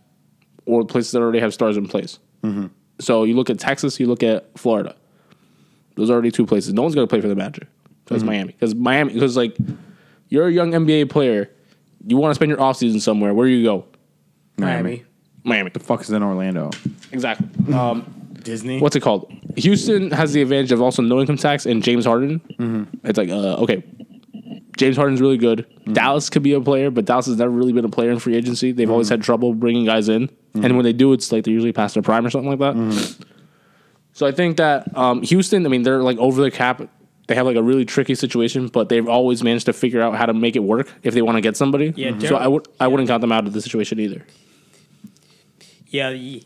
Speaker 3: or places that already have stars in place. So you look at Texas, you look at Florida. Those are already two places. No one's going to play for the Magic. That's Miami. Because Miami, because like, you're a young NBA player, you want to spend your offseason somewhere. Where you go?
Speaker 1: Miami.
Speaker 3: Miami.
Speaker 2: Fuck is in Orlando.
Speaker 3: Exactly.
Speaker 2: Disney.
Speaker 3: what's it called? Houston has the advantage of also no income tax and James Harden. It's like, uh, okay, James Harden's really good. Dallas could be a player, but Dallas has never really been a player in free agency. They've always had trouble bringing guys in, and when they do, it's like they're usually past their prime or something like that. So I think that um, Houston, I mean, they're like over the cap. They have like a really tricky situation, but they've always managed to figure out how to make it work if they want to get somebody.
Speaker 1: Yeah,
Speaker 3: so
Speaker 1: Daryl-
Speaker 3: I would I wouldn't count them out of the situation either.
Speaker 1: Yeah, y-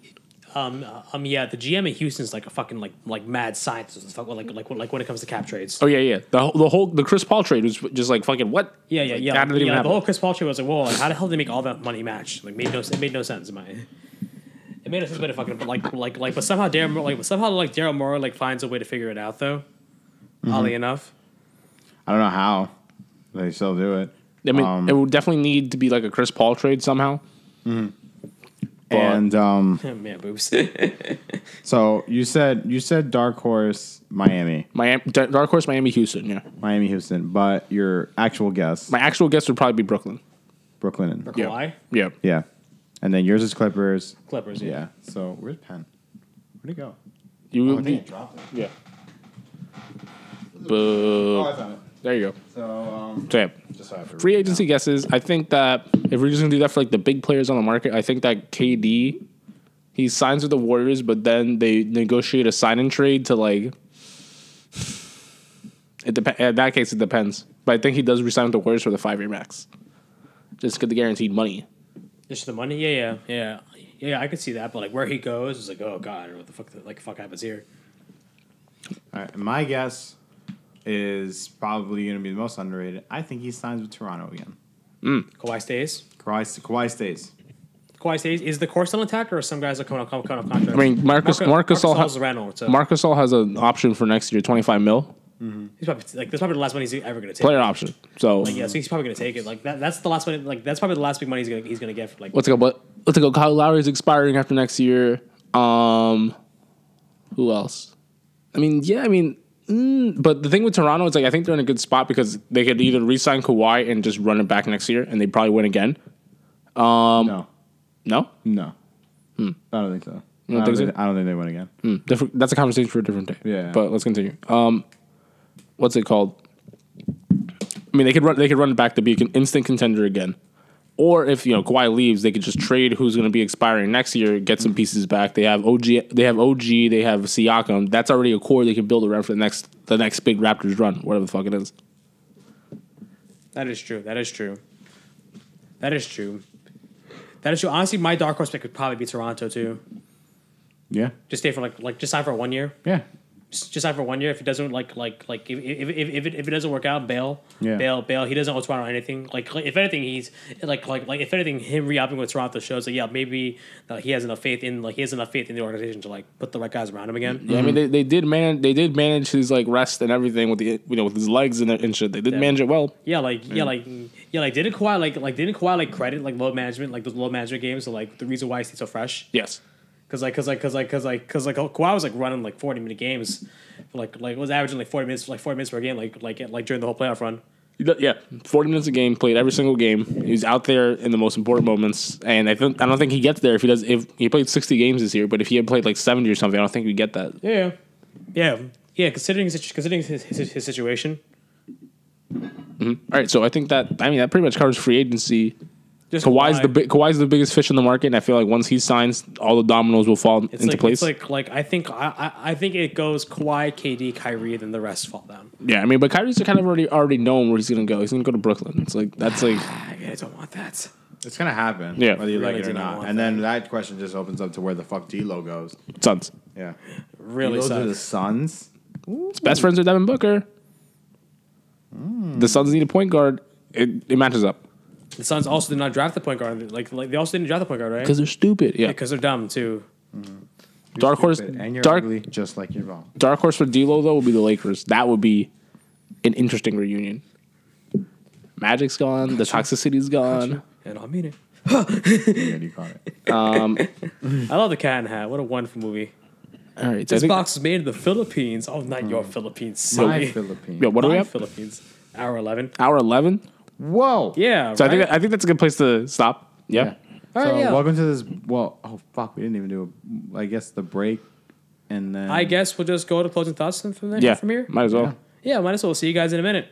Speaker 1: um, uh, um, yeah. The GM in Houston's like a fucking like like mad scientist and stuff. Like like like when it comes to cap trades.
Speaker 3: Oh yeah, yeah. The whole, the whole the Chris Paul trade was just like fucking what?
Speaker 1: Yeah, yeah,
Speaker 3: Like,
Speaker 1: yeah.
Speaker 3: How did it
Speaker 1: yeah,
Speaker 3: even
Speaker 1: the
Speaker 3: happen?
Speaker 1: whole Chris Paul trade was like, whoa, like, how the hell did they make all that money match? Like, made no, it made no sense. in My, it made no sense, but it fucking like, like, like, but somehow Daryl, Mo- like, somehow like Daryl Morey like finds a way to figure it out though.
Speaker 3: Mm-hmm.
Speaker 1: Oddly enough,
Speaker 2: I don't know how they still do it.
Speaker 3: I mean,
Speaker 2: Um,
Speaker 3: it would definitely need to be like a Chris Paul trade somehow.
Speaker 2: and um,
Speaker 1: man, boobs.
Speaker 2: So you said you said dark horse Miami,
Speaker 3: Miami, Dar- Dark Horse, Miami, Houston. Yeah,
Speaker 2: Miami Houston, but your actual guess
Speaker 3: my actual guess would probably be Brooklyn.
Speaker 2: Brooklyn and
Speaker 3: Yeah.
Speaker 1: Kawhi,
Speaker 3: Yeah,
Speaker 2: yeah, and then yours is Clippers.
Speaker 1: Clippers. Yeah.
Speaker 2: Yeah. So where's Penn? Where'd he go?
Speaker 3: you.
Speaker 2: Oh, I think I dropped it.
Speaker 3: yeah.
Speaker 2: Oh,
Speaker 3: Boo.
Speaker 2: I found it.
Speaker 3: There you go.
Speaker 2: So um,
Speaker 3: So yeah,
Speaker 2: just so I have to
Speaker 3: free agency guesses. I think that if we're just gonna do that for like the big players on the market, I think that KD he signs with the Warriors, but then they negotiate a sign and trade to like. It dep- in that case, it depends. But I think he does resign with the Warriors for the five year max, just get the guaranteed money.
Speaker 1: Just the money. Yeah, yeah, yeah, yeah. I could see that, but like where he goes is like, oh god, what the fuck, like fuck happens here?
Speaker 2: All right, my guess is probably going to be the most underrated. I think he signs with Toronto again.
Speaker 1: Kawhi stays.
Speaker 2: Kawhi, Kawhi stays.
Speaker 1: Kawhi stays. Is the core still intact, or some guys are coming off, coming off contract?
Speaker 3: I mean, Marcus- Marcus all ha-
Speaker 1: Reynolds, so.
Speaker 3: Marcus all has an option for next year, twenty five mil.
Speaker 1: He's probably like that's probably the last one he's ever gonna take.
Speaker 3: Player option. So
Speaker 1: Like, yeah, so he's probably gonna take it. Like that, that's the last one. Like that's probably the last big money he's gonna he's gonna get. For, like
Speaker 3: let's go. But let's go. Kyle Lowry is expiring after next year. Um, who else? I mean, yeah, I mean, mm, but the thing with Toronto is like I think they're in a good spot because they could either re-sign Kawhi and just run it back next year, and they probably win again. Um,
Speaker 2: no,
Speaker 3: No,
Speaker 2: no, I don't think so. I
Speaker 3: hmm. don't
Speaker 2: don't
Speaker 3: think so?
Speaker 2: think, I don't think they win again.
Speaker 3: Mm, different, that's a conversation for a different day.
Speaker 2: Yeah.
Speaker 3: but let's continue. Um, what's it called? I mean, they could run. They could run it back to be an instant contender again. Or if you know Kawhi leaves, they could just trade who's going to be expiring next year, get some pieces back. They have OG, they have OG, they have Siakam. That's already a core they can build around for the next the next big Raptors run, whatever the fuck it is.
Speaker 1: that is true. That is true. That is true. That is true. Honestly, my dark horse pick would probably be Toronto too.
Speaker 2: Yeah,
Speaker 1: Just stay for like like just sign for one year.
Speaker 2: yeah,
Speaker 1: Just just sign for one year. If it doesn't like like like if if if, if, it, if it doesn't work out, bail.
Speaker 2: Yeah.
Speaker 1: Bail, bail. He doesn't owe Toronto anything. Like, like, if anything, he's like like like if anything, him re-upping with Toronto shows that yeah maybe uh, he has enough faith in like he has enough faith in the organization to like put the right guys around him again.
Speaker 3: Yeah, I mean they, they did manage they did manage his like rest and everything with the you know with his legs and, and shit. They did manage it well.
Speaker 1: Yeah, like yeah, like yeah, like didn't Kawhi like like didn't Kawhi like credit like load management like those load management games? So like the reason why he stayed so fresh
Speaker 3: Yes.
Speaker 1: because like because like because like because like because like Kawhi was like running like forty minute games, like like was averaging like forty minutes like forty minutes per game like like like during the whole playoff run.
Speaker 3: Yeah, forty minutes a game, played every single game. He was out there in the most important moments, and I think I don't think he gets there if he does. If he played sixty games this year, but if he had played like seventy or something, I don't think we get that.
Speaker 1: Yeah, yeah, yeah. Considering his situ- considering his his, his situation,
Speaker 3: All right, so I think that I mean that pretty much covers free agency.
Speaker 1: just
Speaker 3: Kawhi's
Speaker 1: Kawhi,
Speaker 3: the big Kawhi's the biggest fish in the market, and I feel like once he signs, all the dominoes will fall
Speaker 1: it's
Speaker 3: into
Speaker 1: like,
Speaker 3: place.
Speaker 1: It's like like I think I, I I think it goes Kawhi, KD, Kyrie, then the rest fall down.
Speaker 3: yeah, I mean, but Kyrie's kind of already already known where he's gonna go. He's gonna go to Brooklyn. It's like that's like
Speaker 1: I really don't want that.
Speaker 2: it's gonna happen.
Speaker 3: Yeah.
Speaker 2: whether you like
Speaker 1: Really
Speaker 2: it or
Speaker 1: do not
Speaker 2: not.
Speaker 1: want
Speaker 2: And then that question just opens up to where the fuck D'Lo goes.
Speaker 3: Suns.
Speaker 2: Yeah,
Speaker 1: Really
Speaker 2: D'Lo to the
Speaker 1: sucks.
Speaker 2: Suns.
Speaker 3: His best friends are Devin Booker.
Speaker 1: Hmm.
Speaker 3: The Suns need a point guard. It, it matches up
Speaker 1: The Suns also did not draft the point guard. Like like they also didn't draft the point guard, right?
Speaker 3: because they're stupid. Yeah,
Speaker 1: Because they're dumb too.
Speaker 3: dark horse.
Speaker 2: and you're
Speaker 3: dark
Speaker 2: ugly, just like your mom.
Speaker 3: dark horse for D'Lo though would be the Lakers. That would be an interesting reunion. Magic's gone. The toxicity's gone.
Speaker 1: And I mean it.
Speaker 2: Yeah, you caught it.
Speaker 1: I love the cat in the hat. What a wonderful movie.
Speaker 3: All right. So I
Speaker 1: This
Speaker 3: think,
Speaker 1: box is made in the Philippines. Oh, not your Philippines.
Speaker 2: My
Speaker 1: Silly.
Speaker 2: Philippines.
Speaker 3: yo, what are
Speaker 1: My
Speaker 3: we at?
Speaker 1: Philippines. Hour 11.
Speaker 3: Hour eleven.
Speaker 2: Whoa.
Speaker 1: Yeah.
Speaker 3: So I think
Speaker 1: right?
Speaker 3: that, I think that's a good place to stop. Yeah.
Speaker 2: Yeah.
Speaker 1: All right,
Speaker 2: so
Speaker 1: yeah.
Speaker 2: welcome to this. Well, oh fuck, we didn't even do. A, I guess the break, and then
Speaker 1: I guess we'll just go to closing thoughts then from there.
Speaker 3: Yeah.
Speaker 1: From here.
Speaker 3: Might as well.
Speaker 1: Yeah, might as well. See you guys in a minute.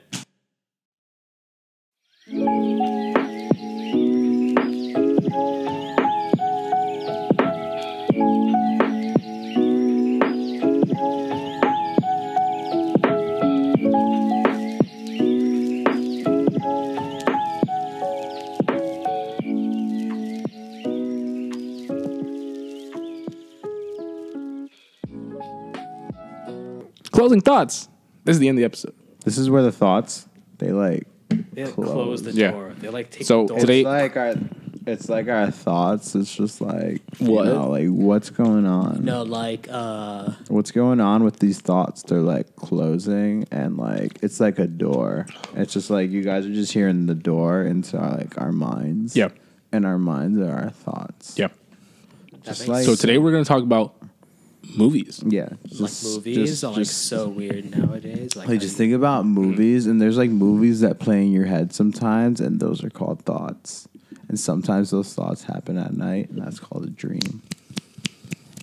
Speaker 3: Closing thoughts. This is the end of the episode.
Speaker 2: this is where the thoughts they like.
Speaker 1: They like,
Speaker 2: Close.
Speaker 1: close the
Speaker 3: Yeah.
Speaker 1: door. They like take
Speaker 3: So
Speaker 1: the door.
Speaker 3: today-
Speaker 2: It's like our, it's like our thoughts. It's just like
Speaker 3: What?
Speaker 2: what, you know, like what's going on?
Speaker 1: No, like uh
Speaker 2: What's going on with these thoughts? They're like closing, and like it's like a door. It's just like you guys are just hearing the door into our, like our minds.
Speaker 3: Yeah.
Speaker 2: and our minds are our thoughts.
Speaker 3: Yeah.
Speaker 1: that makes
Speaker 2: like-
Speaker 3: So today we're gonna talk about movies.
Speaker 2: yeah.
Speaker 1: like
Speaker 2: Just-
Speaker 1: movies
Speaker 2: just-
Speaker 1: are like Mm-hmm.
Speaker 2: just-
Speaker 1: so weird nowadays. Like,
Speaker 2: Like just think about movies, and there's like movies that play in your head sometimes, and those are called thoughts. And sometimes those thoughts happen at night, and that's called a dream.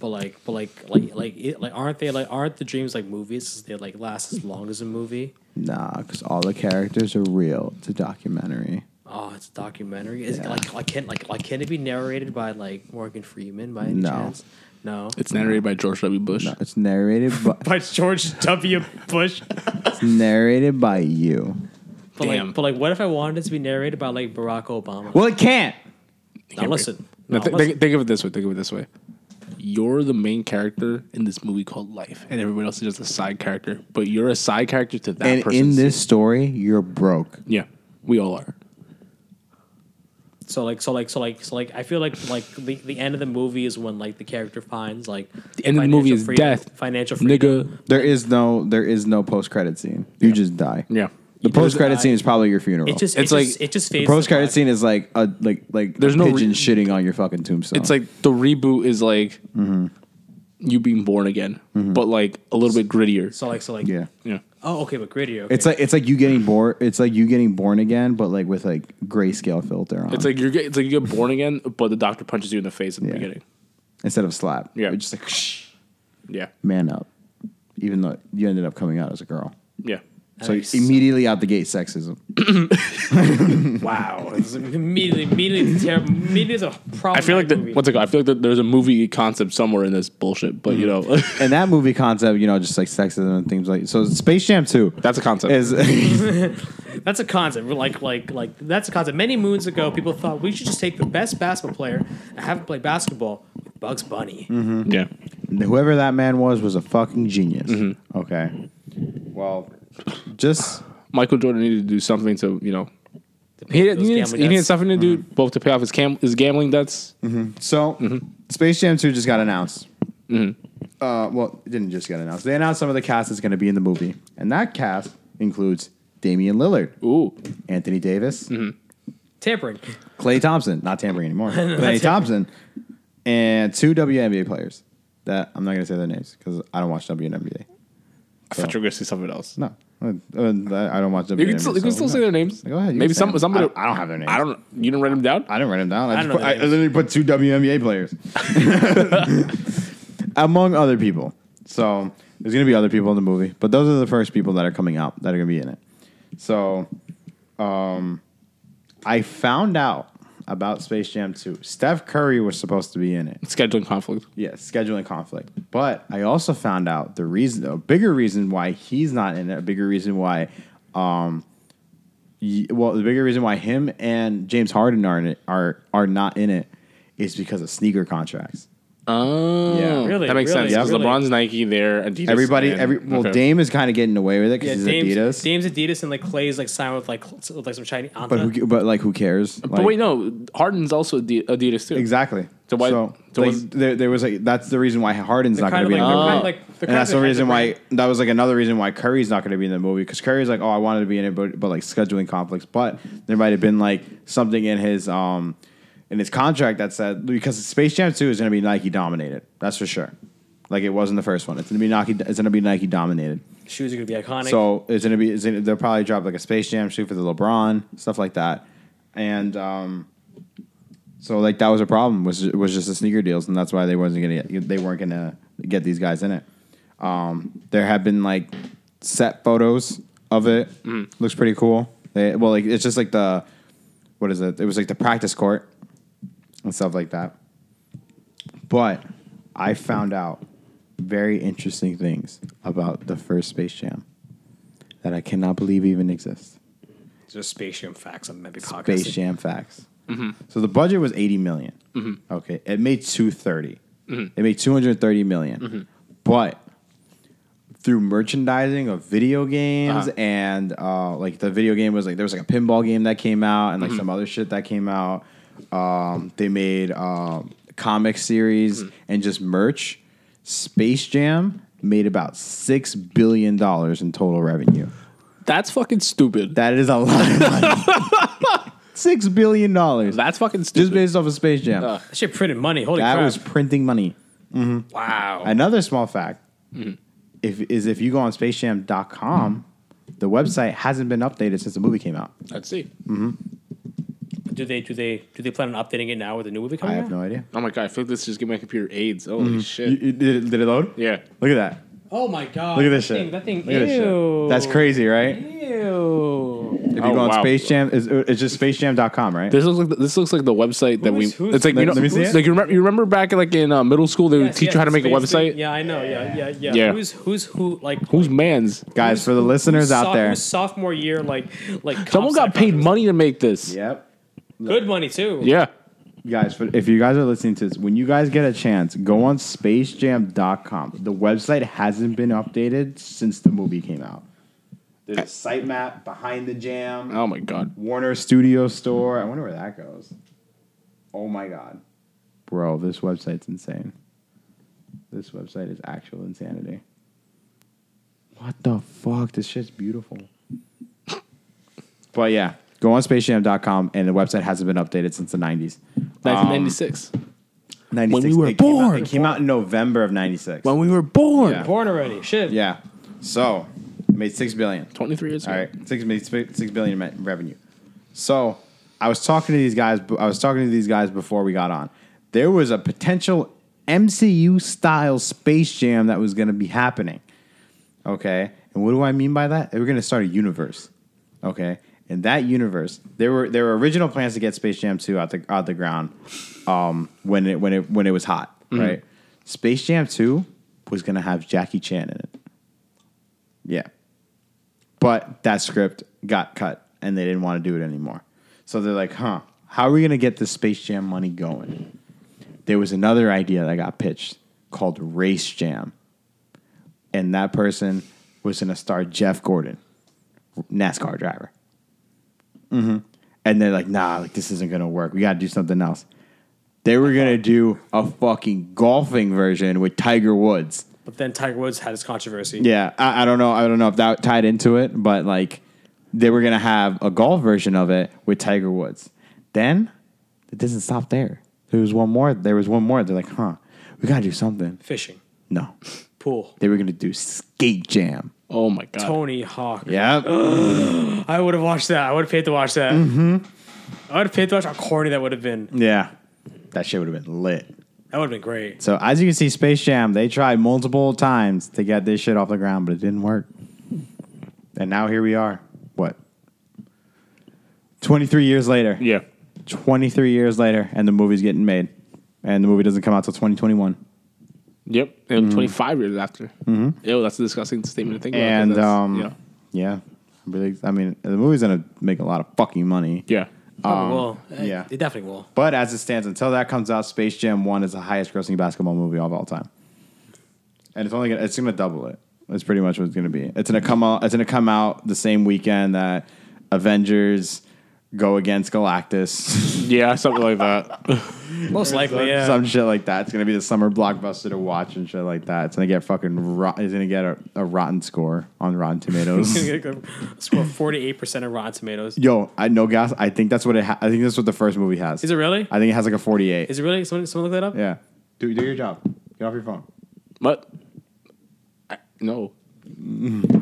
Speaker 1: but like but like like like it, like aren't they like aren't the dreams like movies? They like last as long as a movie.
Speaker 2: Nah, because all the characters are real. It's a documentary.
Speaker 1: Oh, it's a documentary. Is it
Speaker 2: Yeah.
Speaker 1: like like can like like can it be narrated by like Morgan Freeman by any
Speaker 2: No.
Speaker 1: chance? No.
Speaker 3: It's narrated by George W. Bush.
Speaker 2: No, it's narrated by
Speaker 1: by George W. Bush.
Speaker 2: it's narrated by you.
Speaker 1: but
Speaker 3: Damn.
Speaker 1: like but like what if I wanted it to be narrated by like Barack Obama?
Speaker 2: Well, it can't.
Speaker 1: Now listen.
Speaker 3: No,
Speaker 1: Now
Speaker 3: th-
Speaker 1: listen.
Speaker 3: think, think of it this way. Think of it this way. You're the main character in this movie called Life, and everybody else is just a side character. But you're a side character to that
Speaker 2: And
Speaker 3: person.
Speaker 2: in this story, you're broke.
Speaker 3: yeah, we all are.
Speaker 5: So like so like so like so like I feel like like the, the end of the movie is when like the character finds like the
Speaker 3: end of the movie is death,
Speaker 5: financial freedom.
Speaker 3: nigga.
Speaker 2: There is no there is no post credit scene. You just die.
Speaker 3: Yeah.
Speaker 2: The post credit
Speaker 5: die.
Speaker 2: scene is probably your funeral.
Speaker 5: It just
Speaker 3: It's
Speaker 5: it's
Speaker 3: like-
Speaker 5: like just, it just
Speaker 2: the
Speaker 5: fades.
Speaker 2: post credit
Speaker 5: to black.
Speaker 2: scene is like a like like
Speaker 3: There's
Speaker 2: a
Speaker 3: no
Speaker 2: pigeon
Speaker 3: re-
Speaker 2: shitting on your fucking tombstone.
Speaker 3: It's like the reboot is like
Speaker 2: Mm-hmm.
Speaker 3: you being born again, but like a little bit grittier.
Speaker 5: So like so like
Speaker 2: yeah.
Speaker 3: Yeah.
Speaker 5: Oh okay, but grittier. Okay.
Speaker 2: It's like it's like you getting born. It's like you getting born again, but like with like grayscale filter on.
Speaker 3: It's like you're get, it's like you get born again, but the doctor punches you in the face at the
Speaker 2: Yeah.
Speaker 3: beginning.
Speaker 2: instead of slap.
Speaker 3: Yeah.
Speaker 2: it's just like shh,
Speaker 3: Yeah.
Speaker 2: man up. Even though you ended up coming out as a girl,
Speaker 3: Yeah.
Speaker 2: so
Speaker 5: Nice.
Speaker 2: immediately out the gate sexism.
Speaker 5: wow. It's immediately immediately terrible. Immediately the problem.
Speaker 3: I feel like
Speaker 5: the
Speaker 3: that. What's it called? I feel like that there's a movie concept somewhere in this bullshit, but you know,
Speaker 2: and that movie concept, you know, just like sexism and things like so. Space Jam Two
Speaker 3: that's a concept.
Speaker 2: is
Speaker 5: That's a concept. We're like, like, like that's a concept. Many moons ago, people thought we should just take the best basketball player and have him play basketball with Bugs Bunny.
Speaker 2: Hmm.
Speaker 3: yeah.
Speaker 2: whoever that man was was a fucking genius.
Speaker 3: Mm-hmm.
Speaker 2: Okay,
Speaker 4: Well,
Speaker 2: just
Speaker 3: Michael Jordan needed to do something to you know. Mm-hmm. He, had-
Speaker 5: those
Speaker 3: he, needed,
Speaker 5: gambling
Speaker 3: he needed
Speaker 5: debts.
Speaker 3: something to do both to pay off his cam his gambling debts.
Speaker 2: So, Space Jam 2 just got announced.
Speaker 3: Mm-hmm.
Speaker 2: Uh, well, it didn't just get announced. They announced some of the cast that's going to be in the movie. And that cast includes Damian Lillard,
Speaker 3: Ooh, Mm-hmm.
Speaker 2: Anthony Davis,
Speaker 5: Tampering.
Speaker 2: Clay Thompson, not tampering anymore, Clay Thompson, and two WNBA players that I'm not going to say their names because I don't watch WNBA.
Speaker 3: I thought you were gonna say something else.
Speaker 2: No, I, I don't watch WNBA.
Speaker 3: You can still, you can
Speaker 2: so
Speaker 3: still
Speaker 2: no.
Speaker 3: say their names.
Speaker 2: Go ahead, you
Speaker 3: Maybe
Speaker 2: can say
Speaker 3: some
Speaker 2: them.
Speaker 3: somebody.
Speaker 2: I, I don't have their names.
Speaker 3: I don't. You didn't write them down.
Speaker 2: I didn't write them down. I,
Speaker 5: I
Speaker 2: just
Speaker 5: don't know
Speaker 2: put-
Speaker 5: their
Speaker 2: I
Speaker 5: names.
Speaker 2: literally put two WNBA players, among other people. So there's gonna be other people in the movie, but those are the first people that are coming out that are gonna be in it. So, um, I found out about Space Jam 2. Steph Curry was supposed to be in it.
Speaker 3: Scheduling conflict.
Speaker 2: Yes, scheduling conflict. But I also found out the reason, a bigger reason why he's not in it, a bigger reason why, um, y- well, the bigger reason why him and James Harden are in it, are are not in it is because of sneaker contracts.
Speaker 3: Oh,
Speaker 2: Yeah.
Speaker 5: Really,
Speaker 3: That makes
Speaker 5: really,
Speaker 3: sense. Because
Speaker 5: really.
Speaker 3: LeBron's Nike there. Adidas.
Speaker 2: Everybody,
Speaker 3: and-
Speaker 2: every well,
Speaker 3: okay.
Speaker 2: Dame is kind of getting away with it
Speaker 5: Yeah,
Speaker 2: because
Speaker 5: Dame's,
Speaker 2: he's Adidas.
Speaker 5: Dame's Adidas and like Clay's like signed with like with, like some Chinese.
Speaker 2: But who, but like, who cares?
Speaker 3: But wait, no. Harden's also Adi- Adidas too.
Speaker 2: Exactly.
Speaker 3: So why-
Speaker 2: So,
Speaker 3: so
Speaker 2: like,
Speaker 3: was-
Speaker 2: there, there was like that's the reason why Harden's not going
Speaker 5: kind
Speaker 2: to
Speaker 5: of
Speaker 2: be
Speaker 5: like,
Speaker 2: in the movie.
Speaker 5: they're kind of like they're
Speaker 2: and
Speaker 5: kind
Speaker 2: that's
Speaker 5: of
Speaker 2: the
Speaker 5: like-
Speaker 2: reason why that was like another reason why Curry's not going to be in the movie because Curry's like, oh, I wanted to be in it, but but like scheduling conflicts. But there might have been like something in his um in his contract that said because Space Jam Two is going to be Nike dominated. That's for sure. Like it wasn't the first one. It's going to be Nike. It's going to be Nike dominated.
Speaker 5: shoes are gonna be iconic.
Speaker 2: So it's gonna be it's gonna, they'll probably drop like a Space Jam shoe for the LeBron stuff like that, and um, so like that was a problem was was just the sneaker deals, and that's why they wasn't gonna get, they weren't gonna get these guys in it. Um, there have been like set photos of it. Looks pretty cool. They, well, like it's just like the what is it? It was like the practice court and stuff like that. But I found out very interesting things about the first Space Jam that I cannot believe even exists.
Speaker 5: just Space Jam facts on maybe podcast.
Speaker 2: Space Jam facts. So the budget was eighty million. Okay, it made two It made two hundred thirty million. But through merchandising of video games and uh, like the video game was like there was like a pinball game that came out and like some other shit that came out. Um, they made um, comic series and just merch. Space Jam made about six billion dollars in total revenue.
Speaker 3: That's fucking stupid.
Speaker 2: That is a lot of money. Six billion dollars.
Speaker 3: That's fucking
Speaker 2: Just
Speaker 3: stupid.
Speaker 2: based off of Space Jam.
Speaker 3: Uh,
Speaker 5: That shit printed money. Holy
Speaker 2: that
Speaker 5: crap!
Speaker 2: was printing money.
Speaker 5: wow.
Speaker 2: Another small fact
Speaker 3: Mm-hmm.
Speaker 2: if, is if you go on spacejam.com, the website hasn't been updated since the movie came out.
Speaker 3: Let's see.
Speaker 5: Do they do they do they plan on updating it now with the new movie
Speaker 2: I
Speaker 5: coming out?
Speaker 2: have no idea.
Speaker 3: Oh my god! I feel like this just gave my computer AIDS. Holy shit!
Speaker 2: Mm-hmm. You- you- did, it, did it load?
Speaker 3: yeah.
Speaker 2: Look at that.
Speaker 5: Oh my god!
Speaker 2: Look at this
Speaker 5: that Thing,
Speaker 2: shit.
Speaker 5: that thing.
Speaker 2: Look at this
Speaker 5: ew.
Speaker 2: shit. That's crazy, right?
Speaker 5: Ew.
Speaker 2: If you
Speaker 3: Oh,
Speaker 2: go on
Speaker 3: wow.
Speaker 2: Space Jam, it's, it's just spacejam.com, right?
Speaker 3: This looks like the, this looks like the website that we.
Speaker 5: Who's- who's-
Speaker 3: it's like you
Speaker 2: Let-
Speaker 3: know,
Speaker 2: let me see it.
Speaker 3: like you remember, you remember back like in uh, middle school they would
Speaker 5: Yes,
Speaker 3: teach
Speaker 5: yes,
Speaker 3: you how to make a
Speaker 5: space
Speaker 3: website.
Speaker 5: thing. Yeah, I know. Yeah, yeah, yeah.
Speaker 3: Yeah.
Speaker 5: Who's who's who? Like
Speaker 3: Who's man's?
Speaker 2: Guys, for the listeners out
Speaker 5: Soph-
Speaker 2: there.
Speaker 5: who's sophomore year, like like comp
Speaker 3: Someone got
Speaker 5: sci
Speaker 3: paid
Speaker 5: conference.
Speaker 3: money to make this.
Speaker 2: Yep.
Speaker 5: good money too.
Speaker 3: Yeah.
Speaker 2: Guys, but if you guys are listening to this, when you guys get a chance, go on spacejam.com. The website hasn't been updated since the movie came out. There's a sitemap behind the jam,
Speaker 3: Oh my god.
Speaker 2: Warner Studio Store. I wonder where that goes. Oh my god, bro, this website's insane. This website is actual insanity. What the fuck? This shit's beautiful. but yeah, go on spacejam.com and the website hasn't been updated since the 90s.
Speaker 3: 1996.
Speaker 2: 96.
Speaker 3: When we were
Speaker 2: it came out-
Speaker 3: born.
Speaker 2: it came out in November of 96.
Speaker 3: when we were born.
Speaker 2: Yeah.
Speaker 5: Born already. Shit.
Speaker 2: yeah. So, made 6 billion.
Speaker 3: 23 years
Speaker 2: All
Speaker 3: ago.
Speaker 2: right, six mi- six six billion in revenue. So I was talking to these guys. I was talking to these guys before we got on. There was a potential MCU style Space Jam that was going to be happening. Okay, and what do I mean by that? They were going to start a universe. Okay, in that universe, there were there were original plans to get Space Jam two out the out the ground um, when it when it when it was hot.
Speaker 3: Mm-hmm.
Speaker 2: Right, Space Jam two was going to have Jackie Chan in it. Yeah. But that script got cut and they didn't want to do it anymore. So they're like, huh, how are we going to get the Space Jam money going? There was another idea that got pitched called Race Jam. And that person was going to star Jeff Gordon, NASCAR driver. hmm And they're like, nah, like this isn't going to work. We got to do something else. They were going to do a fucking golfing version with Tiger Woods.
Speaker 5: But then Tiger Woods had his controversy.
Speaker 2: Yeah, I, I don't know. I don't know if that tied into it, but like they were gonna have a golf version of it with Tiger Woods. Then it doesn't stop there. There was one more. There was one more. They're like, huh, we gotta do something.
Speaker 5: Fishing.
Speaker 2: No,
Speaker 5: Pool.
Speaker 2: they were gonna do skate jam.
Speaker 3: Oh my god.
Speaker 5: Tony Hawk.
Speaker 2: Yeah,
Speaker 5: I would have watched that. I would have paid to watch that.
Speaker 2: Mm-hmm.
Speaker 5: I would have paid to watch how corny that would have been.
Speaker 2: yeah, that shit would have been lit.
Speaker 5: That would have been great.
Speaker 2: So as you can see, Space Jam. They tried multiple times to get this shit off the ground, but it didn't work. And now here we are. What? Twenty three years later.
Speaker 3: Yeah.
Speaker 2: 23 years later, and the movie's getting made, and the movie doesn't come out till 2021.
Speaker 3: Yep. And 25 years after. Mm-hmm. Yo, that's a disgusting statement to think about. 'cause
Speaker 2: And
Speaker 3: that's-
Speaker 2: um, yeah,
Speaker 3: yeah.
Speaker 2: I'm really. I mean, the movie's gonna make a lot of fucking money.
Speaker 3: Yeah.
Speaker 5: Probably will. Eh,
Speaker 2: yeah.
Speaker 5: It definitely will.
Speaker 2: But as it stands, until that comes out, Space Jam One is the highest grossing basketball movie of all time, and it's only gonna, it's gonna double it. That's pretty much what it's gonna be. It's gonna come out. It's gonna come out the same weekend that Avengers go against Galactus.
Speaker 3: Yeah, something like that.
Speaker 5: Most likely, yeah.
Speaker 2: some shit like that. It's gonna be the summer blockbuster to watch and shit like that. It's gonna get fucking. Rot- it's gonna get a, a rotten score on Rotten Tomatoes.
Speaker 5: Score forty eight percent of Rotten Tomatoes.
Speaker 2: Yo, I no gas. I think that's what it. Ha- I think that's what the first movie has.
Speaker 5: Is it really?
Speaker 2: I think it has like a forty-eight.
Speaker 5: Is it really? Someone, someone look that up.
Speaker 2: yeah. Do do your job. Get off your phone.
Speaker 3: What? I, no. All Mm-hmm.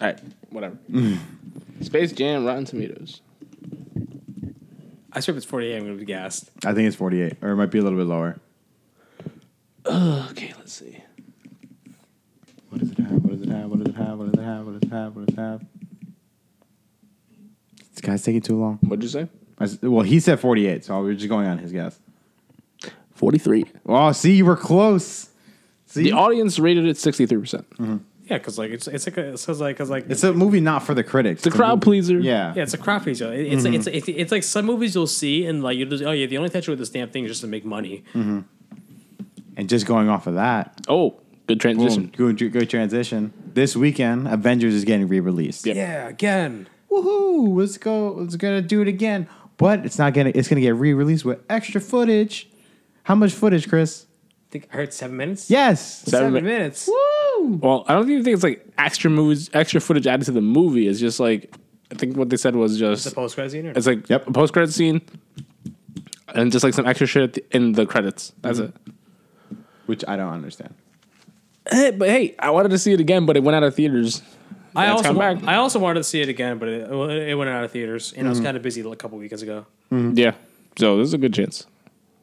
Speaker 3: right, whatever. Space Jam, Rotten Tomatoes.
Speaker 5: I swear, if it's forty eight, I'm gonna be gassed.
Speaker 2: I think it's forty-eight, or it might be a little bit lower.
Speaker 3: Okay, let's see.
Speaker 2: What does it have? What does it have? What does it have? What does it have? What does it have? What does it have? This guy's taking too long.
Speaker 3: What'd you say?
Speaker 2: I s- well, he said forty-eight, so we were just going on his guess.
Speaker 3: 43.
Speaker 2: Oh, see, you were close. See,
Speaker 3: The audience rated it 63%. percent
Speaker 5: Yeah, because like it's it's like a, it says like because like
Speaker 2: It's a movie not for the critics.
Speaker 3: The
Speaker 2: It's a
Speaker 3: crowd
Speaker 2: movie-
Speaker 3: pleaser.
Speaker 2: Yeah.
Speaker 5: yeah, it's a crap feature. It-
Speaker 3: Mm-hmm.
Speaker 5: It's it's, it's it's like some movies you'll see and like you just oh yeah, the only intention with this damn thing is just to make money.
Speaker 3: Mm.
Speaker 2: And just going off of that,
Speaker 3: Oh, good transition.
Speaker 2: boom, good, good transition. This weekend, Avengers is getting re-released.
Speaker 3: Yep.
Speaker 5: Yeah, again.
Speaker 2: Woohoo! Let's go. Let's gonna do it again. But it's not gonna. It's gonna get re-released with extra footage. How much footage, Chris?
Speaker 5: I think I heard seven minutes.
Speaker 2: Yes.
Speaker 5: seven,
Speaker 3: Seven mi-
Speaker 5: minutes.
Speaker 2: Woo!
Speaker 3: Well, I don't even think it's like extra movies, extra footage added to the movie. It's just like, I think what they said was
Speaker 5: The
Speaker 3: just,
Speaker 5: post credits scene. or-
Speaker 3: it's like
Speaker 2: Yep.
Speaker 3: a post credit scene and just like some extra shit at the- in the credits. That's
Speaker 2: Mm-hmm.
Speaker 3: it.
Speaker 2: Which I don't understand.
Speaker 3: Hey, but hey, I wanted to see it again, but it went out of theaters.
Speaker 5: I
Speaker 3: It's
Speaker 5: also
Speaker 3: come
Speaker 5: wa-
Speaker 3: back.
Speaker 5: I also wanted to see it again, but it, well, it went out of theaters, and I
Speaker 3: Mm-hmm.
Speaker 5: was kind of busy a couple weekends ago.
Speaker 2: Mm-hmm.
Speaker 3: Yeah. So this is a good chance.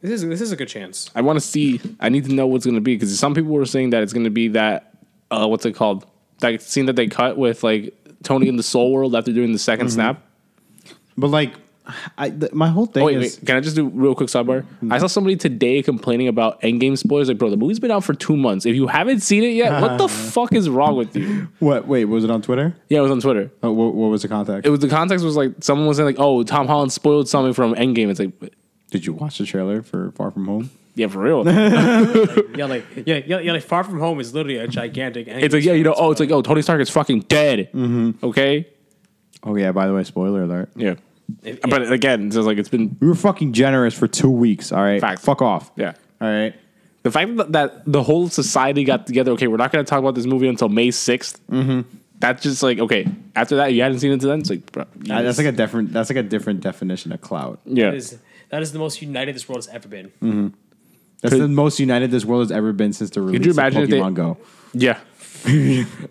Speaker 5: This is this is a good chance.
Speaker 3: I want to see. I need to know what's going to be because some people were saying that it's going to be that uh, what's it called? That scene that they cut with like Tony in the Soul World after doing the 2nd snap.
Speaker 2: But like, I th- my whole thing
Speaker 3: Oh, wait,
Speaker 2: is
Speaker 3: wait. Can I just do real quick sidebar? I saw somebody today complaining about Endgame spoilers. Like, bro, the movie's been out for two months. If you haven't seen it yet, what the fuck is wrong with you?
Speaker 2: what? Wait, was it on Twitter?
Speaker 3: Yeah, it was on Twitter.
Speaker 2: Uh, what, what was the context?
Speaker 3: It was the context was like someone was saying like, oh, Tom Holland spoiled something from Endgame. It's like,
Speaker 2: Did you watch the trailer for Far From Home?
Speaker 3: yeah, for real.
Speaker 5: Yeah, like yeah, yeah, yeah, like Far From Home is literally a gigantic.
Speaker 3: It's like, oh, yeah, you know, oh, it's like, oh, Tony Stark is fucking dead. Okay?
Speaker 2: Oh yeah. By the way, spoiler alert.
Speaker 3: Yeah. But again, it's just like it's been
Speaker 2: We were fucking generous for two weeks. All right,
Speaker 3: Facts.
Speaker 2: fuck off.
Speaker 3: yeah.
Speaker 2: All right.
Speaker 3: The fact that, that the whole society got together, okay, we're not going to talk about this movie until May 6th. Mm-hmm. That's just like, okay, after that, you hadn't seen it until then. It's like, bro.
Speaker 2: Uh, That's like a different. That's like a different definition of clout.
Speaker 3: yeah.
Speaker 5: That is, that is the most united this world has ever been.
Speaker 2: That's the most united this world has ever been since the release
Speaker 3: you
Speaker 2: of
Speaker 3: imagine if they-
Speaker 2: Pokemon Go.
Speaker 3: yeah.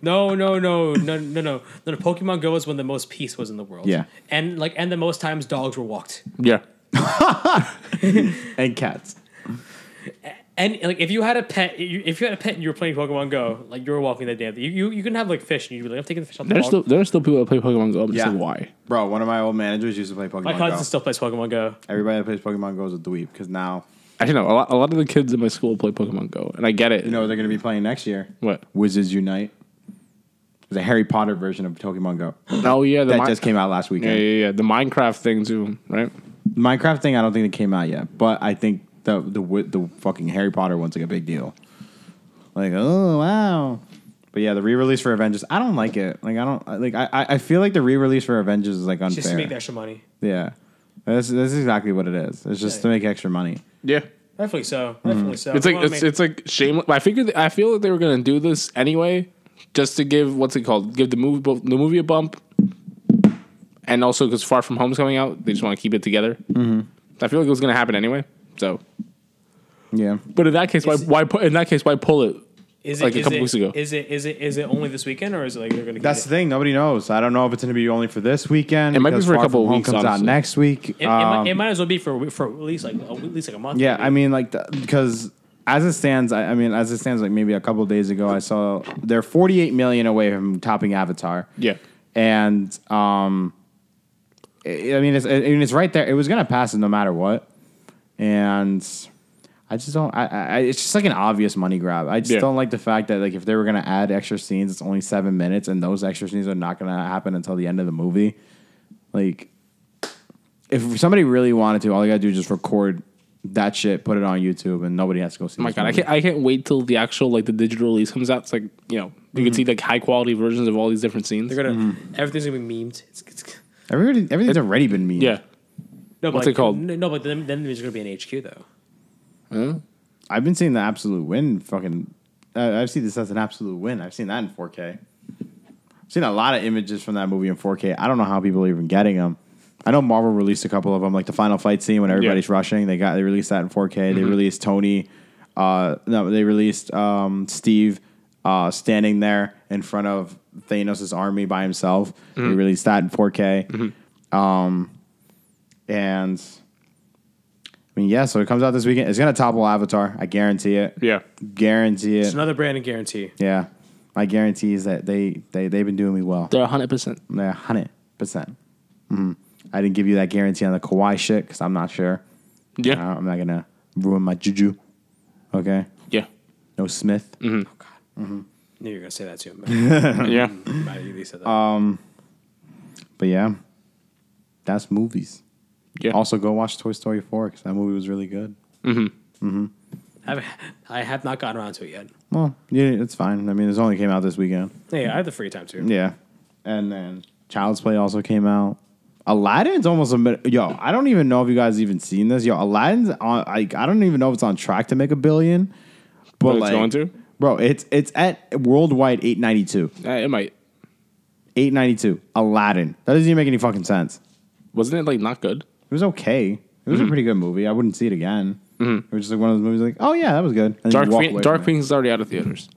Speaker 5: No, no, no, no, no, no, no. Pokemon Go is when the most peace was in the world.
Speaker 2: Yeah.
Speaker 5: and like, and the most times dogs were walked.
Speaker 3: Yeah.
Speaker 2: And cats.
Speaker 5: And like, if you had a pet, you- if you had a pet and you were playing Pokemon Go, like you were walking that damn thing, you you, you can have like fish and you'd be like, I'm taking the fish off the
Speaker 3: There's
Speaker 5: dog.
Speaker 3: still, there are still people that play Pokemon Go. I'm just
Speaker 2: Yeah.
Speaker 3: like, why?
Speaker 2: Bro, one of my old managers used to play Pokemon
Speaker 5: My cousin
Speaker 2: Go.
Speaker 5: still plays Pokemon Go.
Speaker 2: Everybody that plays Pokemon Go is a dweeb because now
Speaker 3: Actually, no. A lot, a lot of the kids in my school play Pokemon Go, and I get it.
Speaker 2: you know what they're going to be playing next year.
Speaker 3: What?
Speaker 2: Wizards Unite. There's a Harry Potter version of Pokemon Go
Speaker 3: Oh yeah, the
Speaker 2: that
Speaker 3: Mi-
Speaker 2: just came out last
Speaker 3: Yeah,
Speaker 2: weekend.
Speaker 3: yeah, yeah. The Minecraft thing too, right?
Speaker 2: Minecraft thing, I don't think it came out yet, but I think the the wi- the fucking Harry Potter one's like a big deal. Like, oh wow. But yeah, the re-release for Avengers, I don't like it. Like, I don't I- like. I I I feel like the re-release for Avengers is like unfair.
Speaker 5: Just to make the extra money.
Speaker 2: yeah, that's that's exactly what it is. It's just to make extra money.
Speaker 3: Yeah.
Speaker 5: Rightfully so. Rightfully so.
Speaker 3: Hmm. It's
Speaker 5: We
Speaker 3: like
Speaker 5: wanna
Speaker 3: it's
Speaker 5: make-
Speaker 3: it's like shameless. I figured I feel like they were gonna do this anyway, just to give what's it called? Give the movie bu- the movie a bump, and also because Far From Home's coming out, they just want to keep it together. Mm-hmm. I feel like it was gonna happen anyway. So,
Speaker 2: Yeah,
Speaker 3: but in that case, why why pu- in that case why pull it?
Speaker 5: is
Speaker 3: like a
Speaker 5: is
Speaker 3: couple weeks ago.
Speaker 5: Is it is it is it only this weekend or is it like they're gonna? keep
Speaker 2: that's
Speaker 5: it?
Speaker 2: the thing. Nobody knows. I don't know if it's going to be only for this weekend.
Speaker 3: It might be
Speaker 2: because
Speaker 3: for a
Speaker 2: Far
Speaker 3: couple
Speaker 2: From
Speaker 3: of
Speaker 2: Home
Speaker 3: weeks,
Speaker 2: Comes
Speaker 3: honestly.
Speaker 2: out next week.
Speaker 5: It, it
Speaker 3: Um,
Speaker 5: might, it might as well be for for at least like a, at least like a month.
Speaker 2: Yeah,
Speaker 5: maybe.
Speaker 2: I mean, like, the, because as it stands, I, I mean, as it stands, like maybe a couple of days ago, I saw they're 48 million away from topping Avatar.
Speaker 3: Yeah.
Speaker 2: and um, I I mean, it's I mean, it's right there. It was gonna pass it no matter what, and I just don't. I, I I- it's just like an obvious money grab. I just
Speaker 3: Yeah.
Speaker 2: don't like the fact that like if they were gonna add extra scenes, it's only seven minutes, and those extra scenes are not gonna happen until the end of the movie. Like, if somebody really wanted to, all they gotta do is just record that shit, put it on YouTube, and nobody has to go see.
Speaker 3: Oh my
Speaker 2: this
Speaker 3: god, I
Speaker 2: movie.
Speaker 3: can't I can't wait till the actual like the digital release comes out. It's like you know you can see like high quality versions of all these different scenes.
Speaker 5: They're gonna
Speaker 3: Mm-hmm.
Speaker 5: everything's gonna be memed. It's, it's,
Speaker 2: Everybody, everything's already been mean.
Speaker 3: yeah.
Speaker 5: no, but
Speaker 3: What's
Speaker 5: like,
Speaker 3: it called?
Speaker 5: No, but then, then there's gonna be an HQ though.
Speaker 2: I've been seeing the absolute win. Fucking, uh, I've seen this as an absolute win. I've seen that in 4K. I've seen a lot of images from that movie in 4K. I don't know how people are even getting them. I know Marvel released a couple of them, like the final fight scene when everybody's rushing. They got they released that in 4K. They released Tony. Uh, no, they released um, Steve uh, standing there in front of Thanos' army by himself. They released that in 4K. Um, and I mean, yeah. So it comes out this weekend. It's gonna topple Avatar. I guarantee it.
Speaker 3: Yeah.
Speaker 2: Guarantee it.
Speaker 5: It's another brand guarantee.
Speaker 2: yeah. My guarantee is that they they they've been doing me well.
Speaker 3: They're hundred percent.
Speaker 2: They're hundred percent. Mm-hmm. I didn't give you that guarantee on the Kawhi shit because I'm not sure.
Speaker 3: Yeah.
Speaker 2: I- I'm not gonna ruin my juju. Okay.
Speaker 3: Yeah.
Speaker 2: No Smith.
Speaker 5: knew you were gonna say that too. I'm
Speaker 3: yeah.
Speaker 5: mad at you that you said that.
Speaker 2: Um, But yeah, that's movies.
Speaker 3: Yeah.
Speaker 2: Also, go watch Toy Story four because that movie was really good.
Speaker 5: I've, I have not gotten around to it yet.
Speaker 2: Well, yeah, it's fine. I mean, it only came out this weekend.
Speaker 5: Hey, I have the free time too.
Speaker 2: Yeah. And then Child's Play also came out. Aladdin's almost a mid- yo. I don't even know if you guys even seen this. Yo, Aladdin's on. Like, I don't even know if it's on track to make a billion. But
Speaker 3: But it's
Speaker 2: like,
Speaker 3: going to?
Speaker 2: bro, it's it's at worldwide eight ninety two.
Speaker 3: Uh, it might.
Speaker 2: Eight ninety two. Aladdin. That doesn't even make any fucking sense.
Speaker 3: Wasn't it like not good?
Speaker 2: It was okay. It
Speaker 3: Mm-hmm.
Speaker 2: was a pretty good movie. I wouldn't see it again. It was just like one of those movies. Like, oh yeah, that was good. And then
Speaker 3: Dark
Speaker 2: you walk
Speaker 3: Phoenix,
Speaker 2: away
Speaker 3: Dark
Speaker 2: from it.
Speaker 3: Phoenix is already out of theaters.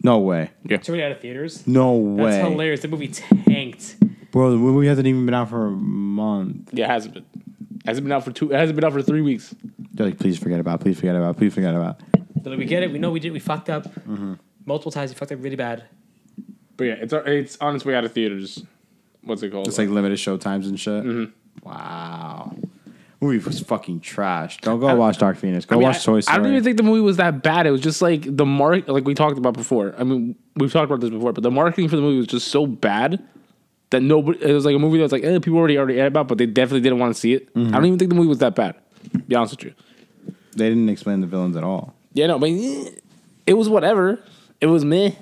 Speaker 2: No way.
Speaker 5: It's already out of theaters.
Speaker 2: No way.
Speaker 5: That's hilarious. The movie tanked.
Speaker 2: Bro, the movie hasn't even been out for a month.
Speaker 3: Yeah, it hasn't been. Hasn't been out for two. It hasn't been out for three weeks.
Speaker 2: They're like, please forget about. it. Please forget about. it. Please forget about. it.
Speaker 5: But like, we get it. We know we did. We fucked up
Speaker 2: Mm-hmm.
Speaker 5: multiple times. We fucked up really bad.
Speaker 3: But yeah, it's it's on its way out of theaters. What's it called?
Speaker 2: It's like limited showtimes and shit.
Speaker 3: Mm-hmm.
Speaker 2: Wow. Movie was fucking trash. Don't go watch Dark Phoenix. Go
Speaker 3: I mean,
Speaker 2: watch
Speaker 3: I-
Speaker 2: Toy Story.
Speaker 3: I don't even think the movie was that bad. It was just like the mark, like we talked about before. I mean, we've talked about this before, but the marketing for the movie was just so bad that nobody. It was like a movie that was like, eh, people already already had about, but they definitely didn't want to see it.
Speaker 2: Mm-hmm.
Speaker 3: I don't even think the movie was that bad. to Be honest with you.
Speaker 2: they didn't explain the villains at all.
Speaker 3: Yeah, no, but eh, it was whatever. It was meh.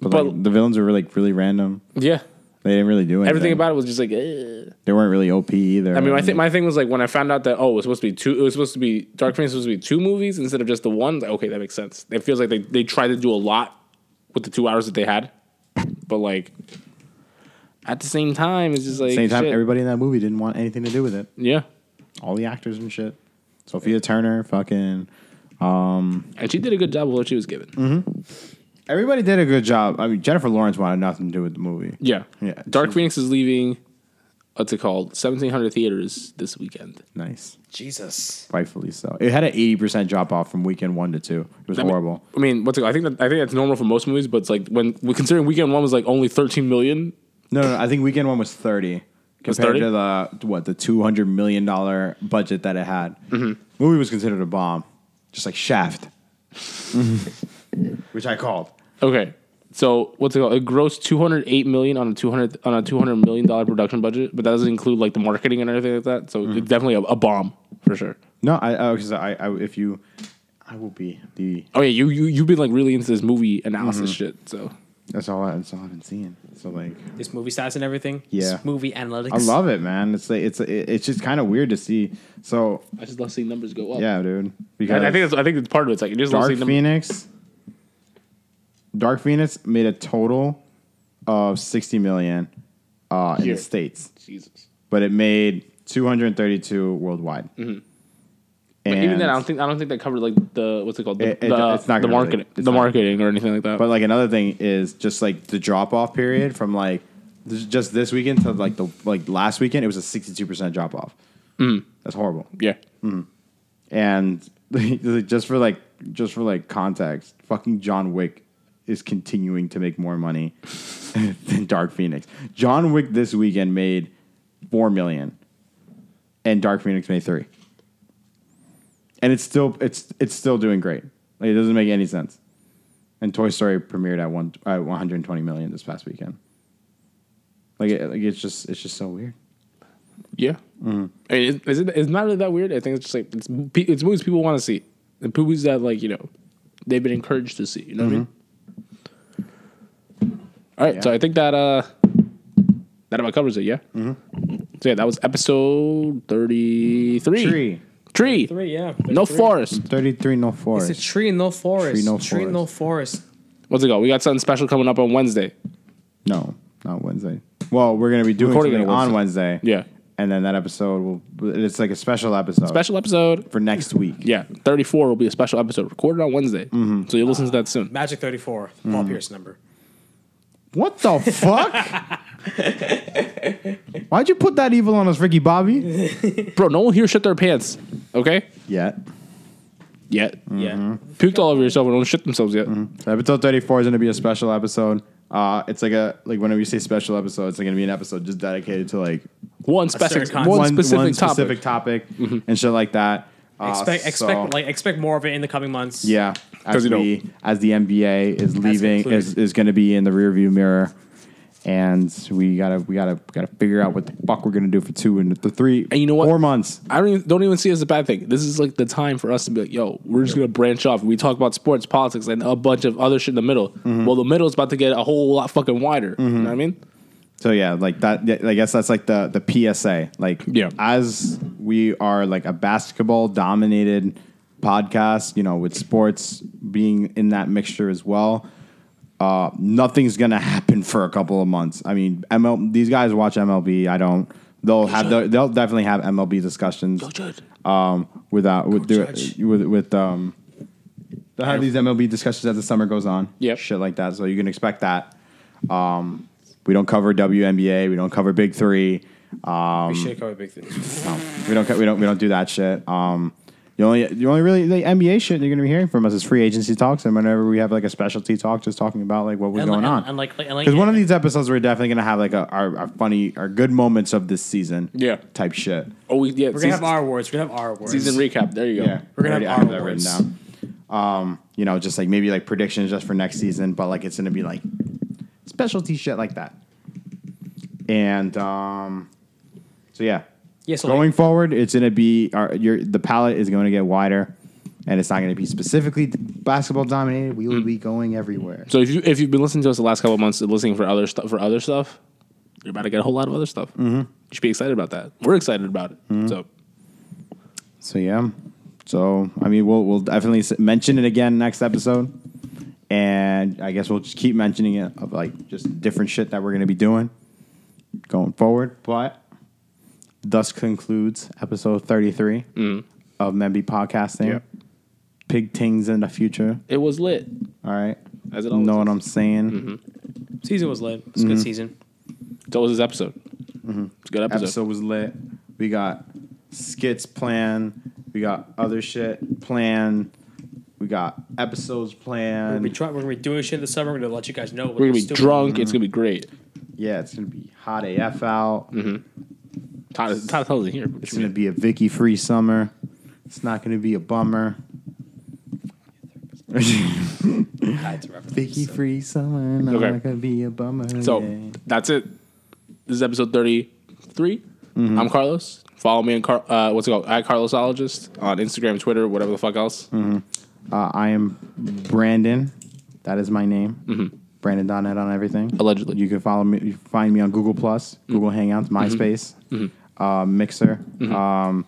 Speaker 2: But,
Speaker 3: But-
Speaker 2: like, the villains were like really random.
Speaker 3: Yeah.
Speaker 2: They didn't really do anything.
Speaker 3: Everything about it was just like. eh.
Speaker 2: they weren't really OP either.
Speaker 3: I mean, I think my thing was like when I found out that oh, it was supposed to be two. It was supposed to be Dark Phoenix was supposed to be two movies instead of just the one. Like, okay, that makes sense. It feels like they they tried to do a lot with the two hours that they had, but like at the same time, it's just like
Speaker 2: same time,
Speaker 3: shit.
Speaker 2: everybody in that movie didn't want anything to do with it.
Speaker 3: yeah.
Speaker 2: All the actors and shit. Sophia Turner, fucking
Speaker 3: And she did a good job with what she was given.
Speaker 2: Mm. everybody did a good job. I mean, Jennifer Lawrence wanted nothing to do with the movie.
Speaker 3: Yeah,
Speaker 2: Yeah.
Speaker 3: Dark Phoenix is leaving. What's it called? Seventeen hundred theaters this weekend.
Speaker 2: Nice,
Speaker 5: Jesus.
Speaker 2: rightfully so. It had an eighty percent drop off from weekend one to two. It was
Speaker 3: I mean-
Speaker 2: horrible.
Speaker 3: I mean, what's it called? I think that, I think that's normal for most movies, but it's like when we considering weekend one was like only thirteen million.
Speaker 2: No, no, I think weekend one was thirty
Speaker 3: Was
Speaker 2: compared
Speaker 3: 30?
Speaker 2: to the what the two hundred million dollar budget that it had. Movie was considered a bomb, just like Shaft, which I called.
Speaker 3: Okay, so what's it called? It grossed two hundred eight million on a two hundred on a two hundred million dollar production budget, but that doesn't include like the marketing and everything like that. So
Speaker 2: Mm-hmm.
Speaker 3: it's definitely a, a bomb for sure.
Speaker 2: No, I because I, I if you, I will be the
Speaker 3: Oh yeah, you you you've been like really into this movie
Speaker 2: Mm-hmm.
Speaker 3: analysis shit. So
Speaker 2: that's all I, that's all I've been seeing. So like.
Speaker 5: This movie stats and everything.
Speaker 2: Yeah.
Speaker 5: This movie analytics.
Speaker 2: I love it, man. It's like, it's it- it's just kind of weird to see. So
Speaker 3: I just love seeing numbers go up.
Speaker 2: yeah, dude.
Speaker 3: I,
Speaker 2: Because
Speaker 3: I think that's, I think it's part of it. It's like you just love
Speaker 2: Dark
Speaker 3: seeing numbers.
Speaker 2: Phoenix, Dark Phoenix made a total of sixty million uh, in
Speaker 3: Here.
Speaker 2: the states,
Speaker 3: Jesus.
Speaker 2: but it made two hundred thirty-two worldwide.
Speaker 3: Mm-hmm. But even
Speaker 2: And-
Speaker 3: then, I don't think I don't think that covered like the what's it called the,
Speaker 2: It- it-
Speaker 3: the,
Speaker 2: it's not gonna
Speaker 3: the
Speaker 2: really-
Speaker 3: marketing
Speaker 2: it's
Speaker 3: the
Speaker 2: not-
Speaker 3: marketing or anything like that.
Speaker 2: But like another thing is just like the drop off period from like this is just this weekend to like the like last weekend, it was a sixty-two percent drop off.
Speaker 3: Mm-hmm.
Speaker 2: That's horrible.
Speaker 3: yeah,
Speaker 2: and just for like just for like context, fucking John Wick is continuing to make more money than Dark Phoenix. John Wick this weekend made four million, and Dark Phoenix made three, and it's still it's it's still doing great. Like it doesn't make any sense. And Toy Story premiered at one at one hundred twenty million this past weekend. Like, it, like it's just it's just so weird.
Speaker 3: yeah. I mean, is, is it, it's not really that weird. I think it's just like it's pe- it's movies people want to see, the movies that like you know they've been encouraged to see. You know what I mean? All right, so I think that uh that about covers it. Yeah. So yeah, that was episode thirty three.
Speaker 2: Tree
Speaker 3: Tree.
Speaker 5: Three, yeah.
Speaker 3: No
Speaker 5: Three.
Speaker 3: forest.
Speaker 2: thirty three no
Speaker 5: It's
Speaker 2: forest.
Speaker 5: a tree in no forest.
Speaker 2: Tree, no
Speaker 5: Tree, no forest.
Speaker 3: What's it called? We got something special coming up on Wednesday.
Speaker 2: No, not Wednesday. Well, we're gonna be doing
Speaker 3: Recording
Speaker 2: something
Speaker 3: it
Speaker 2: on Wednesday.
Speaker 3: Yeah.
Speaker 2: and then that episode will. It's like a special episode
Speaker 3: Special episode.
Speaker 2: for next week.
Speaker 3: Yeah, 34 will be a special episode recorded on Wednesday. So you'll listen to that soon.
Speaker 5: Magic 34,
Speaker 2: Mm-hmm.
Speaker 5: Paul Pierce number.
Speaker 2: What the fuck? Why'd you put that evil on us, Ricky Bobby?
Speaker 3: Bro, no one here shit their pants, okay?
Speaker 2: Yeah.
Speaker 3: Yet.
Speaker 5: Yeah.
Speaker 2: Mm-hmm.
Speaker 3: Puked all over yourself and don't shit themselves yet.
Speaker 2: Episode thirty four is gonna be a special episode. Uh, it's like a like whenever you say special episode, it's gonna be an episode just dedicated to like
Speaker 3: One, specific,
Speaker 5: certain
Speaker 3: one,
Speaker 5: concept.
Speaker 3: specific topic. Mm-hmm.
Speaker 2: specific topic and shit like that. Uh,
Speaker 5: Expect,
Speaker 2: so-
Speaker 5: expect, like, expect more of it in the coming months.
Speaker 2: Yeah, as
Speaker 3: you don't-
Speaker 2: we as the NBA is leaving
Speaker 5: concluded.
Speaker 2: is, is going to be in the rearview mirror, and we gotta we gotta gotta figure out what the fuck we're gonna do for two and the three
Speaker 3: And you know what?
Speaker 2: four months.
Speaker 3: I don't even, don't even see it as a bad thing. This is like the time for us to be like, yo, we're just gonna branch off. We talk about sports, politics, and a bunch of other shit in the middle. Well, the middle is about to get a whole lot fucking wider. You know what I mean?
Speaker 2: So yeah, like that. yeah, I guess that's like the the PSA. Like
Speaker 3: Yeah.
Speaker 2: as we are like a basketball dominated podcast, you know, with sports being in that mixture as well. Uh, nothing's gonna happen for a couple of months. I mean, ML, these guys watch MLB. I don't. They'll have their, they'll definitely have MLB discussions
Speaker 3: Judge.
Speaker 2: um, without with their,
Speaker 5: judge.
Speaker 2: with with um. They'll have these MLB discussions as the summer goes on.
Speaker 3: Yep.
Speaker 2: shit like that. So you can expect that. Um, We don't cover WNBA. We don't cover Big Three.
Speaker 5: We should cover big things.
Speaker 2: We don't. co- We don't. We don't do that shit. Um, the only the only really the NBA shit you're gonna be hearing from us is free agency talks, and whenever we have like a specialty talk, just talking about like what was
Speaker 5: And
Speaker 2: going
Speaker 5: like-
Speaker 2: on.
Speaker 5: and like- and like-
Speaker 2: because one of these episodes, we're definitely gonna have like a, our, our funny, our good moments of this season.
Speaker 3: Yeah.
Speaker 2: Type shit.
Speaker 3: Oh, we, yeah.
Speaker 5: We're going to
Speaker 3: Season,
Speaker 5: have our awards. We're going to have our awards.
Speaker 3: season recap. There you go.
Speaker 2: Yeah,
Speaker 5: We're gonna
Speaker 2: I already
Speaker 5: have our
Speaker 2: that
Speaker 5: awards.
Speaker 2: written down. Um, you know, just like maybe like predictions just for next season, but like it's gonna be like specialty shit like that. And um, so yeah,
Speaker 5: Yeah, so
Speaker 2: going
Speaker 5: like,
Speaker 2: forward, it's gonna be our, your the palette is going to get wider, and it's not going to be specifically basketball dominated.
Speaker 5: Mm.
Speaker 2: We will be going everywhere.
Speaker 3: So if you if you've been listening to us the last couple of months, and listening for other stuff for other stuff, you're about to get a whole lot of other stuff. Mm-hmm. You should be excited about that. We're excited about it. So
Speaker 2: So yeah. So I mean, we'll we'll definitely s- mention it again next episode, and I guess we'll just keep mentioning it of like just different shit that we're gonna be doing going forward. But thus concludes episode thirty three
Speaker 3: Mm-hmm.
Speaker 2: of Memby Podcasting.
Speaker 4: Yep.
Speaker 2: Big things in the future.
Speaker 3: it was lit.
Speaker 2: All right.
Speaker 3: As it
Speaker 2: know
Speaker 3: always
Speaker 2: what
Speaker 3: is. Mm-hmm.
Speaker 2: I'm saying.
Speaker 5: Season was lit. It's a good season.
Speaker 3: That was this episode. It's a good Mm-hmm. episode.
Speaker 2: episode was lit. We got skits planned. We got other shit planned. We got episodes
Speaker 5: We're
Speaker 2: planned.
Speaker 5: gonna, be try- we're gonna be doing shit this summer. We're gonna let you guys know. What
Speaker 3: We're gonna be
Speaker 5: stupid-
Speaker 3: drunk. It's gonna be great.
Speaker 2: Yeah, it's gonna be hot AF out.
Speaker 3: Todd, Todd Hull's in here.
Speaker 2: It's gonna be a Vicky free summer. It's not gonna be a bummer.
Speaker 5: That's a reference.
Speaker 2: Vicky free summer, not
Speaker 3: Okay.
Speaker 2: gonna be a bummer.
Speaker 3: So
Speaker 2: yeah.
Speaker 3: that's it. This is episode 33.
Speaker 2: Mm-hmm.
Speaker 3: I'm Carlos. Follow me on Car- uh, what's it called? At Carlosologist on Instagram, Twitter, whatever the fuck else.
Speaker 2: uh, I am Brandon. That is my name.
Speaker 3: Mm-hmm.
Speaker 2: Brandon Donnet on everything.
Speaker 3: Allegedly.
Speaker 2: you can follow me. You can find me on Google Plus,
Speaker 3: Mm-hmm.
Speaker 2: Google Hangouts, MySpace, Uh, Mixer. Um,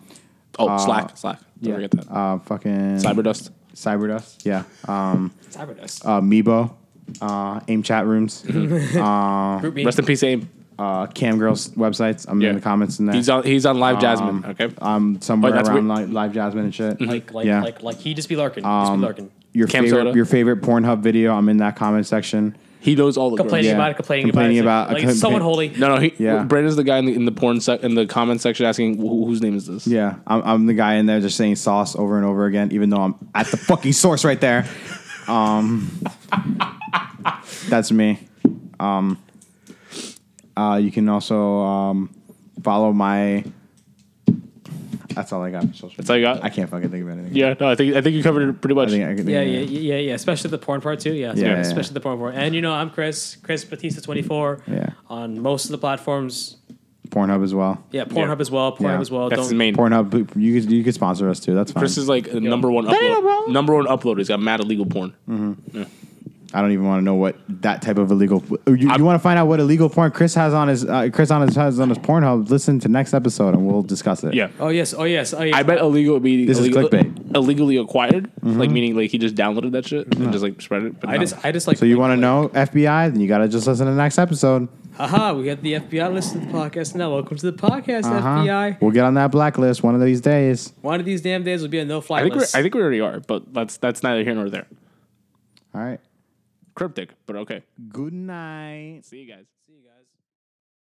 Speaker 3: Oh, Slack, Slack. Mm-hmm. Don't
Speaker 2: yeah,
Speaker 3: forget that.
Speaker 2: Uh, fucking
Speaker 3: Cyberdust.
Speaker 2: Cyberdust. Yeah. Um,
Speaker 5: Cyberdust.
Speaker 2: uh, Meebo. Uh, Aim chat rooms.
Speaker 3: Mm-hmm.
Speaker 5: Group me.
Speaker 3: Rest in peace, Aim.
Speaker 2: uh, Cam girls websites. I'm
Speaker 3: Yeah.
Speaker 2: in the comments in there.
Speaker 3: He's on. He's on
Speaker 2: Um,
Speaker 3: Live Jasmine. Okay.
Speaker 2: I'm somewhere
Speaker 3: Oh, that's
Speaker 2: around
Speaker 3: weird.
Speaker 2: live, live Jasmine and shit.
Speaker 5: like like
Speaker 2: yeah.
Speaker 5: like like he just be lurking. He just be lurking.
Speaker 2: your
Speaker 3: Cam
Speaker 2: favorite
Speaker 3: Soda.
Speaker 2: your favorite Pornhub video. I'm in that comment section.
Speaker 3: he knows all the girls.
Speaker 5: Complaining
Speaker 2: yeah.
Speaker 5: about it. Complaining,
Speaker 2: Complaining
Speaker 5: about it.
Speaker 2: about-
Speaker 5: Like, like it's so
Speaker 2: compla-
Speaker 5: unholy.
Speaker 3: No, no. He,
Speaker 2: Yeah.
Speaker 3: Brandon's the guy in the, in the porn sec- in the comment section asking Who, whose name is this.
Speaker 2: Yeah, I'm, I'm the guy in there just saying sauce over and over again, even though I'm at the fucking source right there. Um, that's me. Um, uh, you can also um, follow my. That's all I got. for social
Speaker 3: That's all you
Speaker 2: media.
Speaker 3: got?
Speaker 2: I can't fucking think of anything.
Speaker 3: Yeah. No, I think I think you covered it
Speaker 2: I
Speaker 3: pretty much.
Speaker 2: think I can think
Speaker 5: Yeah,
Speaker 2: of
Speaker 5: yeah,
Speaker 2: anything.
Speaker 5: yeah, yeah, yeah. Especially the porn part too. Yeah,
Speaker 2: Yeah, yeah,
Speaker 5: especially
Speaker 2: yeah.
Speaker 5: the porn part. And you know, I'm Chris, Chris Batista twenty four.
Speaker 2: Yeah.
Speaker 5: On most of the platforms.
Speaker 2: Pornhub as well.
Speaker 5: Yeah, Pornhub as well. Pornhub
Speaker 2: Yeah.
Speaker 5: as well.
Speaker 3: That's
Speaker 5: Don't
Speaker 3: his main.
Speaker 2: Pornhub, you could you could sponsor us too. That's fine.
Speaker 3: Chris is like the number one upload. Number one upload. He's got mad illegal porn.
Speaker 2: Hmm. I don't even want to know what that type of illegal. You, you want to find out what illegal porn Chris has on his uh, Chris on his has on his Pornhub? Listen to next episode and we'll discuss it.
Speaker 3: Yeah.
Speaker 5: Oh yes. Oh yes. Oh yes.
Speaker 3: I bet illegal would be
Speaker 2: This is
Speaker 3: illegal,
Speaker 2: clickbait. Mm-hmm.
Speaker 3: illegally acquired, like meaning like he just downloaded that shit and just like spread it. But
Speaker 5: I
Speaker 3: no.
Speaker 5: just I just like.
Speaker 2: So you
Speaker 5: like-
Speaker 2: want to know FBI? Then you gotta just listen to the next episode.
Speaker 5: Haha, we got the FBI listening to the podcast now. Welcome to the podcast,
Speaker 2: Uh-huh.
Speaker 5: FBI.
Speaker 2: We'll get on that blacklist one of these days.
Speaker 5: One of these damn days will be a no fly
Speaker 3: I think we're,
Speaker 5: list.
Speaker 3: I think we already are, but that's that's neither here nor there.
Speaker 2: All right.
Speaker 3: Cryptic, but okay.
Speaker 2: Good night.
Speaker 3: See you guys.
Speaker 5: See you guys.